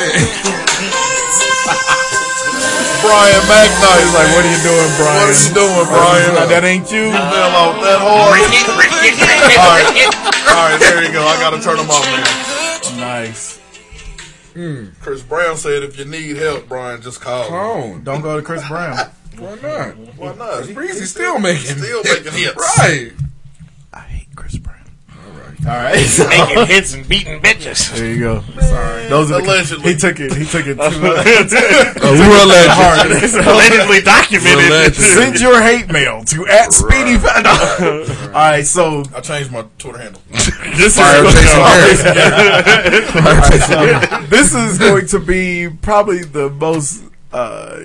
[SPEAKER 12] Brian McKnight. He's like, what are you doing, Brian? What are you
[SPEAKER 2] doing,
[SPEAKER 12] Brian? that ain't you.
[SPEAKER 2] Fell off that hard. All right, all right, there you go. I gotta turn them off. Man.
[SPEAKER 12] Nice.
[SPEAKER 2] Chris Brown said, "If you need help, Brian, just call."
[SPEAKER 19] Cone.
[SPEAKER 12] Don't go to Chris Brown.
[SPEAKER 19] Why not?
[SPEAKER 2] Why not?
[SPEAKER 19] Breezy still making
[SPEAKER 2] still making hits.
[SPEAKER 19] Right.
[SPEAKER 12] All right.
[SPEAKER 13] Making hits and beating bitches.
[SPEAKER 12] There you go. Those are the-
[SPEAKER 2] Allegedly.
[SPEAKER 12] he took it. He took it.
[SPEAKER 13] allegedly.
[SPEAKER 12] Hard.
[SPEAKER 13] It's allegedly documented. Allegedly.
[SPEAKER 12] Send your hate mail to at Speedy. Van- All right, so
[SPEAKER 2] I changed my Twitter handle.
[SPEAKER 12] this
[SPEAKER 2] Fire
[SPEAKER 12] is
[SPEAKER 2] Jason
[SPEAKER 12] Alright,
[SPEAKER 2] Garrett. Fire Jason
[SPEAKER 12] so
[SPEAKER 2] Garrett.
[SPEAKER 12] this is going to be probably the most uh,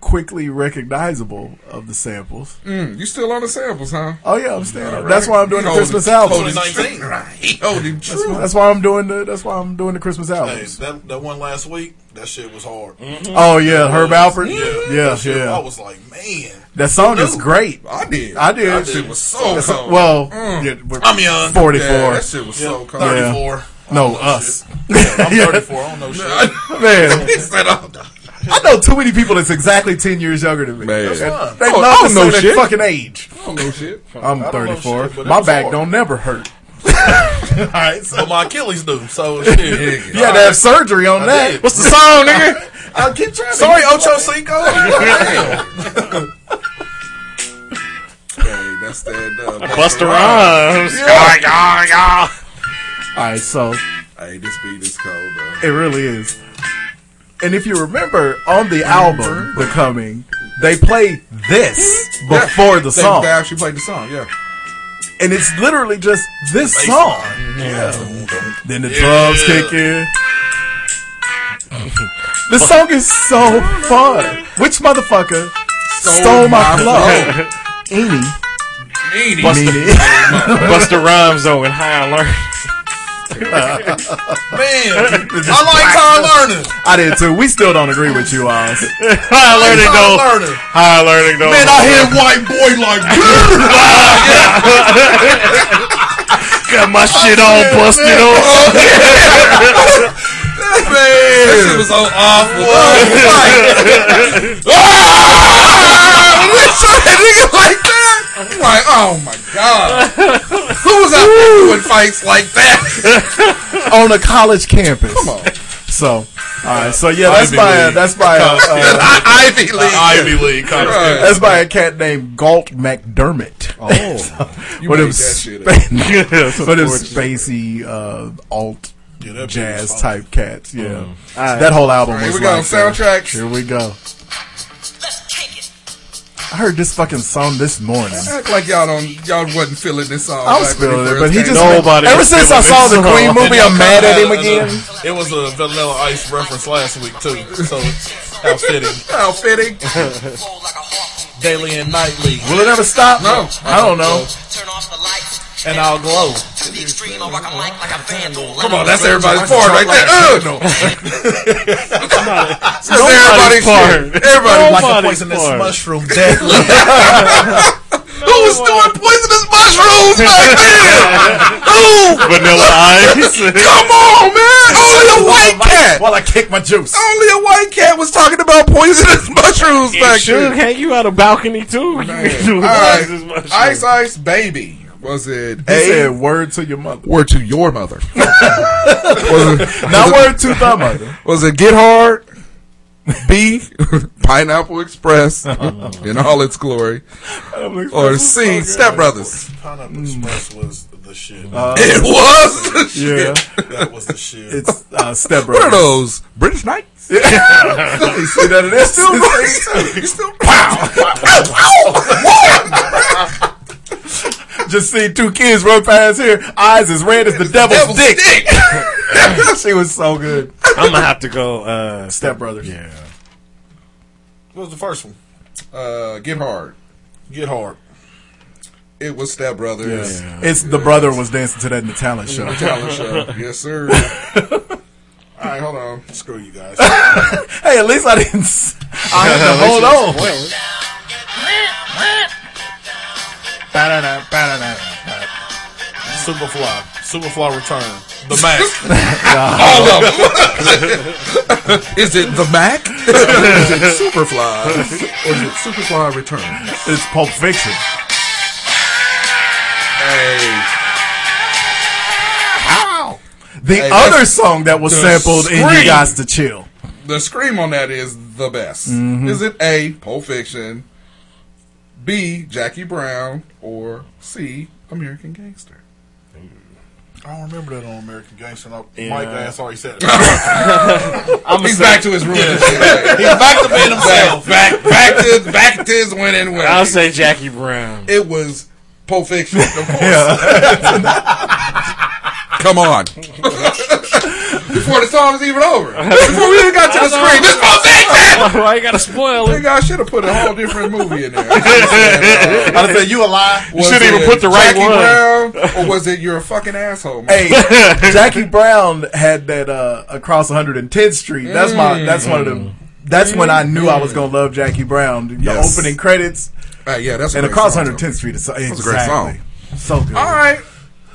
[SPEAKER 12] quickly recognizable of the samples.
[SPEAKER 19] Mm, you still on the samples, huh?
[SPEAKER 12] Oh yeah, I'm staying.
[SPEAKER 19] All
[SPEAKER 12] on That's
[SPEAKER 19] right.
[SPEAKER 12] why I'm doing
[SPEAKER 19] He
[SPEAKER 12] the
[SPEAKER 19] holding-
[SPEAKER 12] Christmas album.
[SPEAKER 19] holding true. He holding
[SPEAKER 12] That's,
[SPEAKER 19] true.
[SPEAKER 12] that's why I'm doing the. That's why I'm doing the Christmas
[SPEAKER 2] Hey,
[SPEAKER 12] albums.
[SPEAKER 2] that, that one last week, that shit was hard.
[SPEAKER 19] Mm-hmm.
[SPEAKER 12] Oh yeah, Herb Alpert.
[SPEAKER 2] Yeah,
[SPEAKER 12] Yeah,
[SPEAKER 2] that shit-
[SPEAKER 12] yeah.
[SPEAKER 2] I was like, man,
[SPEAKER 12] That song is great.
[SPEAKER 19] I did.
[SPEAKER 12] I did.
[SPEAKER 19] That shit was so
[SPEAKER 12] That's-
[SPEAKER 19] cold.
[SPEAKER 12] Well,
[SPEAKER 19] Mm.
[SPEAKER 12] yeah, we're
[SPEAKER 2] I'm young.
[SPEAKER 12] 44.
[SPEAKER 19] Yeah, that shit was so
[SPEAKER 2] Yeah,
[SPEAKER 19] cold.
[SPEAKER 2] 34.
[SPEAKER 12] No,
[SPEAKER 2] I don't know
[SPEAKER 12] us.
[SPEAKER 2] shit. Yeah, I'm
[SPEAKER 12] Yeah.
[SPEAKER 2] 34. I don't know shit.
[SPEAKER 12] Man.
[SPEAKER 19] He said, "Oh,
[SPEAKER 12] I know too many people that's exactly 10 years younger than me.
[SPEAKER 19] Man.
[SPEAKER 12] They
[SPEAKER 19] fine.
[SPEAKER 12] love
[SPEAKER 19] Oh, I don't
[SPEAKER 12] to
[SPEAKER 19] know
[SPEAKER 12] say their
[SPEAKER 19] shit.
[SPEAKER 12] fucking age.
[SPEAKER 19] I don't know shit.
[SPEAKER 12] I'm
[SPEAKER 2] I don't know
[SPEAKER 12] 34.
[SPEAKER 2] shit, but
[SPEAKER 12] My
[SPEAKER 2] it's
[SPEAKER 12] back
[SPEAKER 2] hard.
[SPEAKER 12] don't never hurt.
[SPEAKER 2] All right, so my Achilles do. So shit.
[SPEAKER 12] You had to have surgery on
[SPEAKER 2] I
[SPEAKER 12] that.
[SPEAKER 2] did.
[SPEAKER 13] What's the song, nigga?
[SPEAKER 12] I keep trying to.
[SPEAKER 2] Sorry, Ocho Cinco.
[SPEAKER 19] Hey, that's uh, that. Uh,
[SPEAKER 13] Busta Rhymes.
[SPEAKER 2] Oh,
[SPEAKER 13] Yeah. Yeah, yeah.
[SPEAKER 12] All right, so
[SPEAKER 19] Hey, this beat is cold, bro.
[SPEAKER 12] it really is. And if you remember, on the album, The Coming, they played this before the
[SPEAKER 19] They-
[SPEAKER 12] song.
[SPEAKER 19] They actually played the song, yeah.
[SPEAKER 12] And it's literally just this song. Then the drums kick in. The song is so fun. Which motherfucker stole, my flow? Amy.
[SPEAKER 19] Meanie.
[SPEAKER 13] Busta, Busta Rhymes though and High and Learn.
[SPEAKER 2] Man, I like Tom Lerner.
[SPEAKER 12] I did too. We still don't agree with you, Oz.
[SPEAKER 13] High Learning
[SPEAKER 2] Tom
[SPEAKER 13] though.
[SPEAKER 2] Lerner.
[SPEAKER 13] High Learning though.
[SPEAKER 2] Man, I hit white boy like
[SPEAKER 13] got my shit all busted on.
[SPEAKER 19] That shit was so awful. Ah, when they shot that nigga like that, I'm like, oh my god. Who was out there doing fights like that?
[SPEAKER 12] on a college campus.
[SPEAKER 19] Come on.
[SPEAKER 12] So, all right. So yeah, that's
[SPEAKER 2] Ivy
[SPEAKER 12] by
[SPEAKER 2] League.
[SPEAKER 12] that's by uh, uh,
[SPEAKER 19] Ivy League.
[SPEAKER 2] Ivy League. Kind of
[SPEAKER 19] Right.
[SPEAKER 12] that's by a cat named Galt McDermott. Oh,
[SPEAKER 19] You
[SPEAKER 12] what
[SPEAKER 19] made
[SPEAKER 12] if
[SPEAKER 19] that shit
[SPEAKER 12] spa-
[SPEAKER 19] up.
[SPEAKER 12] what if spacey uh, alt
[SPEAKER 2] Yeah, that
[SPEAKER 12] jazz
[SPEAKER 2] bitch was Uh-huh.
[SPEAKER 12] type cats? Yeah,
[SPEAKER 13] All right.
[SPEAKER 12] that whole album.
[SPEAKER 19] Here
[SPEAKER 12] was
[SPEAKER 19] we go,
[SPEAKER 12] like that.
[SPEAKER 19] soundtracks.
[SPEAKER 12] Here we go. I heard this fucking song this morning.
[SPEAKER 2] Act like y'all don't y'all wasn't feeling this song.
[SPEAKER 12] I was
[SPEAKER 2] back
[SPEAKER 12] feeling
[SPEAKER 2] when
[SPEAKER 12] it,
[SPEAKER 2] first
[SPEAKER 12] but he
[SPEAKER 2] came
[SPEAKER 12] just-
[SPEAKER 2] out.
[SPEAKER 12] Nobody ever was since I feeling saw this the song. Queen movie,
[SPEAKER 5] And
[SPEAKER 12] I'm
[SPEAKER 5] it
[SPEAKER 12] mad at him
[SPEAKER 5] kinda had
[SPEAKER 12] again.
[SPEAKER 5] a- it was a Vanilla Ice reference last week too, so how fitting.
[SPEAKER 2] How fitting.
[SPEAKER 5] Daily and nightly.
[SPEAKER 12] Will it ever stop?
[SPEAKER 5] No,
[SPEAKER 12] I don't know.
[SPEAKER 5] And I'll glow.
[SPEAKER 2] Come on, that's everybody's part right there. Ugh, no.
[SPEAKER 5] That's
[SPEAKER 2] everybody's part. Everybody's
[SPEAKER 5] like a
[SPEAKER 2] part.
[SPEAKER 5] poisonous
[SPEAKER 2] Nobody's part.
[SPEAKER 5] mushroom. Deadly.
[SPEAKER 2] Who was doing poisonous mushrooms back then? Who?
[SPEAKER 13] Vanilla Ice.
[SPEAKER 2] Come on, man. Only a white cat. Oh,
[SPEAKER 12] While I kick my juice.
[SPEAKER 2] Only a white cat was talking about poisonous mushrooms back then.
[SPEAKER 13] Should hang you out a balcony too. You can do
[SPEAKER 2] All
[SPEAKER 13] poisonous
[SPEAKER 2] right.
[SPEAKER 13] mushrooms.
[SPEAKER 2] Ice Ice Baby. Was it
[SPEAKER 12] He said
[SPEAKER 2] A?
[SPEAKER 12] word to your mother.
[SPEAKER 2] Word to your mother. was it,
[SPEAKER 12] Not
[SPEAKER 2] was it-
[SPEAKER 12] word to thy mother.
[SPEAKER 2] Was it Get Hard? B. Pineapple Express in all its glory.
[SPEAKER 12] "Oh,
[SPEAKER 2] Or C. Step Brothers.
[SPEAKER 5] Pineapple Express was the shit.
[SPEAKER 12] Uh,
[SPEAKER 2] It was the
[SPEAKER 12] yeah.
[SPEAKER 2] shit.
[SPEAKER 5] That was the shit.
[SPEAKER 12] It's uh, Step
[SPEAKER 2] What are
[SPEAKER 12] Brothers.
[SPEAKER 2] those? British Knights? Yeah.
[SPEAKER 12] You see that it is?
[SPEAKER 2] still British. You still Wow.
[SPEAKER 12] Just see two kids run past here. Eyes as red as the devil's,
[SPEAKER 2] Devil's
[SPEAKER 12] dick.
[SPEAKER 2] dick.
[SPEAKER 12] she was so good.
[SPEAKER 13] I'm gonna have to go. Uh,
[SPEAKER 12] Step Brothers.
[SPEAKER 13] Yeah.
[SPEAKER 5] What was the first one?
[SPEAKER 2] Uh, Get Hard.
[SPEAKER 5] Get hard.
[SPEAKER 2] It was Step Brothers.
[SPEAKER 12] It's the brother was dancing to that in the talent show.
[SPEAKER 2] Talent show. Yes, sir. All right, hold on.
[SPEAKER 5] Screw you guys.
[SPEAKER 12] Hey, at least I didn't. s- I had to hold on. Ba-da-da, ba-da-da.
[SPEAKER 5] Superfly. Superfly Return. The Mac.
[SPEAKER 2] All of them. Is it the Mac? Is it Superfly? Or is it Superfly Return?
[SPEAKER 12] It's Pulp Fiction.
[SPEAKER 2] Hey. Wow.
[SPEAKER 12] The
[SPEAKER 2] Hey,
[SPEAKER 12] other
[SPEAKER 2] that's-
[SPEAKER 12] song that was
[SPEAKER 2] the
[SPEAKER 12] sampled in You
[SPEAKER 2] scream.
[SPEAKER 12] Guys to Chill.
[SPEAKER 2] The scream on that is the best.
[SPEAKER 12] Mhm.
[SPEAKER 2] Is it A, Pulp Fiction, B, Jackie Brown, or C, American Gangster?
[SPEAKER 5] I don't remember that on American Gangster. No,
[SPEAKER 13] Yeah.
[SPEAKER 5] Mike ass already said it.
[SPEAKER 13] I'm
[SPEAKER 2] He's back to his room. He's
[SPEAKER 5] He's back to being himself.
[SPEAKER 2] Back, back to back to his winning ways.
[SPEAKER 13] I'll say Jackie Brown.
[SPEAKER 2] it was Pulp Fiction, of course. Come on. Before the song is even over. Before we even got to the screen. This Pulp Fiction!
[SPEAKER 13] Why you gotta spoil it?
[SPEAKER 2] Nigga, I should have put a whole different movie in there. You
[SPEAKER 12] I said, you a lie.
[SPEAKER 13] should've even put the right
[SPEAKER 2] Jackie
[SPEAKER 13] one.
[SPEAKER 2] Brown, or was it you're a fucking asshole? man?
[SPEAKER 12] Hey, Jackie Brown had that uh, across 110th Street. That's my. That's one of them. That's when I knew I was gonna love Jackie Brown. The
[SPEAKER 2] Yes.
[SPEAKER 12] opening credits
[SPEAKER 2] Hey, yeah, that's a
[SPEAKER 12] and
[SPEAKER 2] great
[SPEAKER 12] across
[SPEAKER 2] song,
[SPEAKER 12] 110th Street is so,
[SPEAKER 2] That's
[SPEAKER 12] exactly
[SPEAKER 2] a great
[SPEAKER 12] so good.
[SPEAKER 2] All right.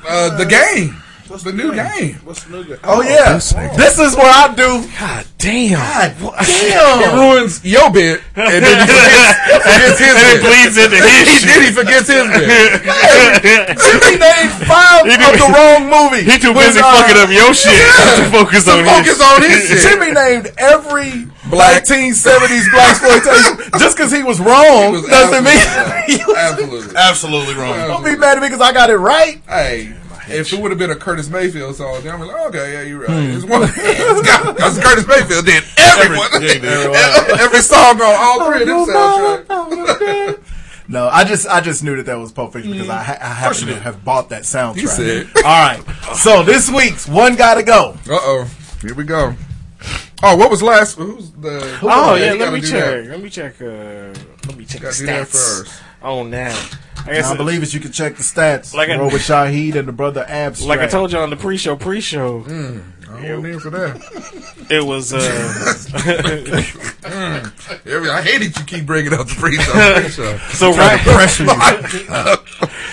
[SPEAKER 2] Uh, the game.
[SPEAKER 5] What's
[SPEAKER 2] The new game.
[SPEAKER 5] What's the new game?
[SPEAKER 12] Oh yeah,
[SPEAKER 2] this
[SPEAKER 12] this,
[SPEAKER 2] nigga.
[SPEAKER 12] is what I do.
[SPEAKER 13] God damn.
[SPEAKER 12] God
[SPEAKER 2] It
[SPEAKER 12] damn.
[SPEAKER 2] ruins your bit, and then he forgets, forgets his
[SPEAKER 13] And it
[SPEAKER 2] bit.
[SPEAKER 13] bleeds into his
[SPEAKER 2] He
[SPEAKER 13] shit.
[SPEAKER 2] did. He forgets his bit.
[SPEAKER 12] Jimmy named five
[SPEAKER 13] He
[SPEAKER 12] of
[SPEAKER 13] do-
[SPEAKER 12] the wrong movie.
[SPEAKER 13] He too
[SPEAKER 12] When,
[SPEAKER 13] busy
[SPEAKER 12] uh,
[SPEAKER 13] fucking up your shit to focus
[SPEAKER 2] To
[SPEAKER 13] on
[SPEAKER 2] focus
[SPEAKER 13] his.
[SPEAKER 2] on his shit.
[SPEAKER 12] Jimmy named every
[SPEAKER 2] Black.
[SPEAKER 12] 1970s black exploitation just because he was wrong
[SPEAKER 2] He was
[SPEAKER 12] doesn't mean
[SPEAKER 2] absolutely wrong. Absolutely.
[SPEAKER 5] Absolutely wrong.
[SPEAKER 12] don't be mad at me because I got it right.
[SPEAKER 2] Hey, if it would have been a Curtis Mayfield song, then I'm like, oh, okay, yeah, you're right. It's one because Curtis Mayfield did everyone,
[SPEAKER 5] Every- yeah, he
[SPEAKER 2] every,
[SPEAKER 5] did.
[SPEAKER 2] song on all three of
[SPEAKER 12] Oh,
[SPEAKER 2] them soundtracks.
[SPEAKER 12] No, I just I just knew that that was Pulp Fiction because I, ha- I happen to have bought that soundtrack.
[SPEAKER 2] You said.
[SPEAKER 12] All right, so this week's one gotta go.
[SPEAKER 2] Uh oh, here we go. Oh, what was last? Who's the?
[SPEAKER 13] Oh
[SPEAKER 2] you
[SPEAKER 13] yeah, let
[SPEAKER 2] gotta
[SPEAKER 13] me
[SPEAKER 2] do
[SPEAKER 13] check. Let me check. Uh, let me check the
[SPEAKER 2] Gotta do that
[SPEAKER 13] stats.
[SPEAKER 2] first.
[SPEAKER 13] Oh now, I
[SPEAKER 12] And
[SPEAKER 13] guess
[SPEAKER 12] I believe it. You can check the stats.
[SPEAKER 13] Like
[SPEAKER 12] Like
[SPEAKER 13] I-
[SPEAKER 12] Roll with Shaheed and the brother Abstract.
[SPEAKER 13] like I told you Mm. on the pre-show, pre-show,
[SPEAKER 2] that. I don't need for that.
[SPEAKER 13] it was. Uh,
[SPEAKER 2] Every- I hate it. You keep bringing up the pre-show. pre-show.
[SPEAKER 13] so right,
[SPEAKER 12] pressure you.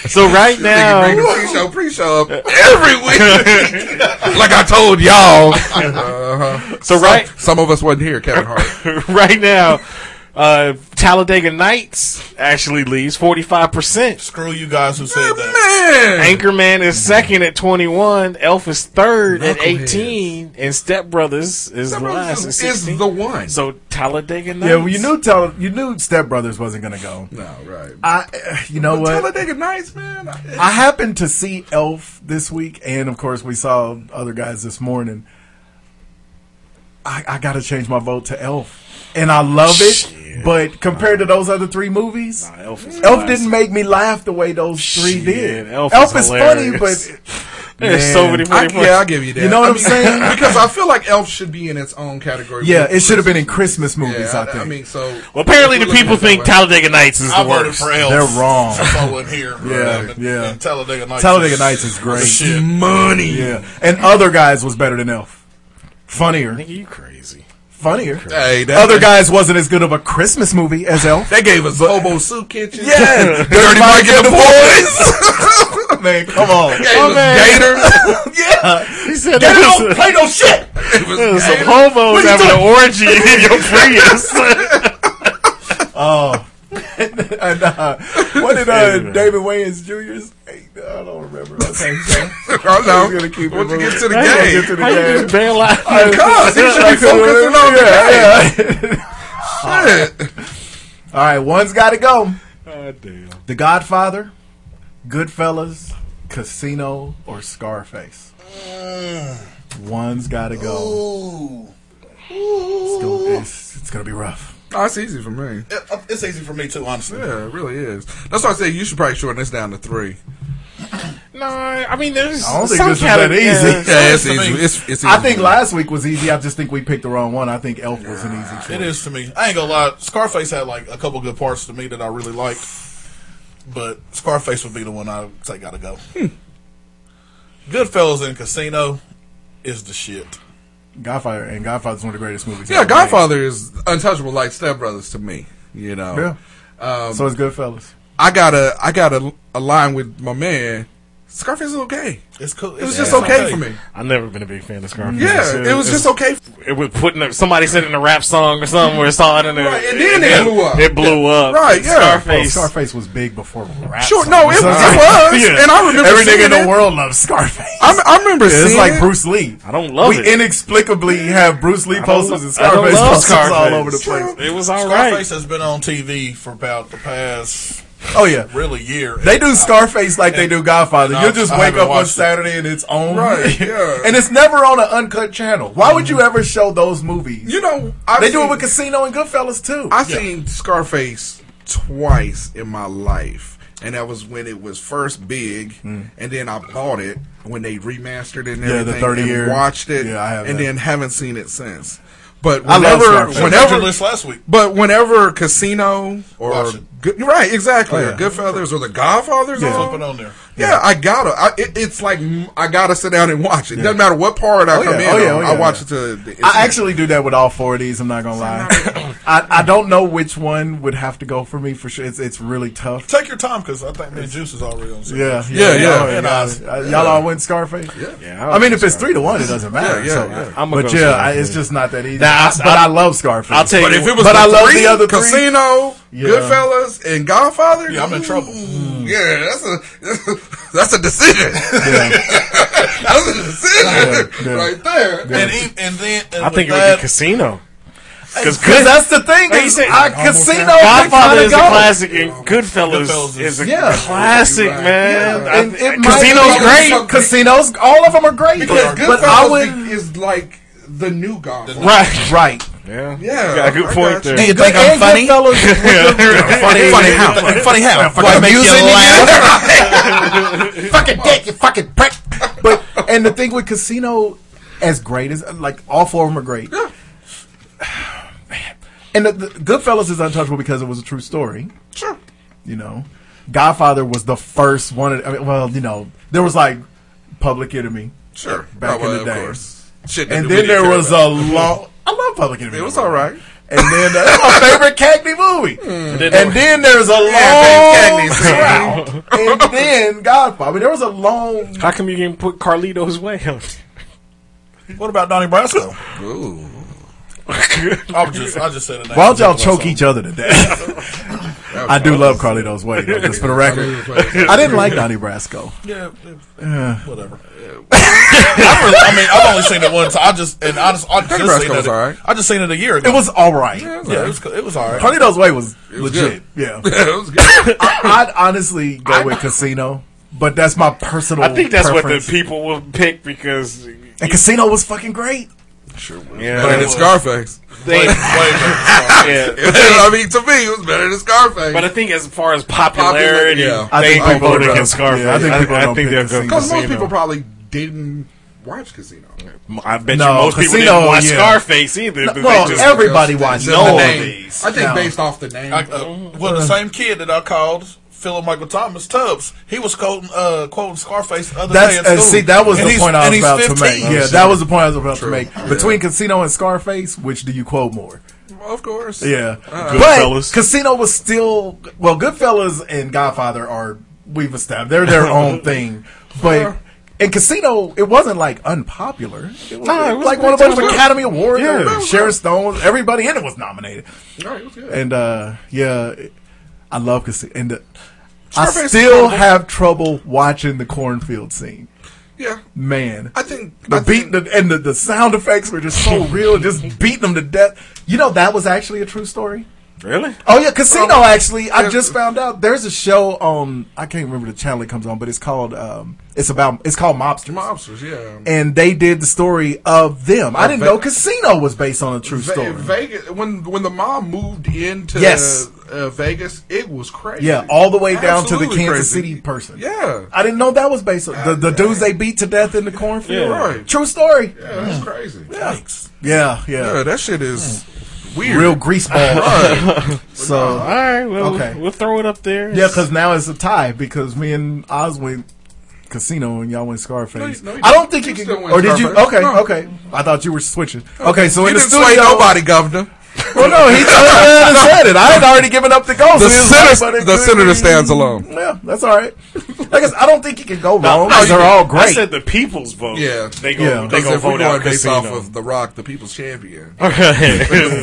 [SPEAKER 13] so right
[SPEAKER 2] Nigga bring
[SPEAKER 13] now,
[SPEAKER 2] the pre-show, pre-show up every week. like I told y'all. Uh-huh.
[SPEAKER 13] so right,
[SPEAKER 2] Some of us wasn't here, Kevin Hart.
[SPEAKER 13] right now, uh, Talladega Nights actually leads forty-five percent.
[SPEAKER 5] Screw you guys who said that.
[SPEAKER 2] Man,
[SPEAKER 13] Anchorman is second at twenty-one. Elf is third at eighteen, and Step Brothers is
[SPEAKER 2] Step Brothers
[SPEAKER 13] last
[SPEAKER 2] is-
[SPEAKER 13] at
[SPEAKER 2] is
[SPEAKER 13] sixteen.
[SPEAKER 2] the one.
[SPEAKER 13] So Talladega Nights.
[SPEAKER 12] Yeah, well, you knew tell you knew Step Brothers wasn't gonna go.
[SPEAKER 2] no, right.
[SPEAKER 12] I, uh, you know what?
[SPEAKER 2] Talladega Nights, man. I-
[SPEAKER 12] I happened to see Elf this week, and of course we saw other guys this morning. I, I got to change my vote to Elf, and I love it. But compared to those other three movies, Elf,
[SPEAKER 13] is
[SPEAKER 12] didn't make me laugh the way those three did.
[SPEAKER 13] Elf
[SPEAKER 12] Elf,
[SPEAKER 13] is
[SPEAKER 12] is, funny,
[SPEAKER 13] hilarious.
[SPEAKER 12] but
[SPEAKER 13] There's so many
[SPEAKER 2] I-
[SPEAKER 13] funny parts.
[SPEAKER 2] yeah, I'll give you that.
[SPEAKER 12] You know what
[SPEAKER 2] I
[SPEAKER 12] I'm
[SPEAKER 2] mean,
[SPEAKER 12] saying?
[SPEAKER 2] Because I feel like Elf should be in its own category.
[SPEAKER 12] yeah,
[SPEAKER 2] with
[SPEAKER 12] it should have been in
[SPEAKER 2] Christmas.
[SPEAKER 12] Christmas movies.
[SPEAKER 2] Yeah,
[SPEAKER 12] I think.
[SPEAKER 2] I mean, so
[SPEAKER 13] Well, apparently
[SPEAKER 2] if we
[SPEAKER 13] the
[SPEAKER 2] look
[SPEAKER 13] people
[SPEAKER 2] at it that
[SPEAKER 13] think
[SPEAKER 2] way-
[SPEAKER 13] Talladega Nights is
[SPEAKER 5] I
[SPEAKER 13] the
[SPEAKER 5] voted
[SPEAKER 13] worst.
[SPEAKER 5] for Elf.
[SPEAKER 12] They're wrong.
[SPEAKER 5] Since I wasn't here.
[SPEAKER 12] Yeah,
[SPEAKER 5] And-
[SPEAKER 12] yeah.
[SPEAKER 5] And Talladega Nights.
[SPEAKER 12] Talladega Nights is great.
[SPEAKER 5] Shit.
[SPEAKER 2] Money.
[SPEAKER 12] Yeah, and Other Guys was better than Elf. Funnier.
[SPEAKER 13] Nigga, you crazy.
[SPEAKER 12] Funnier.
[SPEAKER 2] Hey, that-
[SPEAKER 12] Other Guys wasn't as good of a Christmas movie as Elf.
[SPEAKER 2] They gave us Hobo Soup Kitchen.
[SPEAKER 12] Yes.
[SPEAKER 2] Dirty Mike and the Boys.
[SPEAKER 12] Man, come on.
[SPEAKER 2] Gave us Gator.
[SPEAKER 13] He
[SPEAKER 2] Gator
[SPEAKER 13] said there was
[SPEAKER 2] don't
[SPEAKER 13] a-
[SPEAKER 2] play no shit.
[SPEAKER 13] there was some homos having an orgy in your Prius.
[SPEAKER 12] Oh. and, uh, what did uh, David Wayans Jr.'s? I don't remember. Okay, so
[SPEAKER 2] I know.
[SPEAKER 12] We're gonna keep it
[SPEAKER 2] Once you get to the
[SPEAKER 12] moving.
[SPEAKER 2] game.
[SPEAKER 12] Get to the
[SPEAKER 2] How you
[SPEAKER 12] game.
[SPEAKER 2] just bail out?
[SPEAKER 12] I-
[SPEAKER 2] Because he should be
[SPEAKER 12] I said,
[SPEAKER 2] focusing
[SPEAKER 12] well,
[SPEAKER 2] on the
[SPEAKER 12] yeah, yeah. All right, one's got to go.
[SPEAKER 2] Ah,
[SPEAKER 12] The Godfather, Goodfellas, Casino, or Scarface.
[SPEAKER 2] Ah.
[SPEAKER 12] One's got to go. It's gonna, it's- it's gonna be rough.
[SPEAKER 2] Oh, it's easy for me.
[SPEAKER 5] It- it's easy for me too, honestly.
[SPEAKER 2] Yeah, it really is. That's why I say you should probably shorten this down to three.
[SPEAKER 13] No, I mean there's.
[SPEAKER 12] I don't think
[SPEAKER 13] some
[SPEAKER 12] this is that
[SPEAKER 13] category-
[SPEAKER 12] easy.
[SPEAKER 13] yeah,
[SPEAKER 2] Yeah, it's easy. It's, it's easy.
[SPEAKER 12] I think last week was easy. I just think we picked the wrong one. I think Elf was an easy
[SPEAKER 5] It
[SPEAKER 12] choice.
[SPEAKER 5] is to me. I ain't gonna lie. Scarface had like a couple good parts to me that I really liked, but Scarface would be the one I would say gotta go. Goodfellas and Casino is the shit.
[SPEAKER 12] Godfather and Godfather's one of the greatest movies.
[SPEAKER 2] Yeah,
[SPEAKER 12] ever
[SPEAKER 2] Godfather is untouchable like Step Brothers to me. You know.
[SPEAKER 12] Yeah.
[SPEAKER 2] Um,
[SPEAKER 12] made. So it's Goodfellas. Oh,
[SPEAKER 2] I gotta I gotta align with my man. Scarface is okay.
[SPEAKER 5] It's cool.
[SPEAKER 2] It was just okay, for me.
[SPEAKER 13] I've never been a big fan of Scarface.
[SPEAKER 2] Yeah, it was just okay.
[SPEAKER 13] It was putting up, somebody said it in a rap song or something where it saw it in there.
[SPEAKER 2] Right, and then it blew up.
[SPEAKER 13] It blew up.
[SPEAKER 2] Right, yeah.
[SPEAKER 13] Scarface.
[SPEAKER 12] Well, Oh, Scarface was big before rap.
[SPEAKER 2] Sure,
[SPEAKER 12] songs.
[SPEAKER 2] no, it, it was, and I remember
[SPEAKER 12] every nigga
[SPEAKER 2] seeing
[SPEAKER 12] in the
[SPEAKER 2] it.
[SPEAKER 12] world loves Scarface.
[SPEAKER 2] I, I remember
[SPEAKER 12] Yeah, it's
[SPEAKER 2] seeing
[SPEAKER 12] like
[SPEAKER 2] it.
[SPEAKER 12] Bruce Lee.
[SPEAKER 13] I don't love
[SPEAKER 12] we
[SPEAKER 13] it.
[SPEAKER 12] inexplicably have Bruce Lee
[SPEAKER 13] I don't
[SPEAKER 12] posters
[SPEAKER 13] lo-
[SPEAKER 12] and
[SPEAKER 13] I don't
[SPEAKER 12] Scarface
[SPEAKER 13] love
[SPEAKER 12] posters
[SPEAKER 13] Scarface.
[SPEAKER 12] all over the place.
[SPEAKER 13] It was all right.
[SPEAKER 5] Scarface has been on TV for about the past
[SPEAKER 12] Oh yeah,
[SPEAKER 5] really year.
[SPEAKER 12] they do Scarface like they do Godfather.
[SPEAKER 5] and
[SPEAKER 12] You'll
[SPEAKER 5] I've-
[SPEAKER 12] just
[SPEAKER 5] I
[SPEAKER 12] wake
[SPEAKER 5] haven't
[SPEAKER 12] up on
[SPEAKER 5] watched it.
[SPEAKER 12] Saturday and it's on,
[SPEAKER 2] Right, yeah.
[SPEAKER 12] and it's never on an uncut channel. Why would
[SPEAKER 5] Mm-hmm.
[SPEAKER 12] you ever show those movies?
[SPEAKER 2] You know, I've
[SPEAKER 12] they do it
[SPEAKER 2] seen-
[SPEAKER 12] with Casino and Goodfellas too.
[SPEAKER 2] I seen Scarface twice in my life, and that was when it was first big, and then I bought it when they remastered it and
[SPEAKER 12] Mm. Yeah,
[SPEAKER 2] everything.
[SPEAKER 12] the 30
[SPEAKER 2] and
[SPEAKER 12] year-
[SPEAKER 2] watched it,
[SPEAKER 12] Yeah, I have
[SPEAKER 2] and
[SPEAKER 12] that.
[SPEAKER 2] then haven't seen it since. But
[SPEAKER 12] I love
[SPEAKER 2] whenever,
[SPEAKER 12] Scarface.
[SPEAKER 5] Whenever
[SPEAKER 2] whenever,
[SPEAKER 5] list last week,
[SPEAKER 2] but whenever Casino or
[SPEAKER 5] Watch it.
[SPEAKER 2] good, right, exactly,
[SPEAKER 12] Oh, yeah.
[SPEAKER 2] or Goodfellas or The Godfather's
[SPEAKER 12] Yeah.
[SPEAKER 2] on,
[SPEAKER 5] flip it on there.
[SPEAKER 2] yeah, I gotta. I, it, it's like mm, I gotta sit down and watch it. Doesn't matter what part I
[SPEAKER 12] Oh, yeah.
[SPEAKER 2] come in,
[SPEAKER 12] Oh, yeah.
[SPEAKER 2] on,
[SPEAKER 12] Oh,
[SPEAKER 2] I
[SPEAKER 12] yeah.
[SPEAKER 2] watch it to. The,
[SPEAKER 12] I actually do that with all four of these. I'm not gonna lie. I, I don't know which one would have to go for me for sure. It's it's really tough.
[SPEAKER 5] Take your time because I think man, Juice is already on. Zoom.
[SPEAKER 12] Yeah,
[SPEAKER 2] Yeah, yeah.
[SPEAKER 12] Y'all,
[SPEAKER 5] And
[SPEAKER 12] y'all-
[SPEAKER 5] Oz.
[SPEAKER 12] y'all all went Scarface.
[SPEAKER 13] Yeah,
[SPEAKER 12] I mean, if it's three to one, it doesn't matter.
[SPEAKER 2] Yeah, yeah,
[SPEAKER 12] so,
[SPEAKER 2] yeah.
[SPEAKER 13] I'ma
[SPEAKER 12] but
[SPEAKER 13] go
[SPEAKER 12] yeah, I,
[SPEAKER 13] Scarface.
[SPEAKER 12] it's just not that easy.
[SPEAKER 13] Nah, I-
[SPEAKER 12] but I,
[SPEAKER 13] I-
[SPEAKER 12] love Scarface.
[SPEAKER 13] I'll tell you
[SPEAKER 2] But if
[SPEAKER 13] what-
[SPEAKER 2] it was
[SPEAKER 12] But
[SPEAKER 2] the
[SPEAKER 12] I love
[SPEAKER 2] three,
[SPEAKER 12] the other three.
[SPEAKER 2] Casino,
[SPEAKER 12] Yeah.
[SPEAKER 2] Goodfellas, and Godfather,
[SPEAKER 5] Yeah, I'm in
[SPEAKER 2] ooh,
[SPEAKER 5] trouble.
[SPEAKER 2] Yeah, that's a that's a decision. that's a decision
[SPEAKER 12] Yeah, yeah.
[SPEAKER 2] right there.
[SPEAKER 5] And even, and then and
[SPEAKER 13] I think
[SPEAKER 5] with
[SPEAKER 13] it would be
[SPEAKER 5] that,
[SPEAKER 13] Casino. Because
[SPEAKER 12] because that's the thing.
[SPEAKER 13] Like you
[SPEAKER 12] is
[SPEAKER 13] said,
[SPEAKER 12] I,
[SPEAKER 13] Almost
[SPEAKER 12] casino
[SPEAKER 13] Godfather is a
[SPEAKER 12] kinda go.
[SPEAKER 13] classic and Goodfellas,
[SPEAKER 5] Goodfellas
[SPEAKER 13] is a
[SPEAKER 12] Yeah.
[SPEAKER 13] classic,
[SPEAKER 2] Right.
[SPEAKER 13] man. I-
[SPEAKER 12] And it might
[SPEAKER 13] Casino's
[SPEAKER 12] be-
[SPEAKER 13] great.
[SPEAKER 12] Casinos, all of them are great.
[SPEAKER 2] because
[SPEAKER 12] but I would.
[SPEAKER 2] Goodfellas is like the new Godfather.
[SPEAKER 13] Right.
[SPEAKER 12] Right.
[SPEAKER 13] Yeah.
[SPEAKER 2] Yeah,
[SPEAKER 13] You got a good
[SPEAKER 2] I
[SPEAKER 13] point
[SPEAKER 2] got
[SPEAKER 13] there.
[SPEAKER 2] you.
[SPEAKER 12] you think I'm funny?
[SPEAKER 13] Funny- funny how?
[SPEAKER 12] Funny how? Fucking make you laugh. fucking dick, you fucking prick. But and the thing with Casino, as great as like all four of them are great. And the, the Goodfellas is untouchable because it was a true story.
[SPEAKER 2] Sure.
[SPEAKER 12] You know, Godfather was the first one. Of, I mean, well, you know, there was like Public Enemy
[SPEAKER 2] Sure.
[SPEAKER 12] back
[SPEAKER 2] Oh, well,
[SPEAKER 12] in
[SPEAKER 2] of
[SPEAKER 12] the day.
[SPEAKER 2] course. Shit that
[SPEAKER 12] And
[SPEAKER 2] we
[SPEAKER 12] then
[SPEAKER 2] didn't
[SPEAKER 12] there
[SPEAKER 2] care
[SPEAKER 12] was um,
[SPEAKER 2] about.
[SPEAKER 12] a long. I love Public Enemy.
[SPEAKER 2] It was all right.
[SPEAKER 12] And then that's my favorite Cagney movie.
[SPEAKER 5] Mm.
[SPEAKER 13] then
[SPEAKER 12] And, then there's a long
[SPEAKER 2] Yeah, baby, Cagney's
[SPEAKER 12] drought. and then Godfather. I mean, there was a long.
[SPEAKER 13] How come you can put Carlito's way on?
[SPEAKER 5] what about Donnie Brasco?
[SPEAKER 2] Ooh.
[SPEAKER 5] I was just I just said it.
[SPEAKER 12] Why don't y'all choke each other to death? I do love Carlito's Way, though, just for the record. I didn't like Donnie Brasco.
[SPEAKER 5] Yeah, yeah, whatever. I, really, I mean, I've only seen it once. I just and I just I just
[SPEAKER 2] Brasco
[SPEAKER 5] seen
[SPEAKER 2] was
[SPEAKER 5] it.
[SPEAKER 2] alright.
[SPEAKER 5] I just seen it a year ago.
[SPEAKER 12] It was all right.
[SPEAKER 5] yeah, it was it was alright.
[SPEAKER 12] Carlito's Way was, legit.
[SPEAKER 2] good.
[SPEAKER 12] Yeah,
[SPEAKER 2] it was good.
[SPEAKER 12] I'd honestly go with Casino, but that's my personal.
[SPEAKER 13] I think that's what
[SPEAKER 12] preference.
[SPEAKER 13] the people will pick because
[SPEAKER 12] And Casino was fucking great.
[SPEAKER 2] Sure was. Better than Scarface. Way- way better than Scarface.
[SPEAKER 13] yeah.
[SPEAKER 2] I mean, to me, it was better than Scarface.
[SPEAKER 13] But I think as far as popularity,
[SPEAKER 2] Popular-
[SPEAKER 13] I think people voted
[SPEAKER 2] don't.
[SPEAKER 13] against Scarface.
[SPEAKER 2] Yeah,
[SPEAKER 13] I- I think they'll go
[SPEAKER 2] because most
[SPEAKER 13] Casino.
[SPEAKER 2] people probably didn't watch Casino.
[SPEAKER 13] I bet
[SPEAKER 12] No,
[SPEAKER 13] you most people
[SPEAKER 12] Casino,
[SPEAKER 13] didn't watch
[SPEAKER 12] yeah.
[SPEAKER 13] Scarface either.
[SPEAKER 12] No,
[SPEAKER 13] but they
[SPEAKER 12] well,
[SPEAKER 13] just-
[SPEAKER 12] everybody watched
[SPEAKER 13] No,
[SPEAKER 12] it.
[SPEAKER 13] they-
[SPEAKER 2] I think
[SPEAKER 5] No.
[SPEAKER 2] based off the name.
[SPEAKER 5] I, uh, well, the same kid that I called Philip Michael Thomas Tubbs, he was quoting, uh, quoting Scarface the other
[SPEAKER 12] That's
[SPEAKER 5] day. At
[SPEAKER 12] uh,
[SPEAKER 5] school.
[SPEAKER 12] see, that was
[SPEAKER 5] And
[SPEAKER 12] the
[SPEAKER 5] he's-
[SPEAKER 12] point I
[SPEAKER 5] and
[SPEAKER 12] was
[SPEAKER 5] he's
[SPEAKER 12] about to
[SPEAKER 5] 15.
[SPEAKER 12] make. Yeah,
[SPEAKER 5] Oh,
[SPEAKER 12] that
[SPEAKER 5] shit.
[SPEAKER 12] was the point I was about
[SPEAKER 5] True.
[SPEAKER 12] to make. Between Casino and Scarface, which do you quote more?
[SPEAKER 2] Well, of course.
[SPEAKER 12] Yeah,
[SPEAKER 2] Uh,
[SPEAKER 12] but Casino was still well. Goodfellas and Godfather are we've established they're their own thing, but. in Casino, it wasn't like unpopular. It was,
[SPEAKER 15] No, it was
[SPEAKER 12] like
[SPEAKER 15] good.
[SPEAKER 12] one of
[SPEAKER 15] It
[SPEAKER 12] those
[SPEAKER 15] was good.
[SPEAKER 12] Academy Awards.
[SPEAKER 15] Yeah. It
[SPEAKER 12] Yeah.
[SPEAKER 15] was
[SPEAKER 12] Sharon Stone, everybody in it was nominated.
[SPEAKER 15] No, it was good.
[SPEAKER 12] And uh, yeah, it- I love Casino. And uh, I
[SPEAKER 2] Scarface is
[SPEAKER 12] still
[SPEAKER 2] horrible.
[SPEAKER 12] have trouble watching the cornfield scene.
[SPEAKER 2] Yeah.
[SPEAKER 12] Man,
[SPEAKER 2] I think
[SPEAKER 12] the beat the, and the, the sound effects were just so real, just beating them to death. You know that was actually a true story.
[SPEAKER 13] Really?
[SPEAKER 12] Oh yeah, Casino.
[SPEAKER 13] From-
[SPEAKER 12] actually, I
[SPEAKER 13] Yeah.
[SPEAKER 12] just found out there's a show on. I can't remember the channel it comes on, but it's called. Um, it's about. It's called Mobsters.
[SPEAKER 2] Mobsters, yeah.
[SPEAKER 12] And they did the story of them. I
[SPEAKER 2] Uh,
[SPEAKER 12] didn't
[SPEAKER 2] Ve-
[SPEAKER 12] know Casino was based on a true
[SPEAKER 2] Ve-
[SPEAKER 12] story.
[SPEAKER 2] Vegas when when the mom moved into
[SPEAKER 12] Yes.
[SPEAKER 2] uh, Vegas, it was crazy.
[SPEAKER 12] Yeah, all the way down to the
[SPEAKER 2] Absolutely
[SPEAKER 12] Kansas
[SPEAKER 2] crazy.
[SPEAKER 12] City person.
[SPEAKER 2] Yeah.
[SPEAKER 12] I didn't know that was based on the, the dudes they beat to death in the cornfield.
[SPEAKER 2] Yeah. Right.
[SPEAKER 12] True story.
[SPEAKER 2] Yeah, that's crazy. Thanks.
[SPEAKER 12] Yeah, yeah.
[SPEAKER 2] that shit is weird.
[SPEAKER 12] Real grease ball.
[SPEAKER 2] Right.
[SPEAKER 12] so
[SPEAKER 13] all right, well,
[SPEAKER 12] okay.
[SPEAKER 13] we'll throw it up there.
[SPEAKER 12] Yeah, because now it's a tie because me and Oz went casino and y'all went Scarface.
[SPEAKER 13] No, you- no, you
[SPEAKER 12] I don't think
[SPEAKER 13] didn't.
[SPEAKER 12] you
[SPEAKER 13] You
[SPEAKER 12] can.
[SPEAKER 13] still went
[SPEAKER 12] Or did you?
[SPEAKER 13] Scarface.
[SPEAKER 12] Okay,
[SPEAKER 13] No.
[SPEAKER 12] okay. I thought you were switching. Okay, so
[SPEAKER 2] you
[SPEAKER 12] in the
[SPEAKER 2] didn't
[SPEAKER 12] studio,
[SPEAKER 2] sway nobody, Governor.
[SPEAKER 12] Well, no, he totally said it. I had already given up the ghost.
[SPEAKER 2] The
[SPEAKER 12] He was
[SPEAKER 2] senator-
[SPEAKER 12] but it
[SPEAKER 2] the
[SPEAKER 12] could
[SPEAKER 2] senator
[SPEAKER 12] be-
[SPEAKER 2] stands alone.
[SPEAKER 12] Yeah, that's all right. I guess I don't think you can go wrong.
[SPEAKER 13] no,
[SPEAKER 12] 'cause
[SPEAKER 13] you
[SPEAKER 12] they're
[SPEAKER 13] can-
[SPEAKER 12] all great.
[SPEAKER 13] I said the people's vote.
[SPEAKER 2] Yeah,
[SPEAKER 13] they go. They
[SPEAKER 2] Because
[SPEAKER 13] go
[SPEAKER 2] if we're
[SPEAKER 13] vote out
[SPEAKER 2] going based
[SPEAKER 13] Casino.
[SPEAKER 2] off of The Rock, the People's Champion.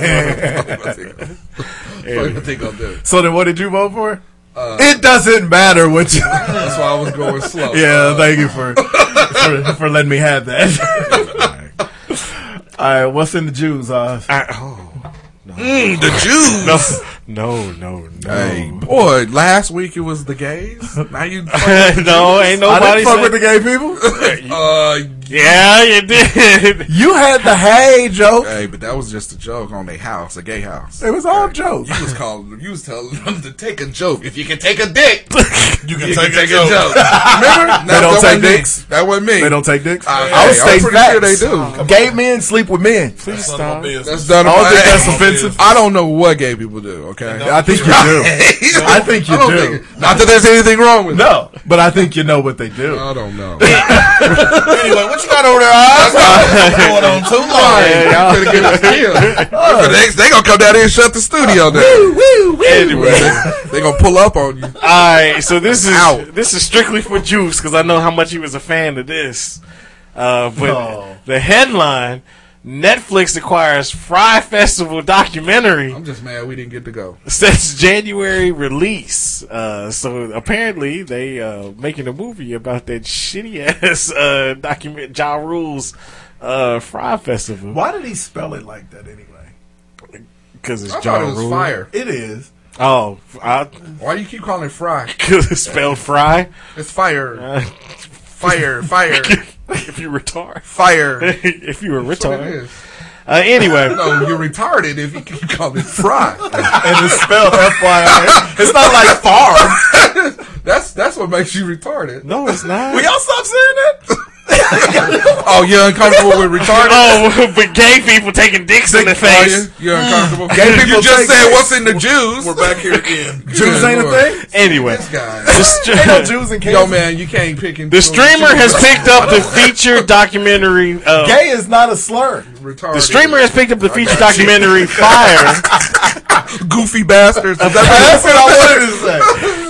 [SPEAKER 13] Okay.
[SPEAKER 2] What you think I'll do?
[SPEAKER 12] So then, what did you vote for?
[SPEAKER 2] Uh,
[SPEAKER 12] it doesn't matter what you.
[SPEAKER 2] That's why I was going slow.
[SPEAKER 12] Yeah,
[SPEAKER 2] Uh,
[SPEAKER 12] thank you for, for for letting me have that. All right, what's in the Jews? Uh,
[SPEAKER 13] oh,
[SPEAKER 2] Mm, the Jews.
[SPEAKER 13] no, no, no.
[SPEAKER 2] Hey, boy, last week it was the gays. Now you
[SPEAKER 13] No, ain't nobody said-
[SPEAKER 12] people.
[SPEAKER 2] uh,
[SPEAKER 13] yeah, you did.
[SPEAKER 12] You had the hey joke.
[SPEAKER 2] Hey, but that was just a joke on a house, a gay house.
[SPEAKER 12] It was all jokes.
[SPEAKER 2] You was calling, you was telling them to take a joke. If you can take a dick, you can
[SPEAKER 5] take a joke.
[SPEAKER 2] Remember?
[SPEAKER 12] They don't take
[SPEAKER 2] that wasn't me.
[SPEAKER 12] dicks.
[SPEAKER 2] That wasn't me.
[SPEAKER 12] They don't take dicks.
[SPEAKER 2] I-
[SPEAKER 12] I would
[SPEAKER 2] hey,
[SPEAKER 12] say
[SPEAKER 2] I'm pretty
[SPEAKER 12] facts.
[SPEAKER 2] sure they do.
[SPEAKER 12] Gay men sleep with men. Please
[SPEAKER 5] stop.
[SPEAKER 2] That's done.
[SPEAKER 12] I don't think
[SPEAKER 2] Hey,
[SPEAKER 12] that's offensive.
[SPEAKER 2] I don't know what gay people do. Okay,
[SPEAKER 12] I think you do. I think you
[SPEAKER 2] I don't
[SPEAKER 12] do.
[SPEAKER 2] think it- not that there's anything wrong with
[SPEAKER 12] no, but I think you know what they do.
[SPEAKER 2] I don't know.
[SPEAKER 5] anyway, what you got over there, Oz? going on too long.
[SPEAKER 2] Yeah, you get us killed. For the next- they gonna come down here and shut the studio down.
[SPEAKER 13] Anyway.
[SPEAKER 2] they gonna pull up on you.
[SPEAKER 13] All right, so this is
[SPEAKER 2] Out.
[SPEAKER 13] this is strictly for Juice because I know how much he was a fan of this. Uh, but
[SPEAKER 2] No.
[SPEAKER 13] the headline: Netflix acquires Fry Festival documentary.
[SPEAKER 2] I'm just mad we didn't get to go.
[SPEAKER 13] Since January release, uh, so apparently they uh, making a movie about that shitty ass uh, document Ja Rule's uh, Fry Festival.
[SPEAKER 12] Why did he spell it like that anyway?
[SPEAKER 13] Because it's
[SPEAKER 2] I
[SPEAKER 13] Ja
[SPEAKER 2] thought it was
[SPEAKER 13] Rule.
[SPEAKER 2] fire.
[SPEAKER 12] It is.
[SPEAKER 13] Oh, I,
[SPEAKER 2] Why do you keep calling it fry?
[SPEAKER 13] because it's spelled Fry.
[SPEAKER 2] It's fire.
[SPEAKER 13] Uh,
[SPEAKER 2] Fire, fire,
[SPEAKER 13] if you retard.
[SPEAKER 2] fire.
[SPEAKER 13] if you were
[SPEAKER 2] That's what it
[SPEAKER 13] retarded.
[SPEAKER 2] is.
[SPEAKER 13] Uh, anyway,
[SPEAKER 2] No, you're retarded if you keep calling it fry.
[SPEAKER 12] and it's spelled FYI. It's not like farm.
[SPEAKER 2] That's that's what makes you retarded.
[SPEAKER 13] No, it's not.
[SPEAKER 12] Will y'all stop saying that?
[SPEAKER 2] Oh, you're uncomfortable with retarded?
[SPEAKER 13] oh, but gay people taking dicks in the face.
[SPEAKER 2] You're uncomfortable.
[SPEAKER 13] Gay people
[SPEAKER 2] you just
[SPEAKER 13] take
[SPEAKER 2] said
[SPEAKER 13] it.
[SPEAKER 2] what's in the Jews. We're back here again.
[SPEAKER 12] Jews ain't a thing?
[SPEAKER 13] Anyway,
[SPEAKER 2] This guy.
[SPEAKER 13] Just-
[SPEAKER 12] Ain't no Jews in
[SPEAKER 2] Yo,
[SPEAKER 12] Kansas.
[SPEAKER 2] man, you can't pick and
[SPEAKER 13] the streamer has picked up the feature documentary. Uh,
[SPEAKER 12] Gay is not a slur.
[SPEAKER 2] retarded.
[SPEAKER 13] the streamer has picked up the feature documentary Fire
[SPEAKER 2] goofy bastards. Is
[SPEAKER 12] That's
[SPEAKER 2] that
[SPEAKER 12] what I wanted to say.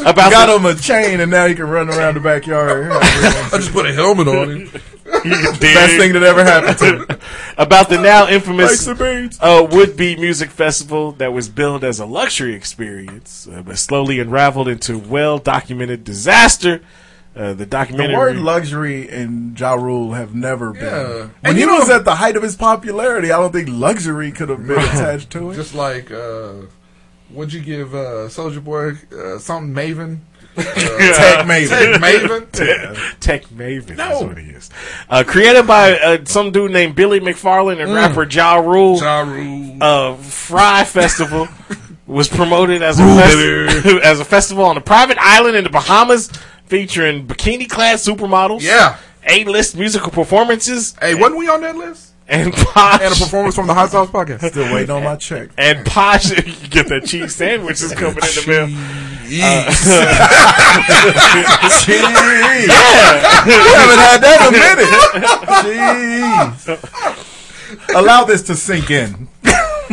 [SPEAKER 13] about
[SPEAKER 12] Got
[SPEAKER 13] the,
[SPEAKER 12] him a chain, and now you can run around the backyard.
[SPEAKER 2] I just put a helmet on him.
[SPEAKER 12] Best thing that ever happened to me.
[SPEAKER 13] about the now
[SPEAKER 12] Rice
[SPEAKER 13] infamous
[SPEAKER 12] and beans.
[SPEAKER 13] uh, would be music festival that was billed as a luxury experience, uh, but slowly unraveled into well documented disaster. Uh, the
[SPEAKER 12] The
[SPEAKER 13] documentary
[SPEAKER 12] word luxury and Ja Rule have never been.
[SPEAKER 2] Yeah.
[SPEAKER 12] When
[SPEAKER 2] And
[SPEAKER 12] he
[SPEAKER 2] you know-
[SPEAKER 12] was at the height of his popularity, I don't think luxury could have been attached to it.
[SPEAKER 2] Just like, uh, would you give uh, Soldier Boy uh, something Maven?
[SPEAKER 13] Tech Maven.
[SPEAKER 2] Tech Maven?
[SPEAKER 13] Tech- Tech Maven. That's what he is. Uh, created by uh, some dude named Billy McFarlane and
[SPEAKER 2] Mm.
[SPEAKER 13] rapper Ja Rule.
[SPEAKER 2] Ja Rule.
[SPEAKER 13] Uh, Fry Festival was promoted as a,
[SPEAKER 2] Rule
[SPEAKER 13] fest- as a festival on a private island in the Bahamas featuring bikini clad supermodels. Yeah. A list musical performances.
[SPEAKER 2] Hey, wasn't we on that list?
[SPEAKER 13] And posh,
[SPEAKER 2] And a performance from the Hot Sauce Podcast.
[SPEAKER 12] Still waiting on my check.
[SPEAKER 2] Uh,
[SPEAKER 13] and posh, you get that cheese sandwich is coming in the mail.
[SPEAKER 12] yeah.
[SPEAKER 2] We haven't had that in a minute.
[SPEAKER 12] Jeez. Allow this to sink in.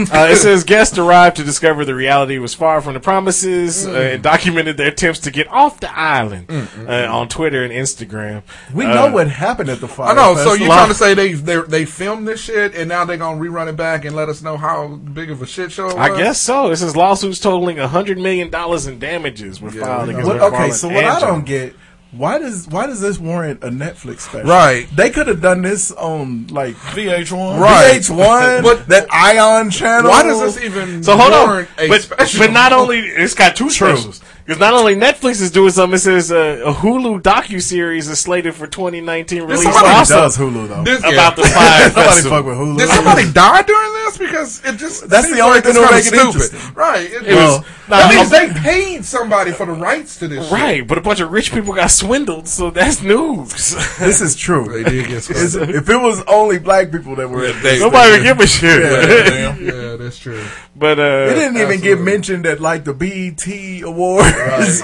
[SPEAKER 13] Uh, it says guests arrived to discover the reality was far from the promises uh,
[SPEAKER 12] Mm.
[SPEAKER 13] and documented their attempts to get off the island uh, on Twitter and Instagram.
[SPEAKER 12] We
[SPEAKER 13] Uh,
[SPEAKER 12] know what happened at the fire.
[SPEAKER 2] I know. So
[SPEAKER 12] fest.
[SPEAKER 2] you trying to say they they they filmed this shit and now they're gonna rerun it back and let us know how big of a shit show? it
[SPEAKER 13] I
[SPEAKER 2] was?
[SPEAKER 13] guess so. It says lawsuits totaling hundred million dollars in damages were filed against
[SPEAKER 12] What- okay,
[SPEAKER 13] McFarlane
[SPEAKER 12] so what
[SPEAKER 13] and
[SPEAKER 12] I
[SPEAKER 13] Johnson.
[SPEAKER 12] don't get why does why does this warrant a Netflix special?
[SPEAKER 2] Right.
[SPEAKER 12] they could have done this on like
[SPEAKER 5] VH1.
[SPEAKER 2] Right.
[SPEAKER 12] VH1,
[SPEAKER 2] But-
[SPEAKER 12] that Ion channel.
[SPEAKER 2] Why does this even
[SPEAKER 13] So hold on,
[SPEAKER 2] warrant a
[SPEAKER 13] but,
[SPEAKER 2] special?
[SPEAKER 13] but not only it's got two specials because not only Netflix is doing something. It says uh, a Hulu docu series is slated for 2019 release.
[SPEAKER 12] somebody
[SPEAKER 13] also
[SPEAKER 12] does Hulu, though.
[SPEAKER 2] This-
[SPEAKER 13] about the
[SPEAKER 2] yeah.
[SPEAKER 13] fire.
[SPEAKER 12] Nobody
[SPEAKER 13] festival.
[SPEAKER 12] fuck with Hulu.
[SPEAKER 2] Did somebody die during this? Because it just
[SPEAKER 12] That's
[SPEAKER 2] seems
[SPEAKER 12] the only
[SPEAKER 2] like
[SPEAKER 12] thing
[SPEAKER 2] it's
[SPEAKER 12] that'll
[SPEAKER 2] kinda
[SPEAKER 12] make it
[SPEAKER 2] stupid. Right. It,
[SPEAKER 13] It was-
[SPEAKER 2] that
[SPEAKER 13] nah,
[SPEAKER 2] means
[SPEAKER 13] I'm-
[SPEAKER 2] they paid somebody for the rights to this.
[SPEAKER 13] Right, but a bunch of rich people got swindled, so that's news.
[SPEAKER 12] This is true.
[SPEAKER 2] Shit. They did get
[SPEAKER 12] It's-
[SPEAKER 2] screwed.
[SPEAKER 12] if it was only black people that were, at this,
[SPEAKER 13] Nobody would give a shit.
[SPEAKER 2] Yeah, yeah, that's true.
[SPEAKER 13] But uh,
[SPEAKER 12] it didn't even get mentioned at like the BET awards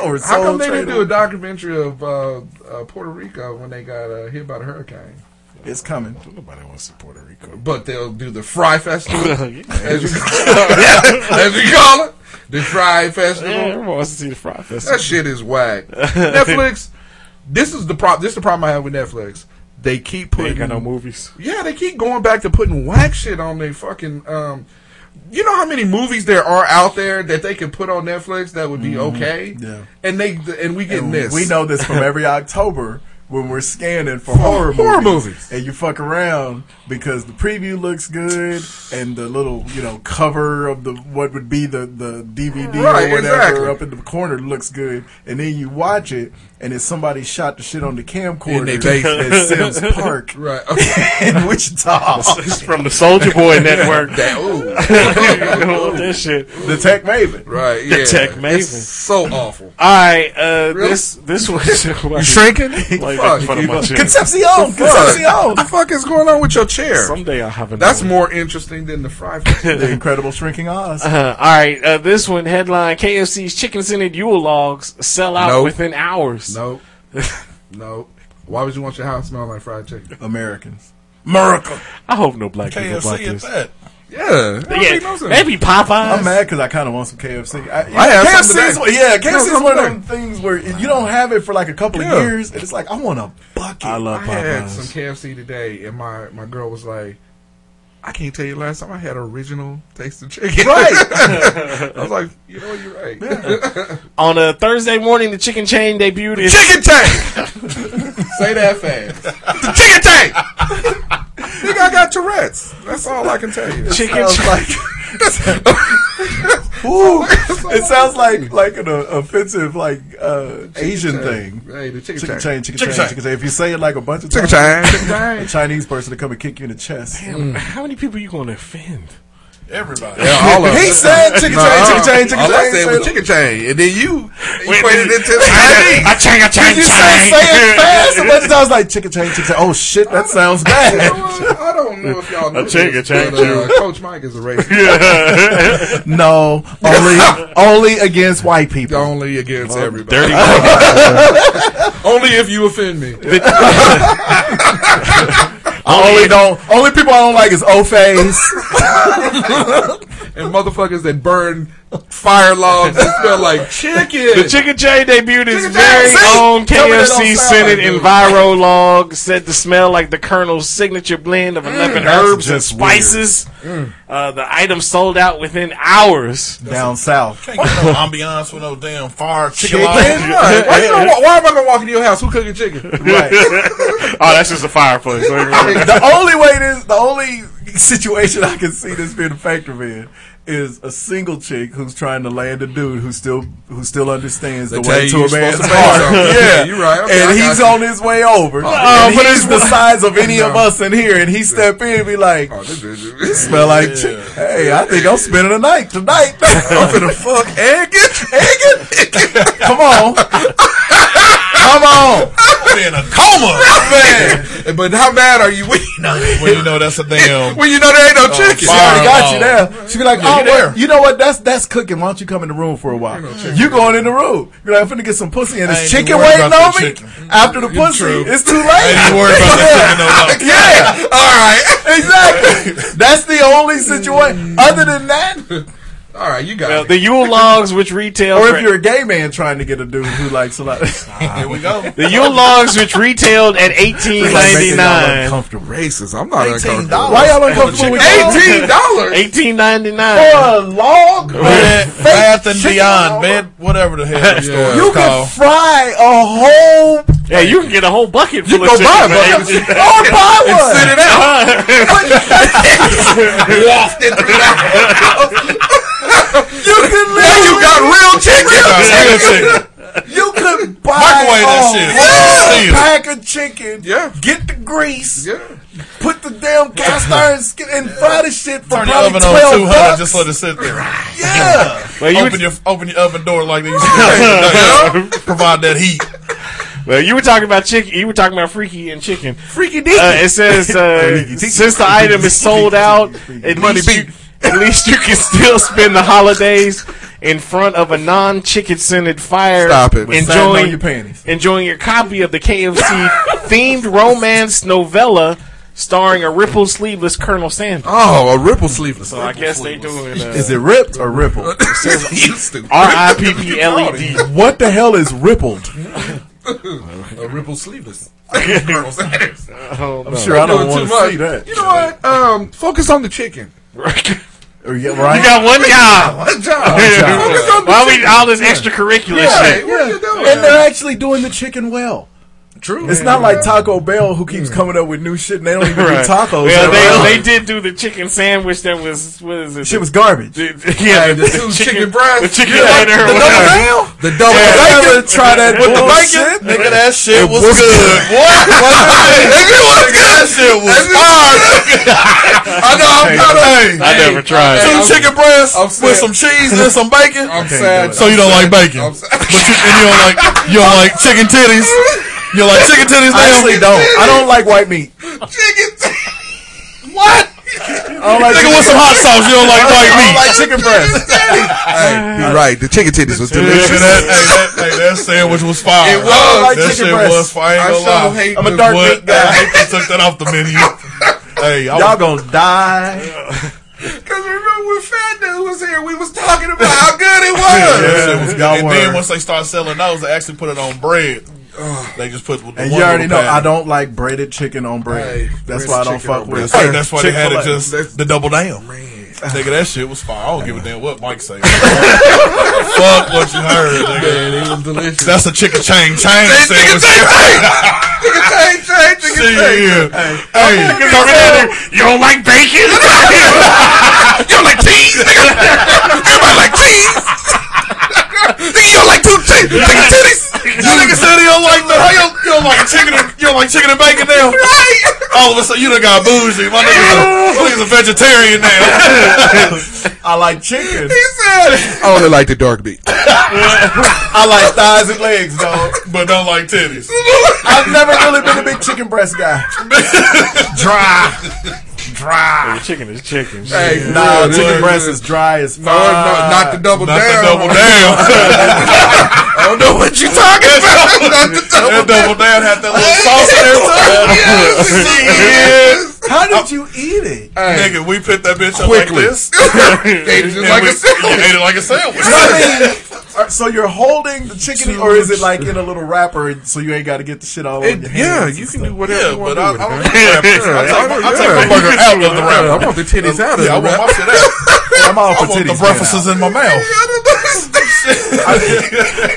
[SPEAKER 12] or
[SPEAKER 2] How
[SPEAKER 12] Soul
[SPEAKER 2] come they didn't
[SPEAKER 12] Train.
[SPEAKER 2] do a documentary of uh, uh, Puerto Rico when they got uh, hit by the hurricane?
[SPEAKER 12] It's coming.
[SPEAKER 13] Nobody wants to Puerto Rico.
[SPEAKER 2] But they'll do the Fry Festival,
[SPEAKER 13] Yeah.
[SPEAKER 2] as, you, as you call it, the Fry Festival.
[SPEAKER 13] Yeah, everyone wants to see the fry festival.
[SPEAKER 2] That shit is whack. Netflix. This is the problem. This is the problem I have with Netflix. They keep
[SPEAKER 13] They
[SPEAKER 2] putting.
[SPEAKER 13] ain't got no movies.
[SPEAKER 2] yeah, they keep going back to putting whack shit on their fucking. Um, you know how many movies there are out there that they could put on Netflix that would be okay.
[SPEAKER 12] Yeah.
[SPEAKER 2] And they and we getting
[SPEAKER 12] And
[SPEAKER 2] this.
[SPEAKER 12] We know this from every October when we're scanning for,
[SPEAKER 2] For
[SPEAKER 12] horror,
[SPEAKER 2] horror
[SPEAKER 12] movies.
[SPEAKER 2] movies.
[SPEAKER 12] And you fuck around because the preview looks good and the little, you know, cover of the what would be the, the DVD
[SPEAKER 2] Right,
[SPEAKER 12] or whatever
[SPEAKER 2] exactly.
[SPEAKER 12] up in the corner looks good. And then you watch it and it's somebody shot the shit on the
[SPEAKER 2] In their
[SPEAKER 12] camcorder
[SPEAKER 2] basement.
[SPEAKER 12] at Sims Park
[SPEAKER 2] Right. Okay.
[SPEAKER 12] in Wichita.
[SPEAKER 13] It's from the Soldier Boy Network.
[SPEAKER 2] That- ooh.
[SPEAKER 13] that shit.
[SPEAKER 12] the Tech Maven.
[SPEAKER 2] Right. Yeah.
[SPEAKER 13] Tech Maven.
[SPEAKER 2] It's so awful.
[SPEAKER 13] All right, uh,
[SPEAKER 2] Really?
[SPEAKER 13] this this was you
[SPEAKER 2] shrinking?
[SPEAKER 13] Like,
[SPEAKER 2] Fuck.
[SPEAKER 13] fun of my chin.
[SPEAKER 12] Concepcion!
[SPEAKER 2] What
[SPEAKER 12] Concepcion!
[SPEAKER 2] the fuck is going on with your chair?
[SPEAKER 13] Someday I'll have a
[SPEAKER 2] That's more
[SPEAKER 13] moment.
[SPEAKER 2] interesting than the Fry Festival.
[SPEAKER 12] the incredible shrinking Oz.
[SPEAKER 13] Uh, all right, uh, this one headline: KFC's chicken scented Yule logs sell out
[SPEAKER 2] Nope.
[SPEAKER 13] within hours.
[SPEAKER 2] Nope. nope. Why would you want your house smelling like fried chicken?
[SPEAKER 12] Americans. America.
[SPEAKER 13] I hope no black people
[SPEAKER 5] KFC
[SPEAKER 13] bought
[SPEAKER 5] is
[SPEAKER 13] this.
[SPEAKER 5] that.
[SPEAKER 2] Yeah. that
[SPEAKER 13] Yeah,
[SPEAKER 2] makes no sense.
[SPEAKER 13] maybe Popeyes.
[SPEAKER 12] I'm mad because I kind of want some KFC. I,
[SPEAKER 2] I had some
[SPEAKER 12] KFC's,
[SPEAKER 2] today.
[SPEAKER 12] yeah,
[SPEAKER 2] I had
[SPEAKER 12] KFC's
[SPEAKER 2] some
[SPEAKER 12] one of
[SPEAKER 2] today.
[SPEAKER 12] them things where if you don't have it for like a couple
[SPEAKER 2] Yeah.
[SPEAKER 12] of years, and it's like I want a bucket.
[SPEAKER 13] I love
[SPEAKER 2] I had some
[SPEAKER 13] Popeyes.
[SPEAKER 2] KFC today, and my, my girl was like, I can't tell you last time I had original taste of chicken. Right. I was like, you know what, you're right.
[SPEAKER 13] On a Thursday morning, the chicken chain debuted. Its,
[SPEAKER 2] chicken tank! Say that fast. The chicken tank! Nigga, I got Tourette's. That's all I can tell you.
[SPEAKER 13] chicken
[SPEAKER 12] Sounds
[SPEAKER 13] chain.
[SPEAKER 12] like, ooh, it sounds like like an uh, offensive like uh, Asian
[SPEAKER 2] tank.
[SPEAKER 12] thing.
[SPEAKER 2] Hey, the
[SPEAKER 12] Chicken
[SPEAKER 2] chicken tank.
[SPEAKER 12] chain, chicken,
[SPEAKER 2] Chicken
[SPEAKER 12] chain,
[SPEAKER 2] tank.
[SPEAKER 12] chicken chain. If you say it like a bunch of
[SPEAKER 2] Chicken
[SPEAKER 12] times,
[SPEAKER 2] tank, chicken
[SPEAKER 12] a
[SPEAKER 2] tank.
[SPEAKER 12] Chinese person to come and kick you in the chest.
[SPEAKER 13] How many people you gonna offend?
[SPEAKER 5] Everybody.
[SPEAKER 2] Yeah, all of
[SPEAKER 12] He
[SPEAKER 2] us.
[SPEAKER 12] said chicken
[SPEAKER 2] Nuh-uh.
[SPEAKER 12] chain, chicken chain, chicken
[SPEAKER 2] uh-uh. All I
[SPEAKER 12] chain.
[SPEAKER 2] said
[SPEAKER 12] Say
[SPEAKER 2] was
[SPEAKER 12] it-
[SPEAKER 2] chicken chain, and then you equated
[SPEAKER 13] did-
[SPEAKER 2] it to Chinese.
[SPEAKER 13] I chang, I chang,
[SPEAKER 12] Did you say, say it fast? A bunch of times like chicken chain, chicken chain. Oh shit, that sounds
[SPEAKER 2] You know
[SPEAKER 12] bad.
[SPEAKER 2] what? I don't know if y'all know
[SPEAKER 13] A chicken
[SPEAKER 2] this,
[SPEAKER 13] chain,
[SPEAKER 2] but, uh, Coach Mike is a racist.
[SPEAKER 12] No, only only against white people.
[SPEAKER 2] Only against everybody.
[SPEAKER 13] Dirty.
[SPEAKER 2] Only if you offend me.
[SPEAKER 12] Only don't. Only people I don't like is O face.
[SPEAKER 2] and motherfuckers that burn fire logs and smell like chicken.
[SPEAKER 13] The Chicken J debuted his
[SPEAKER 2] Chicken J,
[SPEAKER 13] very
[SPEAKER 2] see?
[SPEAKER 13] own
[SPEAKER 2] Tell me that don't
[SPEAKER 13] KFC
[SPEAKER 2] sound
[SPEAKER 13] scented
[SPEAKER 2] like it.
[SPEAKER 13] Enviro log, said to smell like the Colonel's signature blend
[SPEAKER 12] Mm,
[SPEAKER 13] of 11 herbs and spices. Uh, the item sold out within hours.
[SPEAKER 12] Down south.
[SPEAKER 5] Can't get no ambiance with no damn fire chicken.
[SPEAKER 12] Chicken?
[SPEAKER 5] lodge.
[SPEAKER 2] It's not. Why, you gonna wa- why am I gonna walk into your house? Who cooking chicken?
[SPEAKER 12] Right.
[SPEAKER 13] oh, that's just a fireplace.
[SPEAKER 12] the only way this, the only situation I can see this being effective in is a single chick who's trying to land a dude who still who still understands
[SPEAKER 2] They
[SPEAKER 12] the
[SPEAKER 2] tell
[SPEAKER 12] way
[SPEAKER 2] you
[SPEAKER 12] to
[SPEAKER 2] you're
[SPEAKER 12] a man's
[SPEAKER 2] supposed to pay
[SPEAKER 12] heart.
[SPEAKER 2] something.
[SPEAKER 12] yeah,
[SPEAKER 2] Yeah, you're right. Okay,
[SPEAKER 12] and
[SPEAKER 2] I got
[SPEAKER 12] he's
[SPEAKER 2] you.
[SPEAKER 12] on his way over.
[SPEAKER 2] Oh,
[SPEAKER 12] and
[SPEAKER 2] but
[SPEAKER 12] he's
[SPEAKER 2] it's-
[SPEAKER 12] the size of any of
[SPEAKER 2] No.
[SPEAKER 12] us in here, and he step in and be like,
[SPEAKER 2] Oh,
[SPEAKER 12] "Smell like chick. Hey, I think I'm spending the night tonight. I'm finna fuck and get and get. Come on, come on."
[SPEAKER 5] in a coma,
[SPEAKER 2] man. But how mad are you when you know,
[SPEAKER 5] Well, you know that's a damn.
[SPEAKER 2] when you know there ain't no
[SPEAKER 5] Oh,
[SPEAKER 2] chicken?
[SPEAKER 12] She already got you there. She be like,
[SPEAKER 2] Yeah,
[SPEAKER 12] oh,
[SPEAKER 2] you
[SPEAKER 12] well,
[SPEAKER 2] there.
[SPEAKER 12] you know what? That's that's cooking. Why don't you come in the room for a while? You going in the room? You're like, I'm finna get some pussy, and
[SPEAKER 5] I
[SPEAKER 12] it's
[SPEAKER 5] ain't
[SPEAKER 12] chicken
[SPEAKER 5] even worried
[SPEAKER 12] waiting
[SPEAKER 5] about
[SPEAKER 12] on me. Mm-hmm.
[SPEAKER 5] that
[SPEAKER 12] After the pussy,
[SPEAKER 5] true.
[SPEAKER 12] it's too late.
[SPEAKER 5] I ain't worried about that chicken no
[SPEAKER 12] yeah, all right,
[SPEAKER 5] more.
[SPEAKER 12] exactly. That's the only situation. Other than that,
[SPEAKER 2] all right, you got
[SPEAKER 13] Well, Uh, the Yule logs, which retail
[SPEAKER 12] Or
[SPEAKER 13] for-
[SPEAKER 12] if you're a gay man trying to get a dude who likes a lot, here
[SPEAKER 5] we go.
[SPEAKER 13] The Yule logs, which retailed at eighteen ninety nine.
[SPEAKER 12] Uncomfortable
[SPEAKER 2] racist. I'm not
[SPEAKER 13] $18.
[SPEAKER 2] uncomfortable.
[SPEAKER 13] Why y'all uncomfortable with
[SPEAKER 2] eighteen dollars?
[SPEAKER 13] Eighteen ninety
[SPEAKER 12] for
[SPEAKER 13] nine.
[SPEAKER 12] a log,
[SPEAKER 5] Bath and Beyond, bed, whatever the hell the
[SPEAKER 13] Yeah.
[SPEAKER 5] store is
[SPEAKER 12] you can
[SPEAKER 5] called.
[SPEAKER 12] fry a whole
[SPEAKER 13] Yeah, you can get a whole bucket full
[SPEAKER 12] You
[SPEAKER 13] of
[SPEAKER 12] go
[SPEAKER 13] chicken.
[SPEAKER 12] buy
[SPEAKER 13] for
[SPEAKER 12] one.
[SPEAKER 13] 18.
[SPEAKER 12] Or buy
[SPEAKER 13] And
[SPEAKER 12] one.
[SPEAKER 13] send it out.
[SPEAKER 12] You can
[SPEAKER 2] Now you got real
[SPEAKER 5] Real
[SPEAKER 2] chicken.
[SPEAKER 5] chicken.
[SPEAKER 12] You could buy
[SPEAKER 5] Microwave that
[SPEAKER 12] a
[SPEAKER 5] shit.
[SPEAKER 12] whole
[SPEAKER 5] Seal it.
[SPEAKER 12] pack of chicken.
[SPEAKER 2] Yeah.
[SPEAKER 12] Get the grease.
[SPEAKER 2] Yeah.
[SPEAKER 12] Put the damn cast iron skin and fry the shit for
[SPEAKER 5] Turn your
[SPEAKER 12] probably
[SPEAKER 5] oven on
[SPEAKER 12] twelve
[SPEAKER 5] 200,
[SPEAKER 12] bucks.
[SPEAKER 5] just let it sit there.
[SPEAKER 12] yeah.
[SPEAKER 13] Well, you
[SPEAKER 5] open, your, open your oven door like they used to do. Provide that heat.
[SPEAKER 13] Well, you were talking about chicken. You were talking about freaky and chicken.
[SPEAKER 12] Freaky
[SPEAKER 13] Uh, it says uh, since the item is sold out, at least, you, at least you can still spend the holidays in front of a non-chicken scented fire,
[SPEAKER 2] Stop it.
[SPEAKER 12] With sand on
[SPEAKER 13] enjoying
[SPEAKER 12] your panties.
[SPEAKER 13] enjoying your copy of the KFC themed romance novella starring a ripple sleeveless Colonel Sanders.
[SPEAKER 2] Oh, a ripple sleeveless.
[SPEAKER 13] So I guess they doing uh,
[SPEAKER 12] Is it ripped or rippled?
[SPEAKER 2] you stupid.
[SPEAKER 13] R I P P L E D.
[SPEAKER 12] what the hell is rippled?
[SPEAKER 2] a ripple sleeveless. Colonel Sanders.
[SPEAKER 13] Oh,
[SPEAKER 12] I'm sure I
[SPEAKER 2] You're
[SPEAKER 12] don't
[SPEAKER 2] doing
[SPEAKER 12] want to
[SPEAKER 2] too
[SPEAKER 12] see
[SPEAKER 2] much.
[SPEAKER 12] that.
[SPEAKER 2] You know what? Um, focus on the chicken.
[SPEAKER 12] Or yeah,
[SPEAKER 13] You
[SPEAKER 12] right?
[SPEAKER 13] got one job.
[SPEAKER 2] Good job. Focus on the
[SPEAKER 13] Why we
[SPEAKER 2] chicken.
[SPEAKER 13] all this extracurricular
[SPEAKER 2] Hey,
[SPEAKER 13] shit?
[SPEAKER 2] what are you doing?
[SPEAKER 12] And they're actually doing the chicken well.
[SPEAKER 2] True.
[SPEAKER 12] It's not like Taco Bell who
[SPEAKER 2] Hmm.
[SPEAKER 12] keeps coming up with new shit and they don't even
[SPEAKER 13] Right.
[SPEAKER 12] do tacos. "Oh,
[SPEAKER 13] Well, they, they did do the chicken sandwich that was what is it?
[SPEAKER 12] shit was garbage.
[SPEAKER 13] The- yeah,
[SPEAKER 2] the two chicken breasts.
[SPEAKER 13] the chicken
[SPEAKER 2] Yeah.
[SPEAKER 13] letter, or
[SPEAKER 2] The
[SPEAKER 13] whatever.
[SPEAKER 12] double
[SPEAKER 2] The double
[SPEAKER 12] I
[SPEAKER 2] bacon.
[SPEAKER 12] never try that
[SPEAKER 2] With the
[SPEAKER 12] bullshit.
[SPEAKER 2] bacon?
[SPEAKER 5] Nigga, that shit was
[SPEAKER 2] was
[SPEAKER 5] good. What?
[SPEAKER 2] Nigga, what's
[SPEAKER 5] That shit was
[SPEAKER 2] I know. I'm not a-
[SPEAKER 13] I never tried.
[SPEAKER 5] Two
[SPEAKER 2] I'm-
[SPEAKER 5] chicken breasts
[SPEAKER 2] I'm
[SPEAKER 5] with
[SPEAKER 2] sad.
[SPEAKER 5] some cheese and some bacon.
[SPEAKER 2] I'm sad.
[SPEAKER 5] So you don't like bacon,
[SPEAKER 2] I'm
[SPEAKER 5] but
[SPEAKER 2] sad.
[SPEAKER 5] you, and you don't like you don't like chicken titties. You don't like chicken titties.
[SPEAKER 12] I
[SPEAKER 5] now?
[SPEAKER 12] actually don't. I don't like white meat.
[SPEAKER 2] What?
[SPEAKER 12] I don't like
[SPEAKER 5] Nigga, with some hot sauce, you don't like
[SPEAKER 12] I
[SPEAKER 5] white
[SPEAKER 12] don't
[SPEAKER 5] meat.
[SPEAKER 12] like chicken breast.
[SPEAKER 2] Hey, you're right. The chicken titties was
[SPEAKER 5] Nigga,
[SPEAKER 2] delicious.
[SPEAKER 5] that, hey, that, hey, that sandwich was fire.
[SPEAKER 2] It was.
[SPEAKER 12] like
[SPEAKER 5] that
[SPEAKER 12] chicken
[SPEAKER 5] shit
[SPEAKER 12] breasts.
[SPEAKER 5] was fire. I
[SPEAKER 2] I
[SPEAKER 5] ain't gonna
[SPEAKER 2] sure
[SPEAKER 5] lie.
[SPEAKER 2] hate
[SPEAKER 12] I'm a
[SPEAKER 2] the-
[SPEAKER 12] dark
[SPEAKER 5] What?
[SPEAKER 12] meat guy.
[SPEAKER 5] I hate they took that off the menu. hey, I
[SPEAKER 12] Y'all
[SPEAKER 5] was,
[SPEAKER 12] gonna die.
[SPEAKER 2] Because remember when Fat Dude was here, we was talking about how good it was.
[SPEAKER 5] that shit was
[SPEAKER 12] Y'all
[SPEAKER 5] good. And
[SPEAKER 12] were.
[SPEAKER 5] then once they start selling those, they actually put it on bread. They just put
[SPEAKER 12] And you already know I don't like braided chicken on bread.
[SPEAKER 2] Hey,
[SPEAKER 12] That's
[SPEAKER 2] breaded
[SPEAKER 12] why I don't
[SPEAKER 2] chicken
[SPEAKER 12] fuck
[SPEAKER 2] on
[SPEAKER 12] with
[SPEAKER 2] bread.
[SPEAKER 12] it.
[SPEAKER 5] That's why they had it just
[SPEAKER 2] That's-
[SPEAKER 5] the double down. Nigga, that shit was fire. I don't give a damn what Mike say. Fuck what you heard, nigga.
[SPEAKER 2] Man, it was delicious.
[SPEAKER 5] That's a chicken chain chain
[SPEAKER 2] Hey, nigga,
[SPEAKER 5] sandwich.
[SPEAKER 2] Nigga, change, change,
[SPEAKER 5] Shit,
[SPEAKER 2] nigga, change.
[SPEAKER 5] yeah. Hey,
[SPEAKER 13] Niggas over there, you don't like bacon?
[SPEAKER 2] You don't like cheese, nigga. Everybody like cheese. Nigga, you don't like two cheese. Nigga, titties.
[SPEAKER 5] you nigga said you don't like the you don't, you don't like chicken and you don't like chicken and bacon now.
[SPEAKER 2] Right.
[SPEAKER 5] All of a sudden you done got bougie. My nigga's a, my nigga's a vegetarian now.
[SPEAKER 12] I like chicken.
[SPEAKER 2] He said it. I only like the dark meat.
[SPEAKER 12] I like thighs and legs, dog.
[SPEAKER 5] but don't like titties.
[SPEAKER 12] I've never really been a big chicken breast guy.
[SPEAKER 5] Dry.
[SPEAKER 13] The chicken is chicken.
[SPEAKER 2] Hey,
[SPEAKER 12] Nah,
[SPEAKER 2] real,
[SPEAKER 12] chicken
[SPEAKER 2] real,
[SPEAKER 12] breast
[SPEAKER 2] real.
[SPEAKER 12] is dry as fuck.
[SPEAKER 2] No, no, not the double
[SPEAKER 5] Not the
[SPEAKER 2] down.
[SPEAKER 5] double down.
[SPEAKER 2] I don't know what you talking about. not the
[SPEAKER 5] that
[SPEAKER 2] double down.
[SPEAKER 5] double down had that little sauce in there too.
[SPEAKER 2] Yes, yes.
[SPEAKER 12] How did you eat it?
[SPEAKER 2] Hey,
[SPEAKER 5] Nigga, we put that bitch up
[SPEAKER 2] quickly.
[SPEAKER 5] like this.
[SPEAKER 2] Ate it just
[SPEAKER 5] and
[SPEAKER 2] like
[SPEAKER 5] we-
[SPEAKER 2] a sandwich.
[SPEAKER 5] you Ate it like a sandwich.
[SPEAKER 12] I mean, are- so you're holding the chicken, or is it like in a little wrapper, and so you ain't got to get the shit all over your
[SPEAKER 2] It,
[SPEAKER 12] hands?
[SPEAKER 2] yeah,
[SPEAKER 12] and
[SPEAKER 2] you
[SPEAKER 12] stuff?
[SPEAKER 2] can do whatever
[SPEAKER 5] Oh, Yeah,
[SPEAKER 2] you want
[SPEAKER 5] but
[SPEAKER 2] to
[SPEAKER 5] I, I
[SPEAKER 2] do
[SPEAKER 5] don't
[SPEAKER 2] with it.
[SPEAKER 5] want that. I take my
[SPEAKER 2] Yeah.
[SPEAKER 5] burger out of the
[SPEAKER 2] I
[SPEAKER 5] wrapper.
[SPEAKER 2] want the titties out of the
[SPEAKER 5] Yeah, I want my
[SPEAKER 2] wrapper.
[SPEAKER 5] shit out.
[SPEAKER 12] I'm all
[SPEAKER 5] I
[SPEAKER 12] for
[SPEAKER 5] want the
[SPEAKER 12] titties. man.
[SPEAKER 5] breakfasts in my mouth.
[SPEAKER 12] I,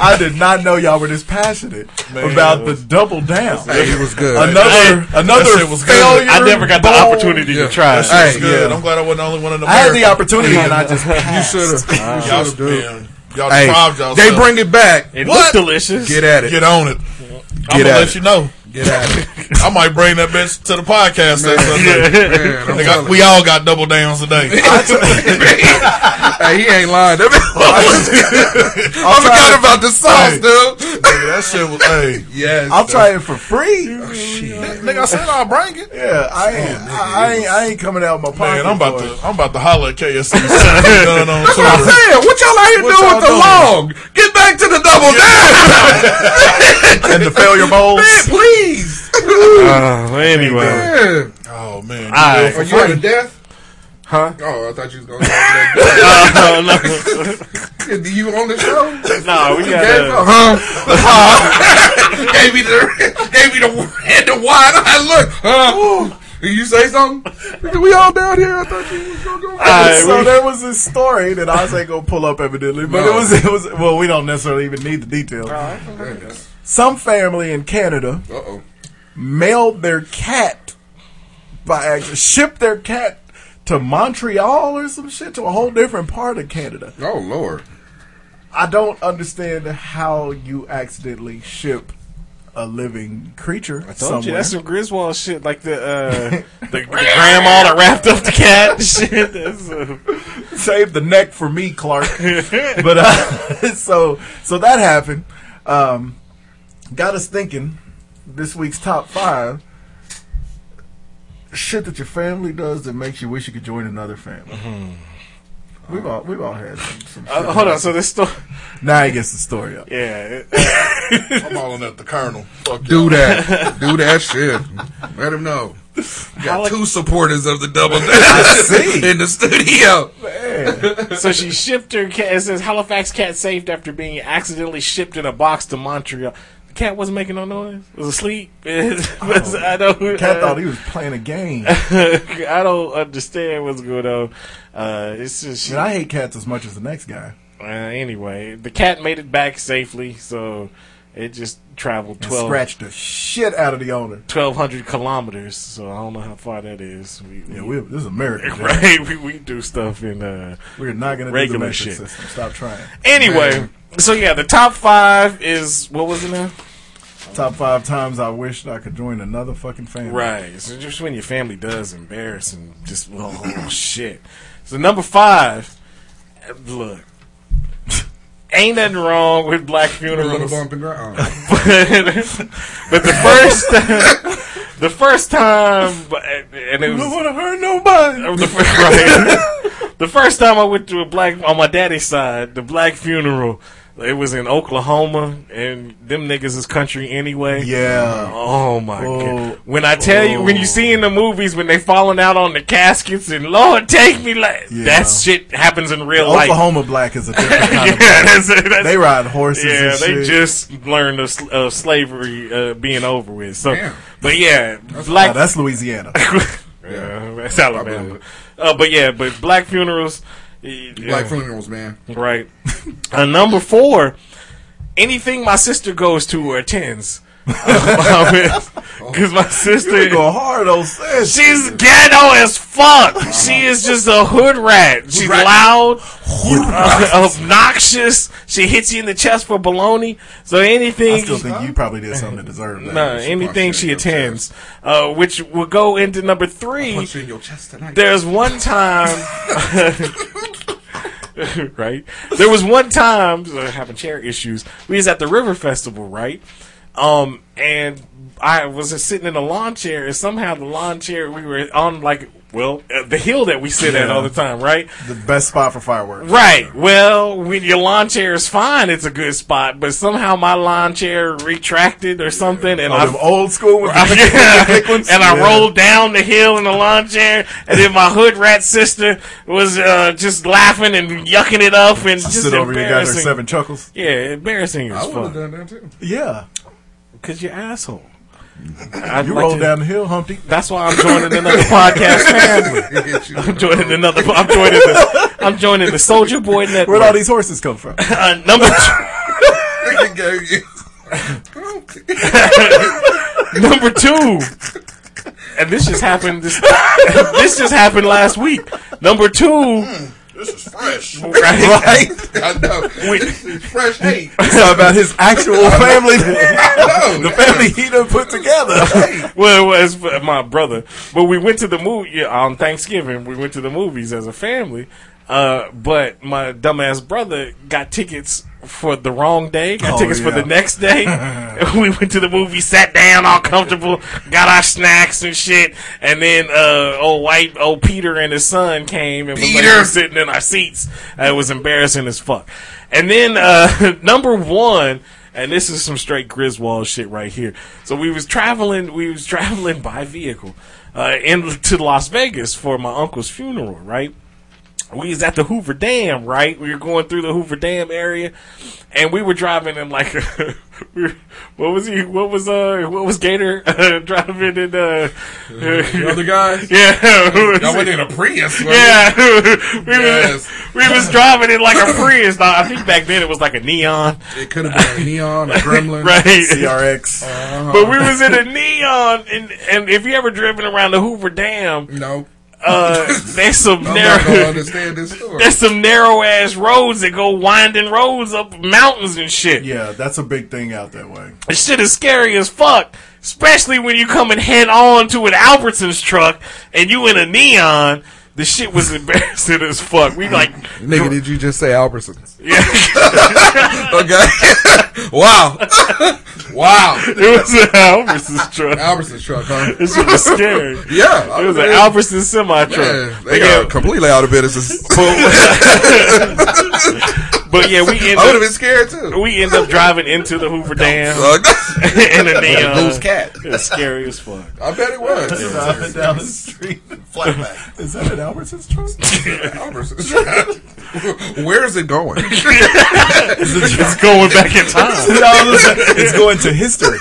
[SPEAKER 12] I did not know y'all were this passionate
[SPEAKER 13] Man,
[SPEAKER 12] about
[SPEAKER 13] it was-
[SPEAKER 12] the double down.
[SPEAKER 13] Hey, it was good.
[SPEAKER 12] Another
[SPEAKER 13] Hey, that
[SPEAKER 12] another
[SPEAKER 13] shit was good.
[SPEAKER 12] failure.
[SPEAKER 13] I never got the
[SPEAKER 12] ball.
[SPEAKER 13] opportunity to Yeah, try that it. shit
[SPEAKER 5] That's
[SPEAKER 13] was
[SPEAKER 12] Hey,
[SPEAKER 5] good.
[SPEAKER 12] yeah.
[SPEAKER 5] I'm glad I wasn't the only one in
[SPEAKER 12] I had the
[SPEAKER 5] America.
[SPEAKER 12] opportunity and I just passed.
[SPEAKER 5] You should have.
[SPEAKER 12] Wow.
[SPEAKER 5] Y'all,
[SPEAKER 12] Y'all should-
[SPEAKER 5] man, y'all
[SPEAKER 2] Hey,
[SPEAKER 5] deprived y'all.
[SPEAKER 2] they bring it back.
[SPEAKER 13] It
[SPEAKER 5] What?
[SPEAKER 13] looked delicious.
[SPEAKER 2] Get at it.
[SPEAKER 5] Get on it. I'm
[SPEAKER 2] Get
[SPEAKER 5] gonna
[SPEAKER 2] at
[SPEAKER 5] let
[SPEAKER 2] it.
[SPEAKER 5] you know.
[SPEAKER 2] Get at it.
[SPEAKER 5] I might bring that bitch to the podcast. that Sunday.
[SPEAKER 2] man, I'm
[SPEAKER 5] They
[SPEAKER 2] telling
[SPEAKER 5] got- we all got double downs today.
[SPEAKER 2] hey, he ain't lying. That man- I forgot about the sauce,
[SPEAKER 5] Hey.
[SPEAKER 2] dude.
[SPEAKER 5] Nigga, that shit was. Hey,
[SPEAKER 2] Yes,
[SPEAKER 12] I'll try it for free.
[SPEAKER 5] nigga, I said I'll bring it.
[SPEAKER 12] Yeah, I ain't, I, I ain't, I ain't coming out of my pocket.
[SPEAKER 5] Man, I'm about
[SPEAKER 12] for
[SPEAKER 5] to I'm about to holler at KSC. Done on
[SPEAKER 2] That's what I'm
[SPEAKER 5] Twitter.
[SPEAKER 2] saying. What y'all out here
[SPEAKER 12] What
[SPEAKER 2] doing
[SPEAKER 12] y'all
[SPEAKER 2] with the
[SPEAKER 12] doing?
[SPEAKER 2] long? Get back to the double
[SPEAKER 12] it. and the failure bowls.
[SPEAKER 2] down, please.
[SPEAKER 13] Uh, anyway,
[SPEAKER 2] Man.
[SPEAKER 5] Oh man,
[SPEAKER 13] All
[SPEAKER 5] you
[SPEAKER 13] right.
[SPEAKER 5] do it for
[SPEAKER 2] Are you out
[SPEAKER 5] free.
[SPEAKER 2] of death?
[SPEAKER 13] huh?
[SPEAKER 2] Oh, I thought you was going to
[SPEAKER 13] Uh, no.
[SPEAKER 2] Do you on the show?
[SPEAKER 13] Nah, we
[SPEAKER 2] You
[SPEAKER 13] got,
[SPEAKER 2] gave,
[SPEAKER 13] uh,
[SPEAKER 2] up, huh? Huh? gave me the gave me the head the wide eye look. Huh? Did you say something? we all down here. I thought you was gonna go.
[SPEAKER 13] Alright,
[SPEAKER 12] so
[SPEAKER 13] we-
[SPEAKER 12] there was this story that I was ain't gonna pull up evidently, but
[SPEAKER 2] No.
[SPEAKER 12] it was it was well, we don't necessarily even need the details. Some family in Canada
[SPEAKER 2] Uh oh.
[SPEAKER 12] mailed their cat by accident, shipped their cat to Montreal or some shit to a whole different part of Canada.
[SPEAKER 2] Oh lord.
[SPEAKER 12] I don't understand how you accidentally ship a living creature
[SPEAKER 13] Told you,
[SPEAKER 12] somewhere.
[SPEAKER 13] that's some Griswold shit, like the uh, the, the grandma that wrapped up the cat. shit, that's, uh,
[SPEAKER 12] Save the neck for me, Clark. but uh, so so that happened. Um, got us thinking. This week's top five shit that your family does that makes you wish you could join another family. We've all we've all had some. some shit.
[SPEAKER 13] Mm-hmm. uh, hold on, so this story,
[SPEAKER 12] now he gets the story up.
[SPEAKER 13] yeah, it-
[SPEAKER 5] I'm hollering at the Colonel. Fuck
[SPEAKER 2] Do that. Do that shit. Let him know. We Got two supporters of the double down in the studio.
[SPEAKER 13] so she shipped her cat. It says Halifax cat saved after being accidentally shipped in a box to Montreal. The cat wasn't making no noise. It was asleep. It was- I don't.
[SPEAKER 12] Cat
[SPEAKER 13] uh,
[SPEAKER 12] thought he was playing a game.
[SPEAKER 13] I don't understand what's going on. Uh, it's just she,
[SPEAKER 12] And I hate cats as much as the next guy.
[SPEAKER 13] uh, anyway. The cat made it back safely, so it just traveled
[SPEAKER 12] And
[SPEAKER 13] twelve
[SPEAKER 12] scratched the shit out of the owner.
[SPEAKER 13] 1,200 kilometers. So I don't know how far that is. We,
[SPEAKER 12] Yeah, we, this is America. Jack.
[SPEAKER 13] right. We, we do stuff in uh,
[SPEAKER 12] We're not gonna do the
[SPEAKER 13] Regular
[SPEAKER 12] metric
[SPEAKER 13] shit.
[SPEAKER 12] system. Stop trying.
[SPEAKER 13] anyway. So yeah, the top five is what was it now?
[SPEAKER 12] Top five times I wished I could join another fucking family.
[SPEAKER 13] Right. So just when your family does embarrass and just oh shit. So number five, look, ain't nothing wrong with black
[SPEAKER 2] Little
[SPEAKER 13] funerals,
[SPEAKER 2] bump and grind. Oh.
[SPEAKER 13] but, but the first the first time, and it was
[SPEAKER 12] to hurt nobody.
[SPEAKER 13] the first, right. the first time I went to a black on my daddy's side, the black funeral. It was in Oklahoma, and them niggas is country anyway.
[SPEAKER 12] Yeah.
[SPEAKER 13] Oh my
[SPEAKER 12] Oh.
[SPEAKER 13] god! When I tell you, when you see in the movies when they falling out on the caskets, and Lord take me, like
[SPEAKER 12] Yeah.
[SPEAKER 13] that shit happens in real life.
[SPEAKER 12] Oklahoma black is a different kind
[SPEAKER 13] yeah,
[SPEAKER 12] of black.
[SPEAKER 13] that's, that's,
[SPEAKER 12] They ride horses.
[SPEAKER 13] yeah,
[SPEAKER 12] and
[SPEAKER 13] they
[SPEAKER 12] shit.
[SPEAKER 13] just learned of, sl- of slavery uh, being over with. So,
[SPEAKER 2] Damn.
[SPEAKER 13] but yeah,
[SPEAKER 12] Nah,
[SPEAKER 13] black
[SPEAKER 12] that's Louisiana.
[SPEAKER 13] yeah, that's
[SPEAKER 2] I
[SPEAKER 13] Alabama.
[SPEAKER 2] believe
[SPEAKER 13] Uh, but yeah, but black funerals, eh,
[SPEAKER 2] Black
[SPEAKER 13] yeah,
[SPEAKER 2] funerals, man.
[SPEAKER 13] right? uh, number four, anything my sister goes to or attends,
[SPEAKER 12] Oh.
[SPEAKER 13] because my
[SPEAKER 12] they
[SPEAKER 13] sister.
[SPEAKER 12] go hard on sis.
[SPEAKER 13] She's ghetto as fuck.
[SPEAKER 12] Uh-huh.
[SPEAKER 13] She is just a hood rat. She's loud, uh, obnoxious. She hits you in the chest for baloney. So
[SPEAKER 12] I
[SPEAKER 13] anything
[SPEAKER 12] still think you probably did something to deserve that.
[SPEAKER 13] no, anything
[SPEAKER 2] punch you
[SPEAKER 13] she
[SPEAKER 2] in your
[SPEAKER 13] attends, uh, which will go into number three.
[SPEAKER 2] Punch you in your chest tonight.
[SPEAKER 13] There's one time, right? There was one time so I having chair issues. We was at the River Festival, right? Um, and I was just sitting in a lawn chair, and somehow the lawn chair we were on, like, well, uh, the hill that we sit at all the time, right?
[SPEAKER 12] The best spot for fireworks.
[SPEAKER 13] Right. Well, when your lawn chair is fine, it's a good spot, but somehow my lawn chair retracted or something, and
[SPEAKER 12] Oh,
[SPEAKER 13] I
[SPEAKER 12] them old school with the big-
[SPEAKER 13] yeah.
[SPEAKER 12] big ones.
[SPEAKER 13] and I
[SPEAKER 12] Yeah.
[SPEAKER 13] rolled down the hill in the lawn chair, and then my hood rat sister was uh, just laughing and yucking it up, and just
[SPEAKER 12] Sit over here, got her
[SPEAKER 13] embarrassing.
[SPEAKER 12] seven chuckles.
[SPEAKER 13] yeah, embarrassing
[SPEAKER 2] I
[SPEAKER 13] as
[SPEAKER 2] would have
[SPEAKER 13] fuck.
[SPEAKER 2] done that too.
[SPEAKER 12] Yeah,
[SPEAKER 13] Cause you're asshole. I'd
[SPEAKER 12] you
[SPEAKER 13] like
[SPEAKER 12] rolled
[SPEAKER 13] to-
[SPEAKER 12] down the hill, Humpty.
[SPEAKER 13] That's why I'm joining another podcast family.
[SPEAKER 2] Get you.
[SPEAKER 13] I'm joining another. I'm joining. The, I'm joining the Soldier Boy Network.
[SPEAKER 12] Where'd all these horses come from?
[SPEAKER 13] Uh, number
[SPEAKER 2] Nigga gave you.
[SPEAKER 13] Number two, and this just happened. This, this just happened last week. Number two,
[SPEAKER 12] Hmm.
[SPEAKER 5] This is fresh.
[SPEAKER 13] right? right?
[SPEAKER 2] I know. It's fresh hate.
[SPEAKER 12] Talking about his actual family,
[SPEAKER 2] the
[SPEAKER 12] family he done put together.
[SPEAKER 13] well, it was for my brother. But we went to the movie yeah, on Thanksgiving. We went to the movies as a family. Uh, but my dumbass brother got tickets for the wrong day. Got
[SPEAKER 12] Oh,
[SPEAKER 13] tickets for
[SPEAKER 12] yeah.
[SPEAKER 13] the next day. we went to the movie, sat down, all comfortable, got our snacks and shit. And then uh, old white old Peter and his son came and was like,
[SPEAKER 5] Peter.
[SPEAKER 13] "We're sitting in our seats. It was embarrassing as fuck. And then uh, number one, and this is some straight Griswold shit right here. So we was traveling, we was traveling by vehicle uh, into Las Vegas for my uncle's funeral, right? we was at the Hoover Dam, right? We were going through the Hoover Dam area, and we were driving in like, we were, what was he? What was uh? What was Gator uh, driving in? Uh, the
[SPEAKER 2] other guy?
[SPEAKER 13] Yeah, who was
[SPEAKER 2] Y'all went
[SPEAKER 13] he?
[SPEAKER 2] in a Prius. wasn't
[SPEAKER 13] Yeah, we
[SPEAKER 2] Yes.
[SPEAKER 13] was we was driving in like a Prius. Now, I think back then it was like a neon,
[SPEAKER 2] It, it could have been a neon, a gremlin, Uh-huh.
[SPEAKER 13] right?
[SPEAKER 12] CRX.
[SPEAKER 13] But we was in a neon, and and if you ever driven around the Hoover Dam,
[SPEAKER 2] no,
[SPEAKER 13] uh, there's some
[SPEAKER 2] I'm
[SPEAKER 13] narrow.
[SPEAKER 2] not gonna understand this story.
[SPEAKER 13] There's some narrow ass roads that go winding roads up mountains and shit.
[SPEAKER 12] Yeah, that's a big thing out that way.
[SPEAKER 13] This shit is scary as fuck. Especially when you coming head on to an Albertsons truck and you in a neon. The shit was embarrassing as fuck. We like
[SPEAKER 2] Nigga, did you just say Albertsons?
[SPEAKER 13] Yeah.
[SPEAKER 2] okay. wow. wow.
[SPEAKER 13] It was an Albertsons truck.
[SPEAKER 2] Albertsons truck, huh?
[SPEAKER 13] This shit was scary.
[SPEAKER 2] Yeah.
[SPEAKER 13] It was an
[SPEAKER 2] Yeah.
[SPEAKER 13] Albertsons semi truck. uh,
[SPEAKER 2] Man, they are completely out of business.
[SPEAKER 13] But yeah, we end
[SPEAKER 2] I would have
[SPEAKER 13] up,
[SPEAKER 2] been scared too.
[SPEAKER 13] we end up driving into the Hoover Dam
[SPEAKER 2] Suck.
[SPEAKER 13] in a neon.
[SPEAKER 2] Who's cat?
[SPEAKER 13] It was scary as fuck.
[SPEAKER 2] I bet it was.
[SPEAKER 12] Driving down the street.
[SPEAKER 2] Flatback.
[SPEAKER 12] Is that an Albertsons truck?
[SPEAKER 2] Albertsons truck. Where is it going?
[SPEAKER 13] It's going back in time.
[SPEAKER 12] it's going to history.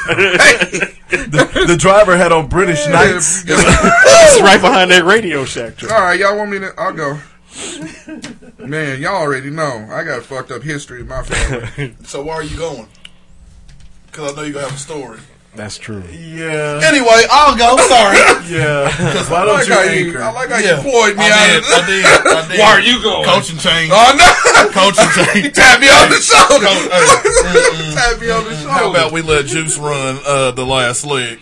[SPEAKER 12] The, the driver had on British Knights.
[SPEAKER 13] It's right behind that Radio Shack truck.
[SPEAKER 2] All right, y'all want me to? I'll go. Man, y'all already know I got fucked up history in my family.
[SPEAKER 5] So where are you going? Because I know you gonna have a story.
[SPEAKER 13] That's true.
[SPEAKER 12] Yeah,
[SPEAKER 5] Anyway, I'll go. Sorry.
[SPEAKER 12] yeah. Why
[SPEAKER 2] I like
[SPEAKER 12] don't you
[SPEAKER 2] how you,
[SPEAKER 12] anchor?
[SPEAKER 2] I like how
[SPEAKER 5] Yeah.
[SPEAKER 2] you employed me
[SPEAKER 5] I
[SPEAKER 2] out
[SPEAKER 5] did.
[SPEAKER 2] of this.
[SPEAKER 5] I did. I did.
[SPEAKER 13] Why are you going?
[SPEAKER 5] Coach and change.
[SPEAKER 2] Oh no!
[SPEAKER 5] Coach and change.
[SPEAKER 2] Tap me on the shoulder.
[SPEAKER 5] Coach, hey,
[SPEAKER 2] Tap me on the shoulder.
[SPEAKER 5] How about we let Juice run uh, the last leg?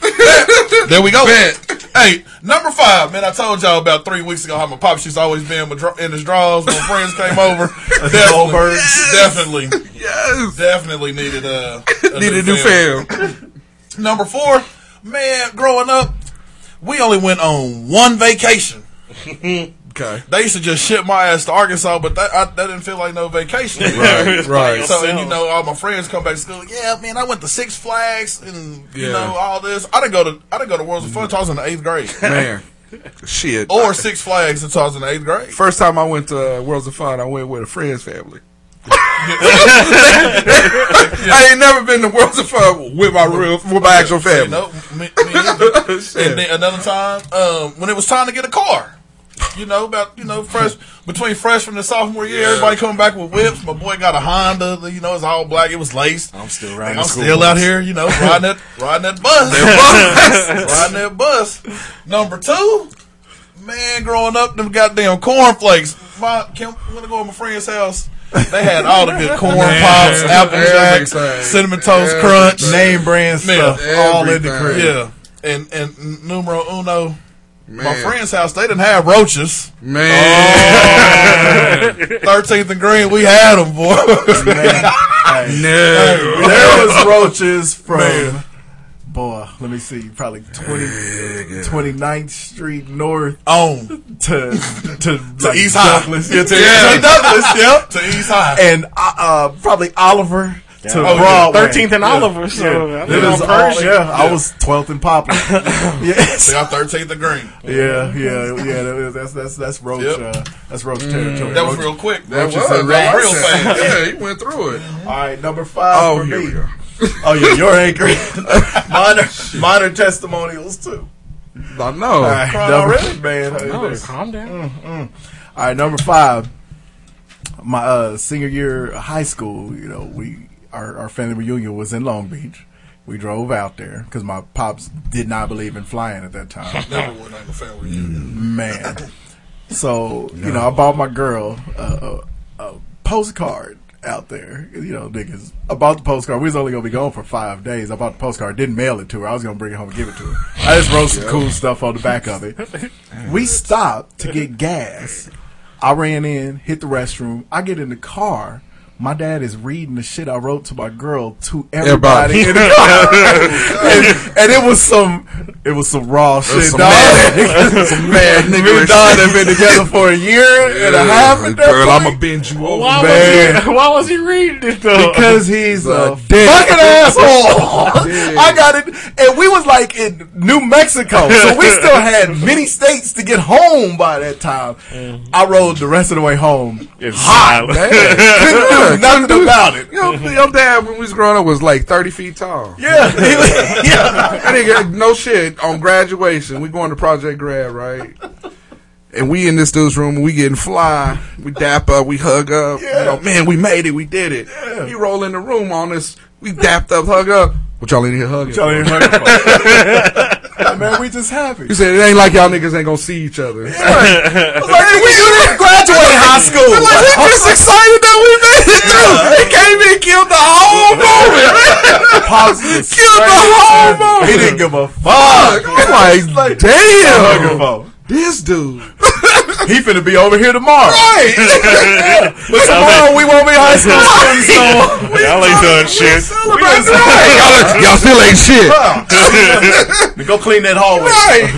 [SPEAKER 5] there we go.
[SPEAKER 2] Bet.
[SPEAKER 5] Hey, number five, man. I told y'all about three weeks ago how my pop she's always been with dr- in his drawers when friends came over. definitely, definitely,
[SPEAKER 2] Yes.
[SPEAKER 5] definitely needed uh, a
[SPEAKER 2] Need a new fam.
[SPEAKER 5] Number four, man. Growing up, we only went on one vacation.
[SPEAKER 2] Okay.
[SPEAKER 5] They used to just ship my ass to Arkansas, but that I, that didn't feel like no vacation.
[SPEAKER 2] Right. Right.
[SPEAKER 5] So and, you know, all my friends come back to school. Yeah, man, I went to Six Flags and you
[SPEAKER 2] Yeah.
[SPEAKER 5] know all this. I didn't go to I didn't go to Worlds of Fun until I was in the eighth grade,
[SPEAKER 2] Man. Shit. Oh,
[SPEAKER 5] or Six Flags until I was in the eighth grade.
[SPEAKER 2] First time I went to uh, Worlds of Fun, I went with a friend's family. I ain't never been to Worlds of Fun with my real, with my actual
[SPEAKER 5] You
[SPEAKER 2] family.
[SPEAKER 5] know, me, me either.
[SPEAKER 2] Shit.
[SPEAKER 5] and then another time um, when it was time to get a car. You know about you know fresh between freshman and sophomore year, everybody coming back with whips. My boy got a Honda. You know it's all black. It was laced.
[SPEAKER 12] I'm still riding.
[SPEAKER 5] I'm
[SPEAKER 12] school
[SPEAKER 5] still
[SPEAKER 12] bus.
[SPEAKER 5] out here, you know, riding that, riding that bus, riding that bus. Number two, man, growing up, them goddamn cornflakes. My, can, I'm gonna go to my friend's house. They had all the good corn pops, apple jacks,
[SPEAKER 2] everything.
[SPEAKER 5] cinnamon toast
[SPEAKER 2] Everything.
[SPEAKER 5] crunch,
[SPEAKER 12] Name brand stuff
[SPEAKER 5] Yeah.
[SPEAKER 12] all in the
[SPEAKER 2] Everything.
[SPEAKER 12] crib.
[SPEAKER 5] yeah, and and numero uno. My Oh,
[SPEAKER 2] Man.
[SPEAKER 5] friend's house, they didn't have roaches.
[SPEAKER 2] Man,
[SPEAKER 5] Thirteenth and Green, we had them, boy.
[SPEAKER 2] no.
[SPEAKER 12] There was roaches from
[SPEAKER 5] Man.
[SPEAKER 12] boy. Let me see, probably 20, 29th Street North
[SPEAKER 5] On
[SPEAKER 12] to to, like
[SPEAKER 5] East High.
[SPEAKER 12] Douglas.
[SPEAKER 5] Yeah, to-
[SPEAKER 12] to
[SPEAKER 5] yeah.
[SPEAKER 12] Douglas. Yep,
[SPEAKER 5] to East High.
[SPEAKER 12] and uh, uh, probably Oliver to
[SPEAKER 5] Oh, yeah.
[SPEAKER 12] Broadway.
[SPEAKER 13] Thirteenth and Oliver. So I
[SPEAKER 12] It
[SPEAKER 13] mean,
[SPEAKER 12] is
[SPEAKER 13] on
[SPEAKER 12] all,
[SPEAKER 13] Pershing.
[SPEAKER 12] yeah, I was 12th in Poplar. yes.
[SPEAKER 5] They got Thirteenth and Green.
[SPEAKER 12] Yeah, yeah, yeah. That is, that's that's that's roach.
[SPEAKER 5] Yep.
[SPEAKER 12] Uh, that's roach territory.
[SPEAKER 5] That was
[SPEAKER 12] Roach-
[SPEAKER 5] real quick.
[SPEAKER 2] That
[SPEAKER 12] Roaches
[SPEAKER 2] was
[SPEAKER 12] and
[SPEAKER 2] that
[SPEAKER 5] rats.
[SPEAKER 2] was
[SPEAKER 5] Real fast.
[SPEAKER 2] Yeah, he went through it.
[SPEAKER 12] All right, number five.
[SPEAKER 2] Oh,
[SPEAKER 12] for
[SPEAKER 2] here
[SPEAKER 12] me.
[SPEAKER 2] we go.
[SPEAKER 12] Oh yeah, your anchor. minor, minor testimonials too.
[SPEAKER 2] I know.
[SPEAKER 12] All right,
[SPEAKER 5] Crying
[SPEAKER 12] number,
[SPEAKER 5] already?
[SPEAKER 12] man.
[SPEAKER 13] No, calm down.
[SPEAKER 12] All right, number five. my uh, senior year of high school, you know, we our, our family reunion was in Long Beach. We drove out there because my pops did not believe in flying at that time.
[SPEAKER 5] Never would I have a family
[SPEAKER 12] Man. So, you know, I bought my girl a, a, a postcard out there. You know, niggas. I bought the postcard. We was only going to be gone for five days. I bought the postcard. Didn't mail it to her. I was going to bring it home and give it to her. I just wrote some
[SPEAKER 15] Yeah.
[SPEAKER 12] cool stuff on the back of it. We stopped to get gas. I ran in, hit the restroom. I get in the car. My dad is reading the shit I wrote to my girl to everybody,
[SPEAKER 15] Everybody.
[SPEAKER 12] in the car, and, and it was some, it was some raw
[SPEAKER 15] It was
[SPEAKER 12] shit.
[SPEAKER 15] some
[SPEAKER 12] Dog.
[SPEAKER 15] mad- some mad
[SPEAKER 12] Me and
[SPEAKER 15] nigga
[SPEAKER 12] dog
[SPEAKER 15] shit.
[SPEAKER 12] have been together for a year and a
[SPEAKER 15] Yeah,
[SPEAKER 12] half. at that
[SPEAKER 15] girl,
[SPEAKER 12] point.
[SPEAKER 15] I'ma bend you
[SPEAKER 2] Oh,
[SPEAKER 15] over,
[SPEAKER 13] Why was,
[SPEAKER 12] man.
[SPEAKER 13] he, why was he reading it though?
[SPEAKER 12] Because he's a,
[SPEAKER 15] dick.
[SPEAKER 12] fucking asshole.
[SPEAKER 15] Dick.
[SPEAKER 12] I got it, and we was like in New Mexico, so we still had many states to get home by that time. I rode the rest of the way home. hot, man. Couldn't do nothing about it.
[SPEAKER 2] Your, your dad, when we was growing up, was like thirty feet tall.
[SPEAKER 12] Yeah,
[SPEAKER 2] That nigga, no shit. On graduation, we going to Project Grad, right? And we in this dude's room, we getting fly. We dap up, we hug up. You know, man, we made it, we did it. He roll in the room on us. We dapped up, hug up. What y'all in here hugging?
[SPEAKER 12] Y'all in here hugging? man, we just happy.
[SPEAKER 2] You said it ain't like y'all niggas ain't gonna see each other.
[SPEAKER 12] I was like, nigga, you didn't graduate high school.
[SPEAKER 15] I'm like, we just excited that we made it through. It came in and killed the whole moment. killed the whole moment.
[SPEAKER 12] He didn't give a fuck.
[SPEAKER 2] I'm like, damn, this dude.
[SPEAKER 12] he finna be over here tomorrow.
[SPEAKER 15] Right.
[SPEAKER 12] but tomorrow we won't be high school students. So
[SPEAKER 13] Y'all ain't done shit.
[SPEAKER 15] That's right.
[SPEAKER 2] Y'all still ain't shit.
[SPEAKER 12] Go clean that hallway.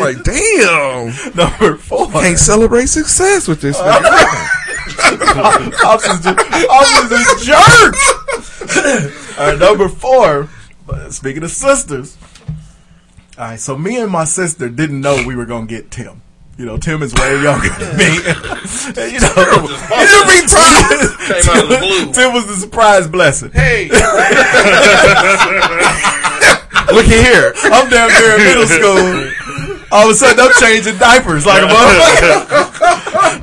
[SPEAKER 2] like, damn.
[SPEAKER 12] Number four.
[SPEAKER 2] Can't celebrate success with this nigga.
[SPEAKER 12] Ops is just, Ops is a jerk. All right, number four. but Speaking of sisters. All right, so me and my sister didn't know we were gonna get Tim. You know, Tim is way younger than me. And, you know,
[SPEAKER 15] Every time.
[SPEAKER 12] Tim, Tim was the surprise blessing.
[SPEAKER 15] Hey.
[SPEAKER 12] Look at here. I'm down there in middle school. All of a sudden, I'm changing diapers like a motherfucker.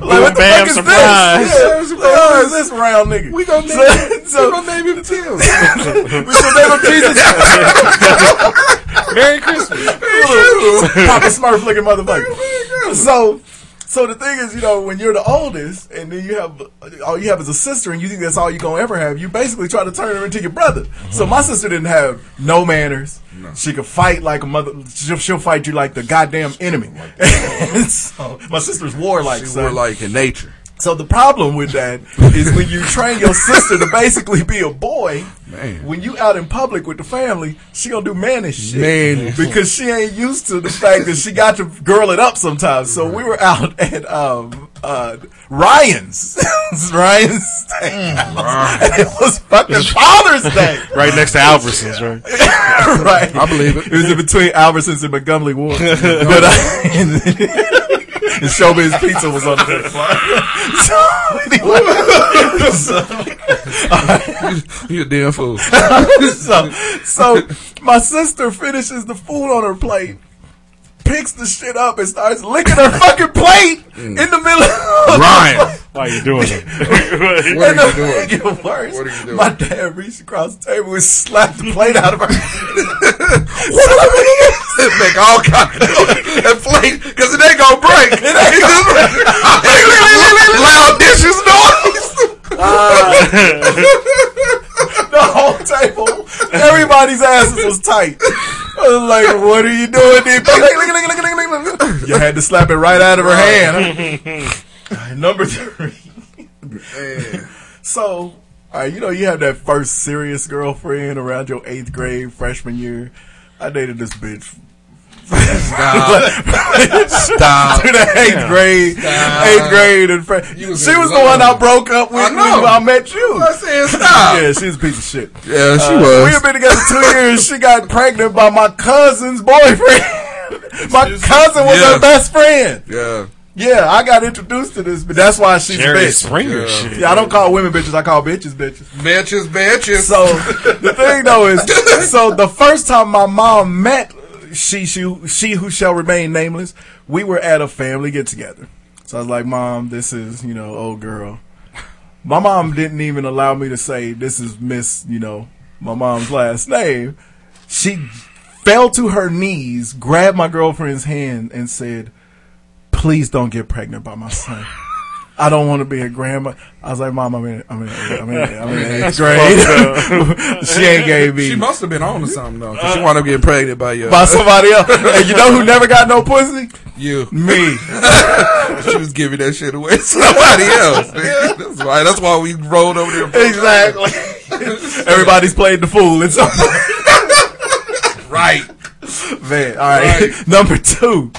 [SPEAKER 12] like, what the
[SPEAKER 15] bam,
[SPEAKER 12] fuck is
[SPEAKER 15] surprise.
[SPEAKER 12] this? Yeah, what the fuck is this round nigga?
[SPEAKER 15] We gonna name him. we gonna name him Tim.
[SPEAKER 12] we gonna name him Jesus.
[SPEAKER 13] Merry Christmas.
[SPEAKER 12] Papa Smurf looking motherfucker. So, so the thing is, you know, when you're the oldest, and then you have all you have is a sister, and you think that's all you're gonna ever have, you basically try to turn her into your brother. So my sister didn't have Mm-hmm. no manners. She could fight like a mother. She'll, she'll fight you like the goddamn enemy. And so, my sister's warlike.
[SPEAKER 2] She
[SPEAKER 12] son.
[SPEAKER 2] warlike in nature.
[SPEAKER 12] So the problem with that is when you train your sister to basically be a boy,
[SPEAKER 2] Man.
[SPEAKER 12] when you out in public with the family, she gonna do mannish shit
[SPEAKER 2] Man.
[SPEAKER 12] because she ain't used to the fact that she got to girl it up sometimes. So we were out at um, uh, Ryan's, Ryan's, steakhouse. and it was fucking Father's Day
[SPEAKER 13] right next to Alverson's, right?
[SPEAKER 12] right. I
[SPEAKER 2] believe it.
[SPEAKER 12] It was in between Albertsons and Montgomery Ward. but I, and, and Showbiz Pizza was on the so anyway, so,
[SPEAKER 2] You a damn fool.
[SPEAKER 12] so, so my sister finishes the food on her plate, picks the shit up, and starts licking her fucking plate in the middle. of
[SPEAKER 13] Ryan. Why are you doing
[SPEAKER 12] and
[SPEAKER 13] it?
[SPEAKER 12] the thing Get worse. My dad reached across the table and slapped the plate out of her.
[SPEAKER 2] Make all kinds of that plate because it ain't gonna break. It ain't gonna loud dishes noise.
[SPEAKER 12] the whole table. Everybody's asses was tight. I was like, what are you doing? There? You had to slap it right out of her hand. Alright, Number three. so, all right, you know, you have that first serious girlfriend around your eighth grade freshman year. I dated this bitch.
[SPEAKER 15] Stop.
[SPEAKER 12] Through the eighth
[SPEAKER 15] Yeah.
[SPEAKER 12] grade,
[SPEAKER 15] Stop.
[SPEAKER 12] eighth grade, and fre- she
[SPEAKER 15] You was
[SPEAKER 12] was
[SPEAKER 15] in
[SPEAKER 12] the one I
[SPEAKER 15] love.
[SPEAKER 12] broke up with
[SPEAKER 15] I know.
[SPEAKER 12] when I met you.
[SPEAKER 15] I said stop.
[SPEAKER 12] Yeah, she was a piece of shit.
[SPEAKER 2] Yeah, she
[SPEAKER 12] Uh,
[SPEAKER 2] was.
[SPEAKER 12] We had been together two years. She got pregnant by my cousin's boyfriend. my cousin was
[SPEAKER 2] Yeah.
[SPEAKER 12] her best friend.
[SPEAKER 2] Yeah.
[SPEAKER 12] Yeah, I got introduced to this, but that's why she's
[SPEAKER 2] Jerry
[SPEAKER 12] a bitch.
[SPEAKER 2] Springer
[SPEAKER 12] yeah.
[SPEAKER 2] shit.
[SPEAKER 12] Yeah, I don't call women bitches. I call bitches bitches.
[SPEAKER 2] Bitches, bitches.
[SPEAKER 12] So the thing though is, so the first time my mom met she, she, she who shall remain nameless, we were at a family get together. So I was like, Mom, this is you know old girl. My mom didn't even allow me to say this is Miss, you know, my mom's last name. She fell to her knees, grabbed my girlfriend's hand, and said, "Please don't get pregnant by my son." I don't want to be a grandma. I was like, Mom, I'm in, I'm in, I'm in, I'm in eighth grade. she ain't gave me.
[SPEAKER 2] She must have been on to something though. 'cause she wound up getting pregnant by uh, you.
[SPEAKER 12] by somebody else. And you know who never got no pussy?
[SPEAKER 2] You.
[SPEAKER 12] Me.
[SPEAKER 2] she was giving that shit away to somebody else. man. That's why. That's why we rolled over there.
[SPEAKER 12] Exactly. Everybody's played the fool. It's
[SPEAKER 2] right.
[SPEAKER 12] Man, all right. Number two,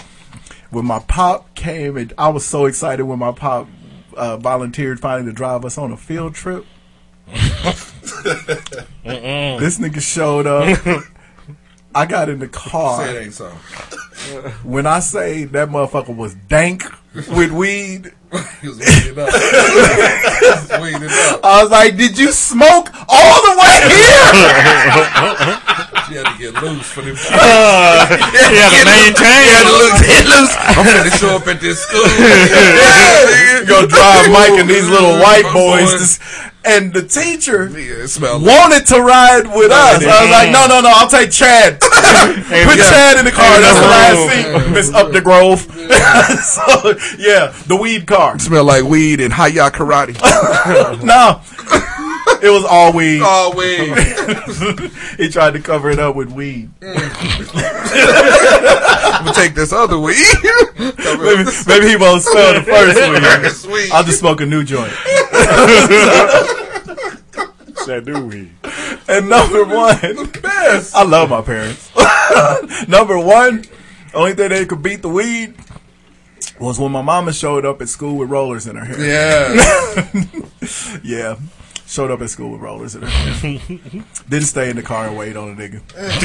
[SPEAKER 12] when my pop came, and I was so excited when my pop uh, volunteered finally to drive us on a field trip. This nigga showed up. I got in the car.
[SPEAKER 2] Say it ain't so.
[SPEAKER 12] When I say that motherfucker was dank with weed,
[SPEAKER 2] he was weeding up.
[SPEAKER 12] I was like, "Did you smoke all the way here?"
[SPEAKER 2] She had to get loose for them.
[SPEAKER 12] Uh, he had to
[SPEAKER 2] Get loose.
[SPEAKER 12] maintain.
[SPEAKER 2] He had to loose. Get loose. I'm gonna show up at this school. yeah,
[SPEAKER 12] Go drive Mike and these little white boys. Just, and the teacher wanted to ride with us. I was like, no, no, no, I'll take Chad. Put
[SPEAKER 13] yeah.
[SPEAKER 12] Chad in the car.
[SPEAKER 13] Ain't
[SPEAKER 12] That's the
[SPEAKER 13] no
[SPEAKER 12] last
[SPEAKER 13] room.
[SPEAKER 12] seat, Miss Updegrove. so, yeah, the weed car.
[SPEAKER 2] Smell like weed and hiya karate.
[SPEAKER 12] no. It was all Oh, weed.
[SPEAKER 2] All weed.
[SPEAKER 12] he tried to cover it up with weed.
[SPEAKER 2] I'm gonna take this other weed.
[SPEAKER 12] maybe, maybe he won't smell the first weed.
[SPEAKER 2] Sweet.
[SPEAKER 12] I'll just smoke a new joint.
[SPEAKER 13] Said do we?
[SPEAKER 12] And number one, I love my parents. number one, only thing they could beat the weed was when my mama showed up at school with rollers in her hair.
[SPEAKER 2] Yeah.
[SPEAKER 12] yeah. Showed up at school with rollers in her hair. Didn't stay in the car and wait on a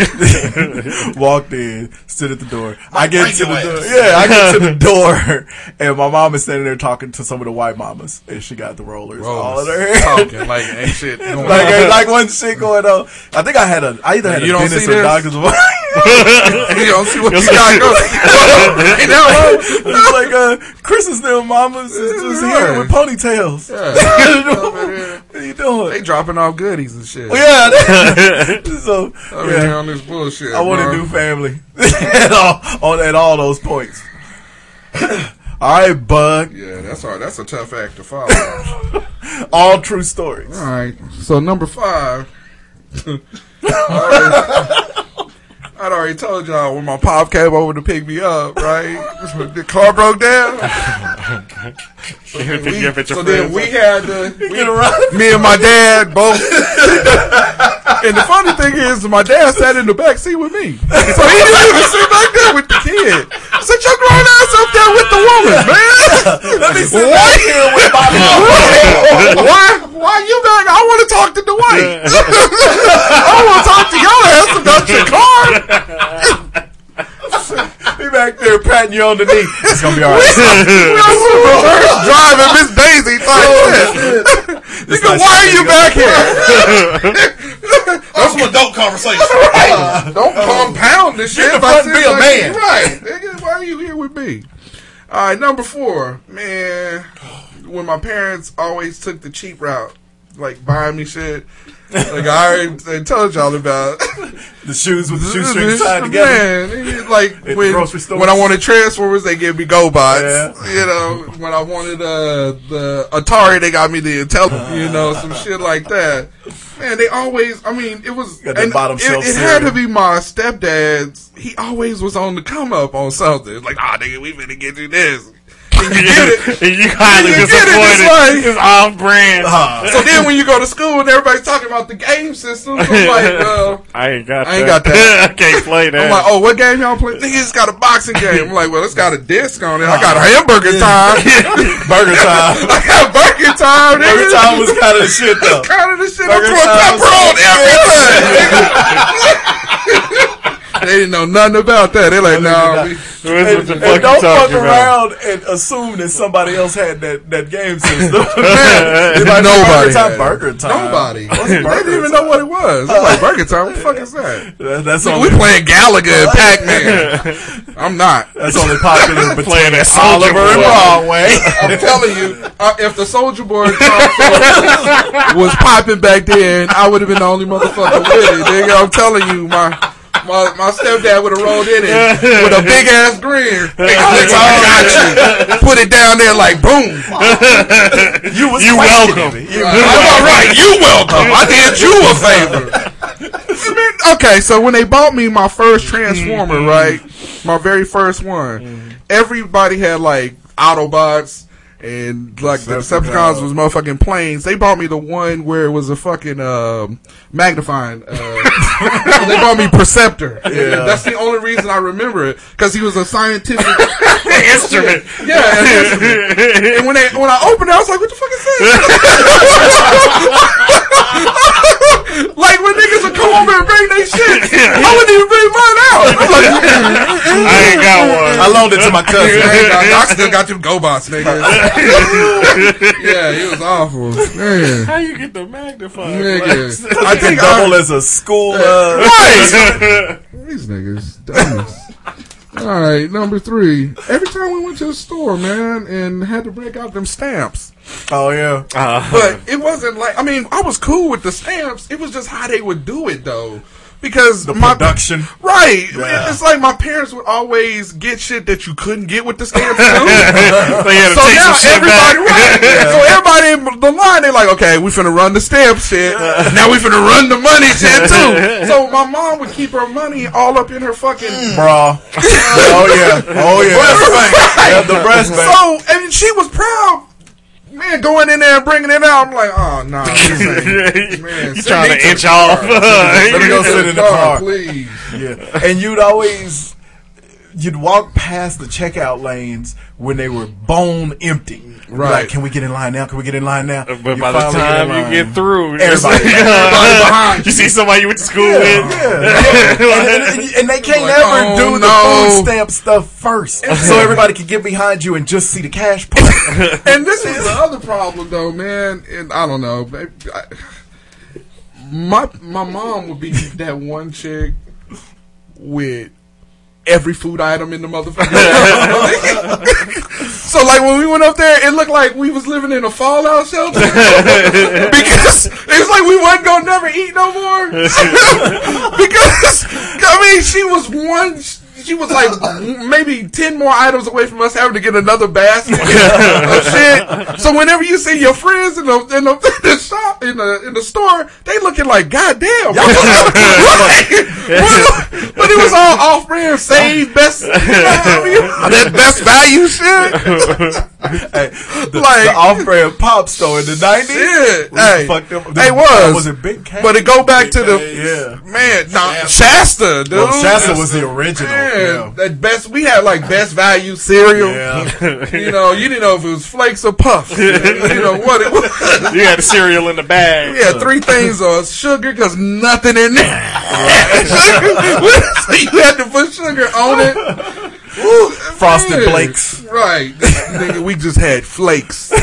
[SPEAKER 12] nigga. Walked in, stood at the door. I get
[SPEAKER 15] bring
[SPEAKER 12] to the
[SPEAKER 15] your
[SPEAKER 12] door.
[SPEAKER 15] ass.
[SPEAKER 12] Yeah, I get to the door, and my mom is standing there talking to some of the white mamas, and she got the rollers, all in her hair.
[SPEAKER 2] Talking like ain't shit going on.
[SPEAKER 12] like ain't like one shit going on. I think I had a I either had
[SPEAKER 2] You
[SPEAKER 12] a
[SPEAKER 2] don't
[SPEAKER 12] dentist
[SPEAKER 2] see
[SPEAKER 12] or
[SPEAKER 2] this?
[SPEAKER 12] doctor's appointment.
[SPEAKER 2] you don't see what you got going. Ain't that right?
[SPEAKER 12] It's like uh, Chris's little mamas is just here with ponytails. what are you doing?
[SPEAKER 2] They dropping off goodies and shit.
[SPEAKER 12] Well, yeah. so
[SPEAKER 2] I mean,
[SPEAKER 12] Oh, yeah.
[SPEAKER 2] on this bullshit.
[SPEAKER 12] I want
[SPEAKER 2] bro.
[SPEAKER 12] a new family at all on at all those points. all right, bud.
[SPEAKER 2] Yeah, that's hard. That's a tough act to follow.
[SPEAKER 12] All true stories.
[SPEAKER 2] All right. So number five. I'd already told y'all when my pop came over to pick me up, right? the car broke down.
[SPEAKER 13] You had to pick you up at your
[SPEAKER 2] so then
[SPEAKER 13] friend's
[SPEAKER 2] we
[SPEAKER 13] house.
[SPEAKER 2] had to. We,
[SPEAKER 12] around.
[SPEAKER 2] me and my dad both. and the funny thing is, my dad sat in the back seat with me, so he didn't even sit back there with the kid. Sit your grown ass up there with the woman, man. Let me sit
[SPEAKER 12] back here with my mom.
[SPEAKER 2] Why? Why you back? I want to talk to Dwight. I want to talk to y'all ass about your car.
[SPEAKER 12] Be back there patting you on the knee. It's gonna be all right.
[SPEAKER 2] Reverse driving Miss Daisy. Like, Nigga, why are you back here?
[SPEAKER 5] That's some adult conversation.
[SPEAKER 2] Don't compound this shit.
[SPEAKER 5] Uh, Get
[SPEAKER 2] if
[SPEAKER 5] the
[SPEAKER 2] I
[SPEAKER 5] fuck
[SPEAKER 2] said
[SPEAKER 5] be a
[SPEAKER 2] like-
[SPEAKER 5] man.
[SPEAKER 2] Right. Nigga, why are you here with me? All right, number four. Man, when my parents always took the cheap route, like buying me shit. Like I already I told y'all about.
[SPEAKER 12] the shoes with the shoestrings
[SPEAKER 2] Man,
[SPEAKER 12] tied together.
[SPEAKER 2] nigga, Mm-hmm. like
[SPEAKER 12] the
[SPEAKER 2] when,
[SPEAKER 12] grocery stores.
[SPEAKER 2] when I wanted Transformers, they gave me Go Bots.
[SPEAKER 12] Yeah.
[SPEAKER 2] You know, when I wanted uh, the Atari, they got me the Intel. You know, some shit like that. Man, they always. I mean, it was.
[SPEAKER 12] Got that bottom
[SPEAKER 2] it,
[SPEAKER 12] shelf
[SPEAKER 2] it had
[SPEAKER 12] cereal.
[SPEAKER 2] to be my stepdad's. He always was on the come up on something. Like, ah, nigga, we finna get you this. And you get it.
[SPEAKER 13] And you highly
[SPEAKER 2] You get it, Uh-huh. it's
[SPEAKER 13] disappointed.
[SPEAKER 2] like-
[SPEAKER 13] It's off brand.
[SPEAKER 12] Ah.
[SPEAKER 2] So then, when you go to school and everybody's talking about the game system, I'm like, uh,
[SPEAKER 13] I ain't got.
[SPEAKER 2] I ain't
[SPEAKER 13] that.
[SPEAKER 2] got that.
[SPEAKER 13] I can't play that.
[SPEAKER 2] I'm like, oh, what game y'all play? Nigga, it's got a boxing game. I'm like, well, it's got a disc on it. I got
[SPEAKER 12] Ah.
[SPEAKER 2] hamburger time.
[SPEAKER 12] Burger time.
[SPEAKER 2] I got burger time. Nigga.
[SPEAKER 12] Burger time was kind of the shit though.
[SPEAKER 2] kind of the shit.
[SPEAKER 12] Burger time
[SPEAKER 2] I'm throwing pepper
[SPEAKER 12] was-
[SPEAKER 2] on everything. nigga. they didn't know nothing about that. They're like,
[SPEAKER 12] No, they
[SPEAKER 2] nah,
[SPEAKER 12] did
[SPEAKER 2] we,
[SPEAKER 12] not. and, and don't fuck around and assume that somebody else had that, that game system. It's like Burger
[SPEAKER 2] Nobody
[SPEAKER 12] time,
[SPEAKER 2] had
[SPEAKER 12] burger
[SPEAKER 2] it.
[SPEAKER 12] time.
[SPEAKER 2] Nobody.
[SPEAKER 12] What's
[SPEAKER 2] They
[SPEAKER 12] burger
[SPEAKER 2] didn't even know what it was. I'm like Burger Time. What the fuck is that?
[SPEAKER 12] That's
[SPEAKER 2] Nigga,
[SPEAKER 12] only-
[SPEAKER 2] we playing Gallagher and Pac Man. I'm not.
[SPEAKER 12] That's only popular between Playing that Soulja
[SPEAKER 2] Oliver and
[SPEAKER 12] Boy.
[SPEAKER 2] Broadway. I'm telling you, uh, if the Soldier Boy concert was popping back then, I would have been the only motherfucker with it. Nigga, I'm telling you, my my, my stepdad would have rolled in it with a big ass grin. Hey, Alex, I got you. "Oh, Put it down there like boom.
[SPEAKER 12] You was
[SPEAKER 2] You welcome. I'm all right. You welcome. I did you a favor. I mean, okay, so when they bought me my first Transformer, right, my very first one, everybody had like Autobots and like the
[SPEAKER 12] Decepticons.
[SPEAKER 2] Decepticons was motherfucking planes. They bought me the one where it was a fucking um magnifying. Uh, they bought me Perceptor.
[SPEAKER 12] Yeah.
[SPEAKER 2] that's the only reason I remember it because he was a scientific
[SPEAKER 13] instrument.
[SPEAKER 2] Yeah, an instrument. and when they when I opened it, I was like, "What the fuck is that?" like when niggas would come over and bring their shit, I wouldn't even bring mine out. I'm like, I
[SPEAKER 13] ain't got one.
[SPEAKER 12] I loaned it to my cousin.
[SPEAKER 2] I, ain't got- I still got them GoBots, niggas. yeah, it was awful, man.
[SPEAKER 13] How you get the magnifying
[SPEAKER 2] Nigga.
[SPEAKER 13] glass?
[SPEAKER 2] I think
[SPEAKER 12] double
[SPEAKER 2] I-
[SPEAKER 12] as a school. Uh,
[SPEAKER 2] Right. These niggas dummies. All right, number three. Every time we went to the store, man, and had to break out them stamps.
[SPEAKER 12] Oh yeah.
[SPEAKER 2] But it wasn't like I mean, I was cool with the stamps. It was just how they would do it though. Because the my,
[SPEAKER 12] production.
[SPEAKER 2] Right.
[SPEAKER 12] Yeah.
[SPEAKER 2] It's like my parents would always get shit that you couldn't get with the stamps too. so
[SPEAKER 13] take
[SPEAKER 2] now
[SPEAKER 13] some shit
[SPEAKER 2] everybody right. So everybody in the line they like, okay, we finna run the stamp shit. now we finna run the money shit too. So my mom would keep her money all up in her fucking
[SPEAKER 12] Bra. oh yeah. Oh yeah. Yeah, the breastband.
[SPEAKER 2] So and she was proud. Man, going in there and bringing it out, I'm like, oh no, man,
[SPEAKER 13] You
[SPEAKER 2] send
[SPEAKER 13] trying
[SPEAKER 2] me
[SPEAKER 13] to inch
[SPEAKER 2] the
[SPEAKER 13] off?
[SPEAKER 2] car.
[SPEAKER 12] Let me go sit in the car.
[SPEAKER 2] please.
[SPEAKER 12] Yeah. And you'd always you'd walk past the checkout lanes when they were bone empty.
[SPEAKER 2] Right.
[SPEAKER 12] Like, can we get in line now? Can we get in line now?
[SPEAKER 13] But by the time you get through,
[SPEAKER 12] everybody,
[SPEAKER 13] you see somebody you went to school with.
[SPEAKER 12] and, and- and they can't
[SPEAKER 2] Like,
[SPEAKER 12] ever
[SPEAKER 2] oh,
[SPEAKER 12] do the
[SPEAKER 2] no.
[SPEAKER 12] food stamp stuff first, so everybody can get behind you and just see the cash part.
[SPEAKER 2] and this is the other problem, though, man. And I don't know. babe, I- my my mom would be that one chick with every food item in the motherfucker. so like when we went up there, it looked like we was living in a fallout shelter because it's like we wasn't gonna never eat no more because I mean she was one. She was like maybe ten more items away from us having to get another basket of shit. So whenever you see your friends in the in the, in the shop in the in the store, they looking like goddamn. but it was all off brand, save best that best value shit.
[SPEAKER 12] the,
[SPEAKER 2] Like-
[SPEAKER 12] the off-brand pop store in the nineties.
[SPEAKER 2] Shit, hey,
[SPEAKER 12] fucked up.
[SPEAKER 2] Hey, it was.
[SPEAKER 12] was it Big K?
[SPEAKER 2] But it go back to the
[SPEAKER 12] yeah.
[SPEAKER 2] man, nah, Shasta, dude.
[SPEAKER 12] Well, Shasta was the original.
[SPEAKER 2] Man,
[SPEAKER 12] Yeah.
[SPEAKER 2] that best we had like best value cereal. you know, you didn't know if it was flakes or puffs. you know what it was.
[SPEAKER 13] You had the cereal in the bag.
[SPEAKER 2] We had three things on sugar because nothing in there. sugar, so you had to put sugar on it. Ooh,
[SPEAKER 12] Frosted
[SPEAKER 2] man.
[SPEAKER 12] Flakes.
[SPEAKER 2] right? Nigga, we just had flakes.
[SPEAKER 12] Corn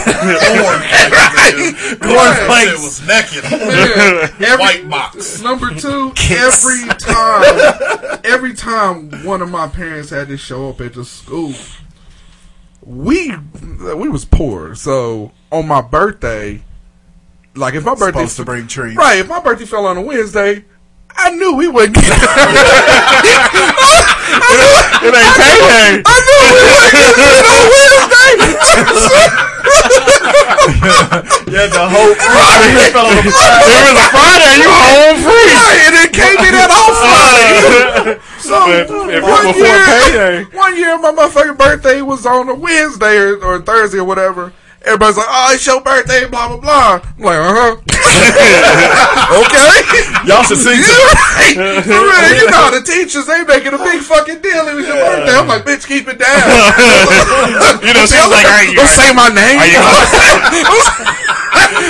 [SPEAKER 20] It
[SPEAKER 12] flakes.
[SPEAKER 20] was naked.
[SPEAKER 2] Man, every-
[SPEAKER 20] White box.
[SPEAKER 2] Number two, every time, every time one of my parents had to show up at the school, we we was poor. So on my birthday, like if my birthday
[SPEAKER 12] Supposed to bring treats.
[SPEAKER 2] right, if my birthday fell on a Wednesday. I knew we wouldn't get
[SPEAKER 13] It ain't payday.
[SPEAKER 2] I knew we wouldn't get it on Wednesday.
[SPEAKER 12] Yeah, the whole
[SPEAKER 13] Friday.
[SPEAKER 12] fell on the floor.
[SPEAKER 13] There was a Friday. You home free.
[SPEAKER 2] Right, and it can't be that off Friday.
[SPEAKER 13] But
[SPEAKER 2] so
[SPEAKER 13] if it was
[SPEAKER 2] one
[SPEAKER 13] before
[SPEAKER 2] year,
[SPEAKER 13] payday,
[SPEAKER 2] one year my motherfucking birthday was on a Wednesday or, or Thursday or whatever, Everybody's like, "Oh, it's your birthday," blah blah blah. I'm like, "Uh huh." okay,
[SPEAKER 21] Y'all should sing
[SPEAKER 2] Yeah, right. For real, you know the teachers they making a big fucking deal. It was your birthday. I'm like, "Bitch, keep it down."
[SPEAKER 21] You know, she was like, "All right, you
[SPEAKER 2] "Don't
[SPEAKER 21] guys-
[SPEAKER 2] say my name."
[SPEAKER 21] Are you-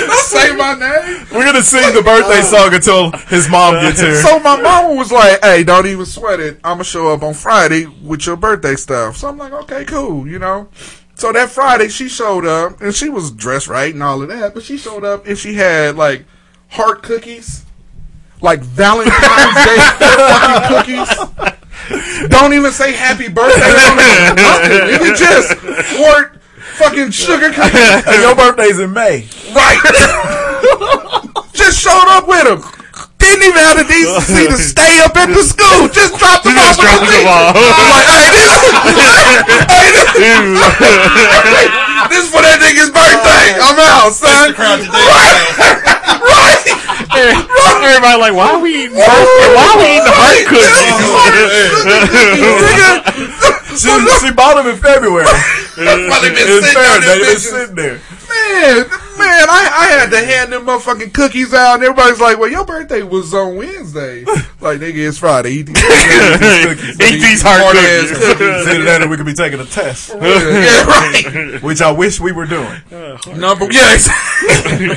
[SPEAKER 2] Don't say my name.
[SPEAKER 21] We're gonna sing the birthday song
[SPEAKER 2] Uh-huh.
[SPEAKER 21] until his mom gets here.
[SPEAKER 2] So my mama was like, "Hey, don't even sweat it. I'm gonna show up on Friday with your birthday stuff." So I'm like, "Okay, cool," you know. So that Friday she showed up and she was dressed right and all of that, but she showed up and she had like heart cookies, like Valentine's Day fucking cookies. Don't even say happy birthday. Don't even nothing. It was just heart fucking sugar cookies.
[SPEAKER 21] And your birthday's in May.
[SPEAKER 2] Right. just showed up with him. Didn't even have the decency to stay up at the school. Just dropped them off. at the teacher. I'm like, hey, this, hey, this, this for that nigga's birthday. I'm out, son.
[SPEAKER 21] Everybody like, why are we eating?
[SPEAKER 2] Oh,
[SPEAKER 21] Why are we eating the heart cookies? she, she bought them in February.
[SPEAKER 2] Probably been
[SPEAKER 21] It's
[SPEAKER 2] sitting
[SPEAKER 21] fair,
[SPEAKER 2] on them
[SPEAKER 21] they been
[SPEAKER 2] bitches.
[SPEAKER 21] sitting there.
[SPEAKER 2] Man, man, I, I had to hand them motherfucking cookies out, and everybody's like, well, your birthday was on Wednesday. Like, nigga, it's Friday. Eat these,
[SPEAKER 21] Eat these hard
[SPEAKER 2] hard-ass
[SPEAKER 21] cookies.
[SPEAKER 2] cookies.
[SPEAKER 21] Either that or we could be taking a test.
[SPEAKER 2] Yeah, right.
[SPEAKER 21] Which I wish we were doing.
[SPEAKER 2] Number yeah, exactly.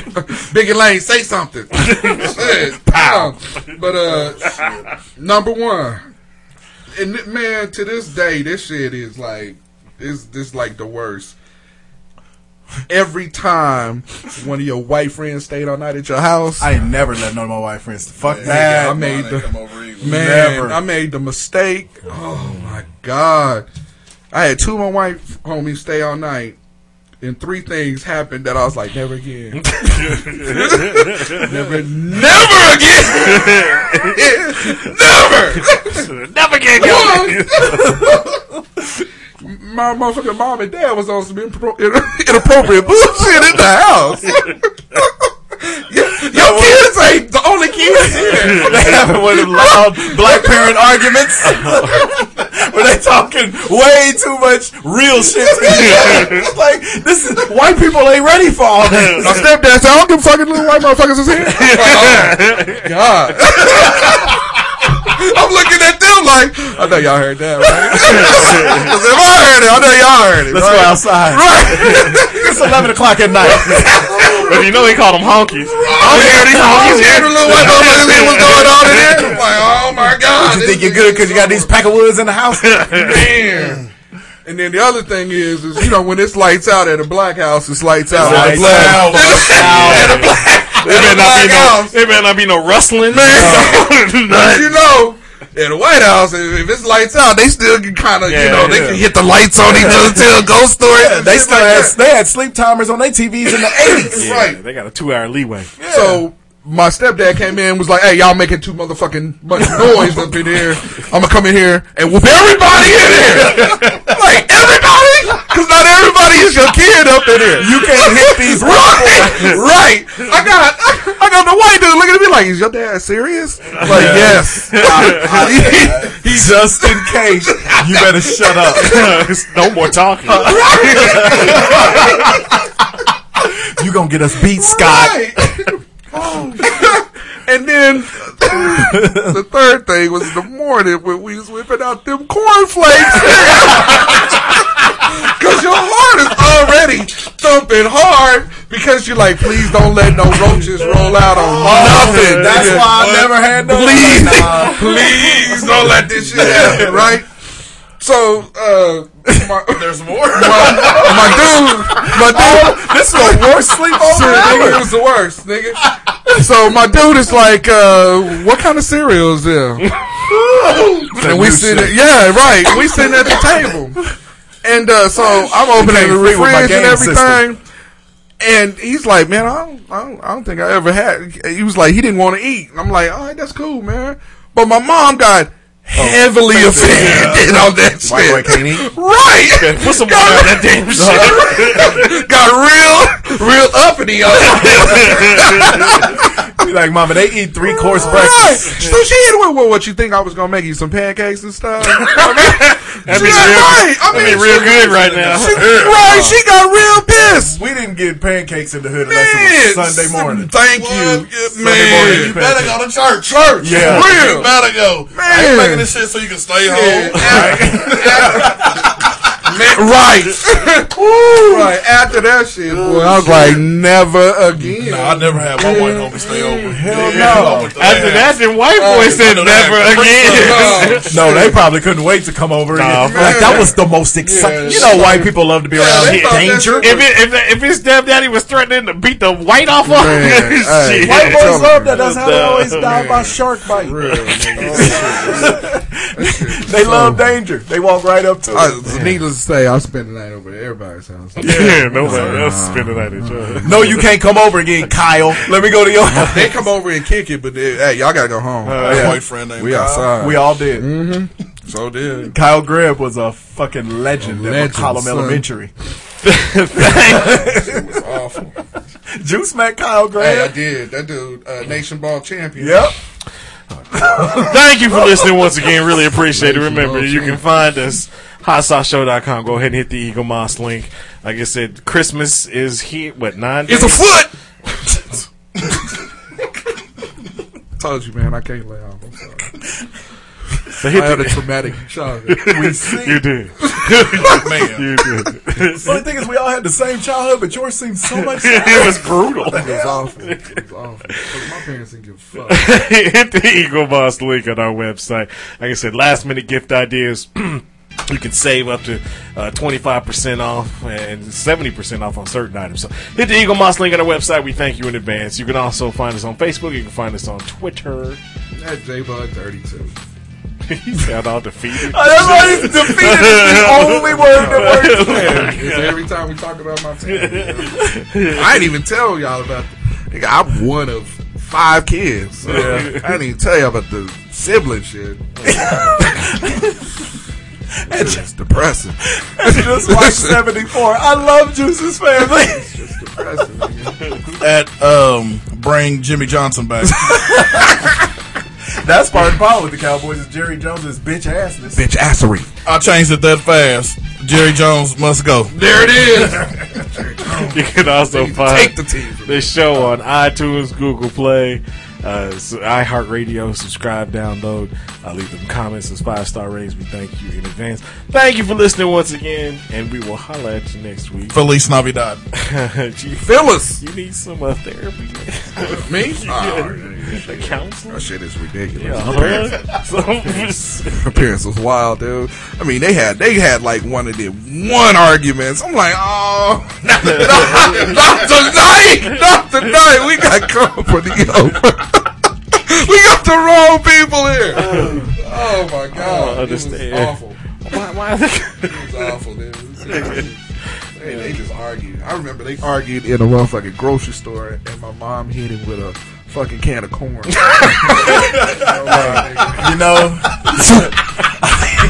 [SPEAKER 2] Biggie Lane, say something. Shit, pow. But uh, shit. number one, and th- man, to this day, this shit is like, is this like the worst. Every time one of your white friends stayed all night at your house,
[SPEAKER 12] I ain't never let none of my white friends. Fuck
[SPEAKER 2] Man,
[SPEAKER 12] that.
[SPEAKER 2] I made
[SPEAKER 12] Come
[SPEAKER 2] the
[SPEAKER 12] over here.
[SPEAKER 2] man.
[SPEAKER 12] Never.
[SPEAKER 2] I made the mistake. Oh my god! I had two of my white homies stay all night, and three things happened that I was like, never again, never, never again, never,
[SPEAKER 21] never again.
[SPEAKER 2] My motherfucking mom and dad was on some impro- inappropriate bullshit in the house. Your kids ain't the only kids here.
[SPEAKER 21] they having one of them loud black parent arguments where they talking way too much real shit to each other. It's like this is white people ain't ready for all this.
[SPEAKER 2] My stepdad said, I don't give a fuck if little white motherfuckers is here. Oh, God. I'm looking at them like, I know y'all heard that, right? 'Cause if I heard it, I know y'all heard it.
[SPEAKER 21] Let's
[SPEAKER 2] right?
[SPEAKER 21] go outside. it's eleven o'clock at night. but you know they call them honkies. Oh,
[SPEAKER 2] yeah,
[SPEAKER 21] these
[SPEAKER 2] honkies here. The little white motherfuckers here, what's going on in here? I'm like, oh my God.
[SPEAKER 21] You think you're good because you got these pack of woods in the house?
[SPEAKER 2] Man. And then the other thing is, is you know when it's lights out at a black house, it's lights out. at a
[SPEAKER 21] Lights
[SPEAKER 2] black
[SPEAKER 21] out. It better not be no.
[SPEAKER 2] Blackouts.
[SPEAKER 21] It better not be no rustling.
[SPEAKER 2] But you know, at the White House, if, if it's lights out, they still can kind of, you
[SPEAKER 21] Yeah,
[SPEAKER 2] know, they
[SPEAKER 21] yeah.
[SPEAKER 2] can hit the lights on each other, tell ghost stories. and
[SPEAKER 12] They
[SPEAKER 2] shit
[SPEAKER 12] still
[SPEAKER 2] like
[SPEAKER 12] had,
[SPEAKER 2] that.
[SPEAKER 12] they had sleep timers on their TVs in the eighties.
[SPEAKER 21] Yeah,
[SPEAKER 2] Right.
[SPEAKER 21] They got a two-hour leeway.
[SPEAKER 2] So my stepdad came in and was like, hey, y'all making too motherfucking much noise up in here. I'm going to come in here and whoop everybody in here. like, everybody? Because not everybody is your kid up in here.
[SPEAKER 21] You can't hit these
[SPEAKER 2] right, right. I got, I, I got the white dude looking at me like, is your dad serious? Like, yes.
[SPEAKER 21] He just in case. You better shut up. no more talking.
[SPEAKER 12] You gonna get us beat, Scott?
[SPEAKER 2] and then the third thing was the morning when we was whipping out them cornflakes. Cause your heart is already thumping hard because you're like, please don't let no roaches roll out on
[SPEAKER 21] Oh,
[SPEAKER 2] nothing.
[SPEAKER 12] That's
[SPEAKER 2] nigga.
[SPEAKER 12] why I never had no.
[SPEAKER 2] Please, please don't let this shit happen, right? So, uh, my, there's more. My, my dude, my dude,
[SPEAKER 21] Oh, This is a worse
[SPEAKER 2] Shit, nigga, it
[SPEAKER 21] sleepover.
[SPEAKER 2] was the worst, nigga. Oh, So my dude is like, uh, what kind of cereal is there? and we
[SPEAKER 21] new
[SPEAKER 2] sit,
[SPEAKER 21] shit.
[SPEAKER 2] yeah, right. We sitting at the table, and uh, so I'm opening
[SPEAKER 21] can't
[SPEAKER 2] the
[SPEAKER 21] read with my
[SPEAKER 2] fridge and
[SPEAKER 21] game
[SPEAKER 2] everything. And he's like, man, I don't, I don't, I don't think I ever had. He was like, he didn't want to eat. And I'm like, all right, that's cool, man. But my mom
[SPEAKER 21] Oh,
[SPEAKER 2] got heavily offended on that shit.
[SPEAKER 12] White boy can't eat.
[SPEAKER 2] Right.
[SPEAKER 21] Put some water on that damn shit.
[SPEAKER 2] Got real, real uppity on it.
[SPEAKER 12] Be like, Mama, they eat three course
[SPEAKER 2] Right.
[SPEAKER 12] breakfast.
[SPEAKER 2] So she hit what, what, what you think I was gonna make you some pancakes and stuff? That'd
[SPEAKER 13] be real- that'd be real good right now.
[SPEAKER 2] She, right, she got real pissed.
[SPEAKER 12] We didn't get pancakes in the hood unless it was Sunday morning.
[SPEAKER 2] Thank
[SPEAKER 12] you,
[SPEAKER 5] Man, you better go to church. Church,
[SPEAKER 12] Yeah.
[SPEAKER 5] You better go. I ain't making this shit so you can stay home.
[SPEAKER 2] right. Woo. right after that shit, boy, I was like, never again.
[SPEAKER 5] Nah, I never had my white homie stay over. Hell
[SPEAKER 12] no.
[SPEAKER 13] After that, then white boy said never again.
[SPEAKER 12] No, they probably couldn't wait to come over. and, like that was the most exciting. you know, white people love to be around
[SPEAKER 13] Shit.
[SPEAKER 12] danger.
[SPEAKER 13] If, it, if, if his stepdaddy was threatening to beat the white off of him,
[SPEAKER 12] Man,
[SPEAKER 13] shit.
[SPEAKER 12] hey, White boys tell me. love that. That's how they always die by shark bite. they love danger. They walk right up to
[SPEAKER 2] I,
[SPEAKER 12] it.
[SPEAKER 2] needless to say, I spent the night over at everybody's house.
[SPEAKER 13] Yeah, nobody else spend the night at yours.
[SPEAKER 12] No, you can't come over again, Kyle. Let me go to your house.
[SPEAKER 2] They come over and kick it, but they, hey, y'all gotta go home.
[SPEAKER 12] Uh, yeah.
[SPEAKER 2] boyfriend named we outside.
[SPEAKER 12] We all did.
[SPEAKER 2] Mm-hmm. So did.
[SPEAKER 12] Kyle Greb was a fucking legend, at
[SPEAKER 2] legend,
[SPEAKER 12] McCollum
[SPEAKER 2] son.
[SPEAKER 12] Elementary.
[SPEAKER 2] it was awful.
[SPEAKER 12] Juice met Kyle
[SPEAKER 2] Hey, I
[SPEAKER 12] Greb.
[SPEAKER 2] did. That dude, uh, nation ball champion.
[SPEAKER 12] yep.
[SPEAKER 13] Thank you for listening once again. Really appreciate it. Remember, you can find us hotsauceshow.com. Go ahead and hit the Eagle Moss link. Like I said, Christmas is here. What nine?
[SPEAKER 2] It's
[SPEAKER 13] days?
[SPEAKER 2] afoot. Told you, man. I can't lay off. I'm sorry.
[SPEAKER 13] So
[SPEAKER 2] I
[SPEAKER 13] hit
[SPEAKER 2] had a
[SPEAKER 13] the-
[SPEAKER 2] traumatic childhood.
[SPEAKER 13] you did.
[SPEAKER 5] Man.
[SPEAKER 13] You did.
[SPEAKER 12] Funny thing is, we all had the same childhood, but yours seemed so much.
[SPEAKER 13] It was brutal.
[SPEAKER 2] It was awful. It was awful. 'Cause My parents didn't give a fuck.
[SPEAKER 13] hit the Eagle Boss link on our website. Like I said, last minute gift ideas. You can save up to uh, 25% off and 70% off on certain items. So hit the Eagle Moss link on our website. We thank you in advance. You can also find us on Facebook. You can find us on Twitter.
[SPEAKER 2] That J Bud 32.
[SPEAKER 13] he sound all defeated.
[SPEAKER 12] That's why he's defeated. It's the only word that works.
[SPEAKER 2] It's every time we talk about my team. I didn't even tell y'all about. The, nigga, I'm one of five kids. so I didn't even tell y'all about the sibling shit. It's just depressing.
[SPEAKER 12] That's just like 74. I love Juice's family.
[SPEAKER 2] Depressing. nigga.
[SPEAKER 5] At um, bring Jimmy Johnson back.
[SPEAKER 12] That's part of the problem with the Cowboys is Jerry Jones is bitch assness.
[SPEAKER 2] Bitch assery.
[SPEAKER 5] I changed it that fast. Jerry Jones must go.
[SPEAKER 2] There it is.
[SPEAKER 13] You can also
[SPEAKER 2] Take
[SPEAKER 13] find
[SPEAKER 2] the team. from
[SPEAKER 13] this show on iTunes, Google Play, uh, s- iHeartRadio. Subscribe, download, uh, leave them comments as five star ratings. We thank you in advance. Thank you for listening once again, and we will holler at you next week.
[SPEAKER 5] Feliz Navidad.
[SPEAKER 13] you,
[SPEAKER 2] Phyllis.
[SPEAKER 13] you need some uh, therapy,
[SPEAKER 2] Me? Oh,
[SPEAKER 13] a counselor.
[SPEAKER 2] that shit is ridiculous.
[SPEAKER 13] Yeah,
[SPEAKER 2] My parents-
[SPEAKER 13] huh? So-
[SPEAKER 2] her parents was wild, dude. I mean, they had they had like one of them one arguments. I'm like, oh, not, not tonight, not tonight. We got company over. we got the wrong people here. Oh my god,
[SPEAKER 13] I
[SPEAKER 2] it was
[SPEAKER 13] understand.
[SPEAKER 2] awful.
[SPEAKER 13] why, why are they-
[SPEAKER 2] It was awful, dude. It was- it was- They, they just argued. I remember they argued in a motherfucking grocery store, and my mom hit him with a fucking can of corn.
[SPEAKER 12] You know,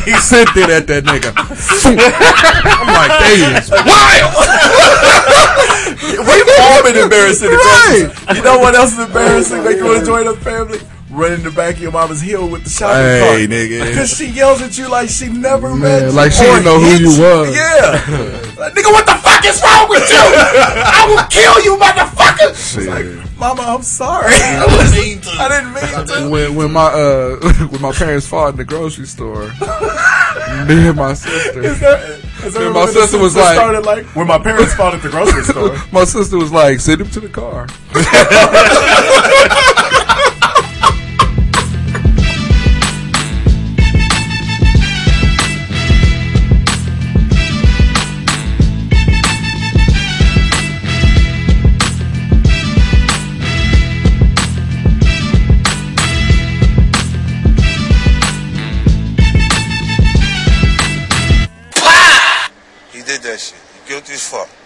[SPEAKER 2] he sent it at that nigga. I'm like, they is wild.
[SPEAKER 12] we've all been embarrassing.
[SPEAKER 2] Right.
[SPEAKER 12] You know what else is embarrassing? Like you want to join up family? Running the back of your mama's heel with the shopping cart.
[SPEAKER 2] Hey, nigga.
[SPEAKER 12] Because she yells at you like she never met you.
[SPEAKER 2] Man, like she
[SPEAKER 12] Or
[SPEAKER 2] didn't know who
[SPEAKER 12] hit
[SPEAKER 2] you was.
[SPEAKER 12] Yeah.
[SPEAKER 2] Like, nigga, what the fuck is wrong with you? I will kill you, motherfucker.
[SPEAKER 12] Mama, I'm sorry. I
[SPEAKER 5] Mean to-
[SPEAKER 12] didn't mean to.
[SPEAKER 2] when, when my uh when my parents fought in the grocery store, me and my
[SPEAKER 12] Is
[SPEAKER 2] sister,
[SPEAKER 12] there, is there
[SPEAKER 2] Yeah,
[SPEAKER 12] a
[SPEAKER 2] my
[SPEAKER 12] way the
[SPEAKER 2] sister was
[SPEAKER 12] sister
[SPEAKER 2] like-
[SPEAKER 12] started like when my parents fought at the grocery store.
[SPEAKER 2] my sister was like, send him to the car.
[SPEAKER 11] He did that shit. He guilty as fuck.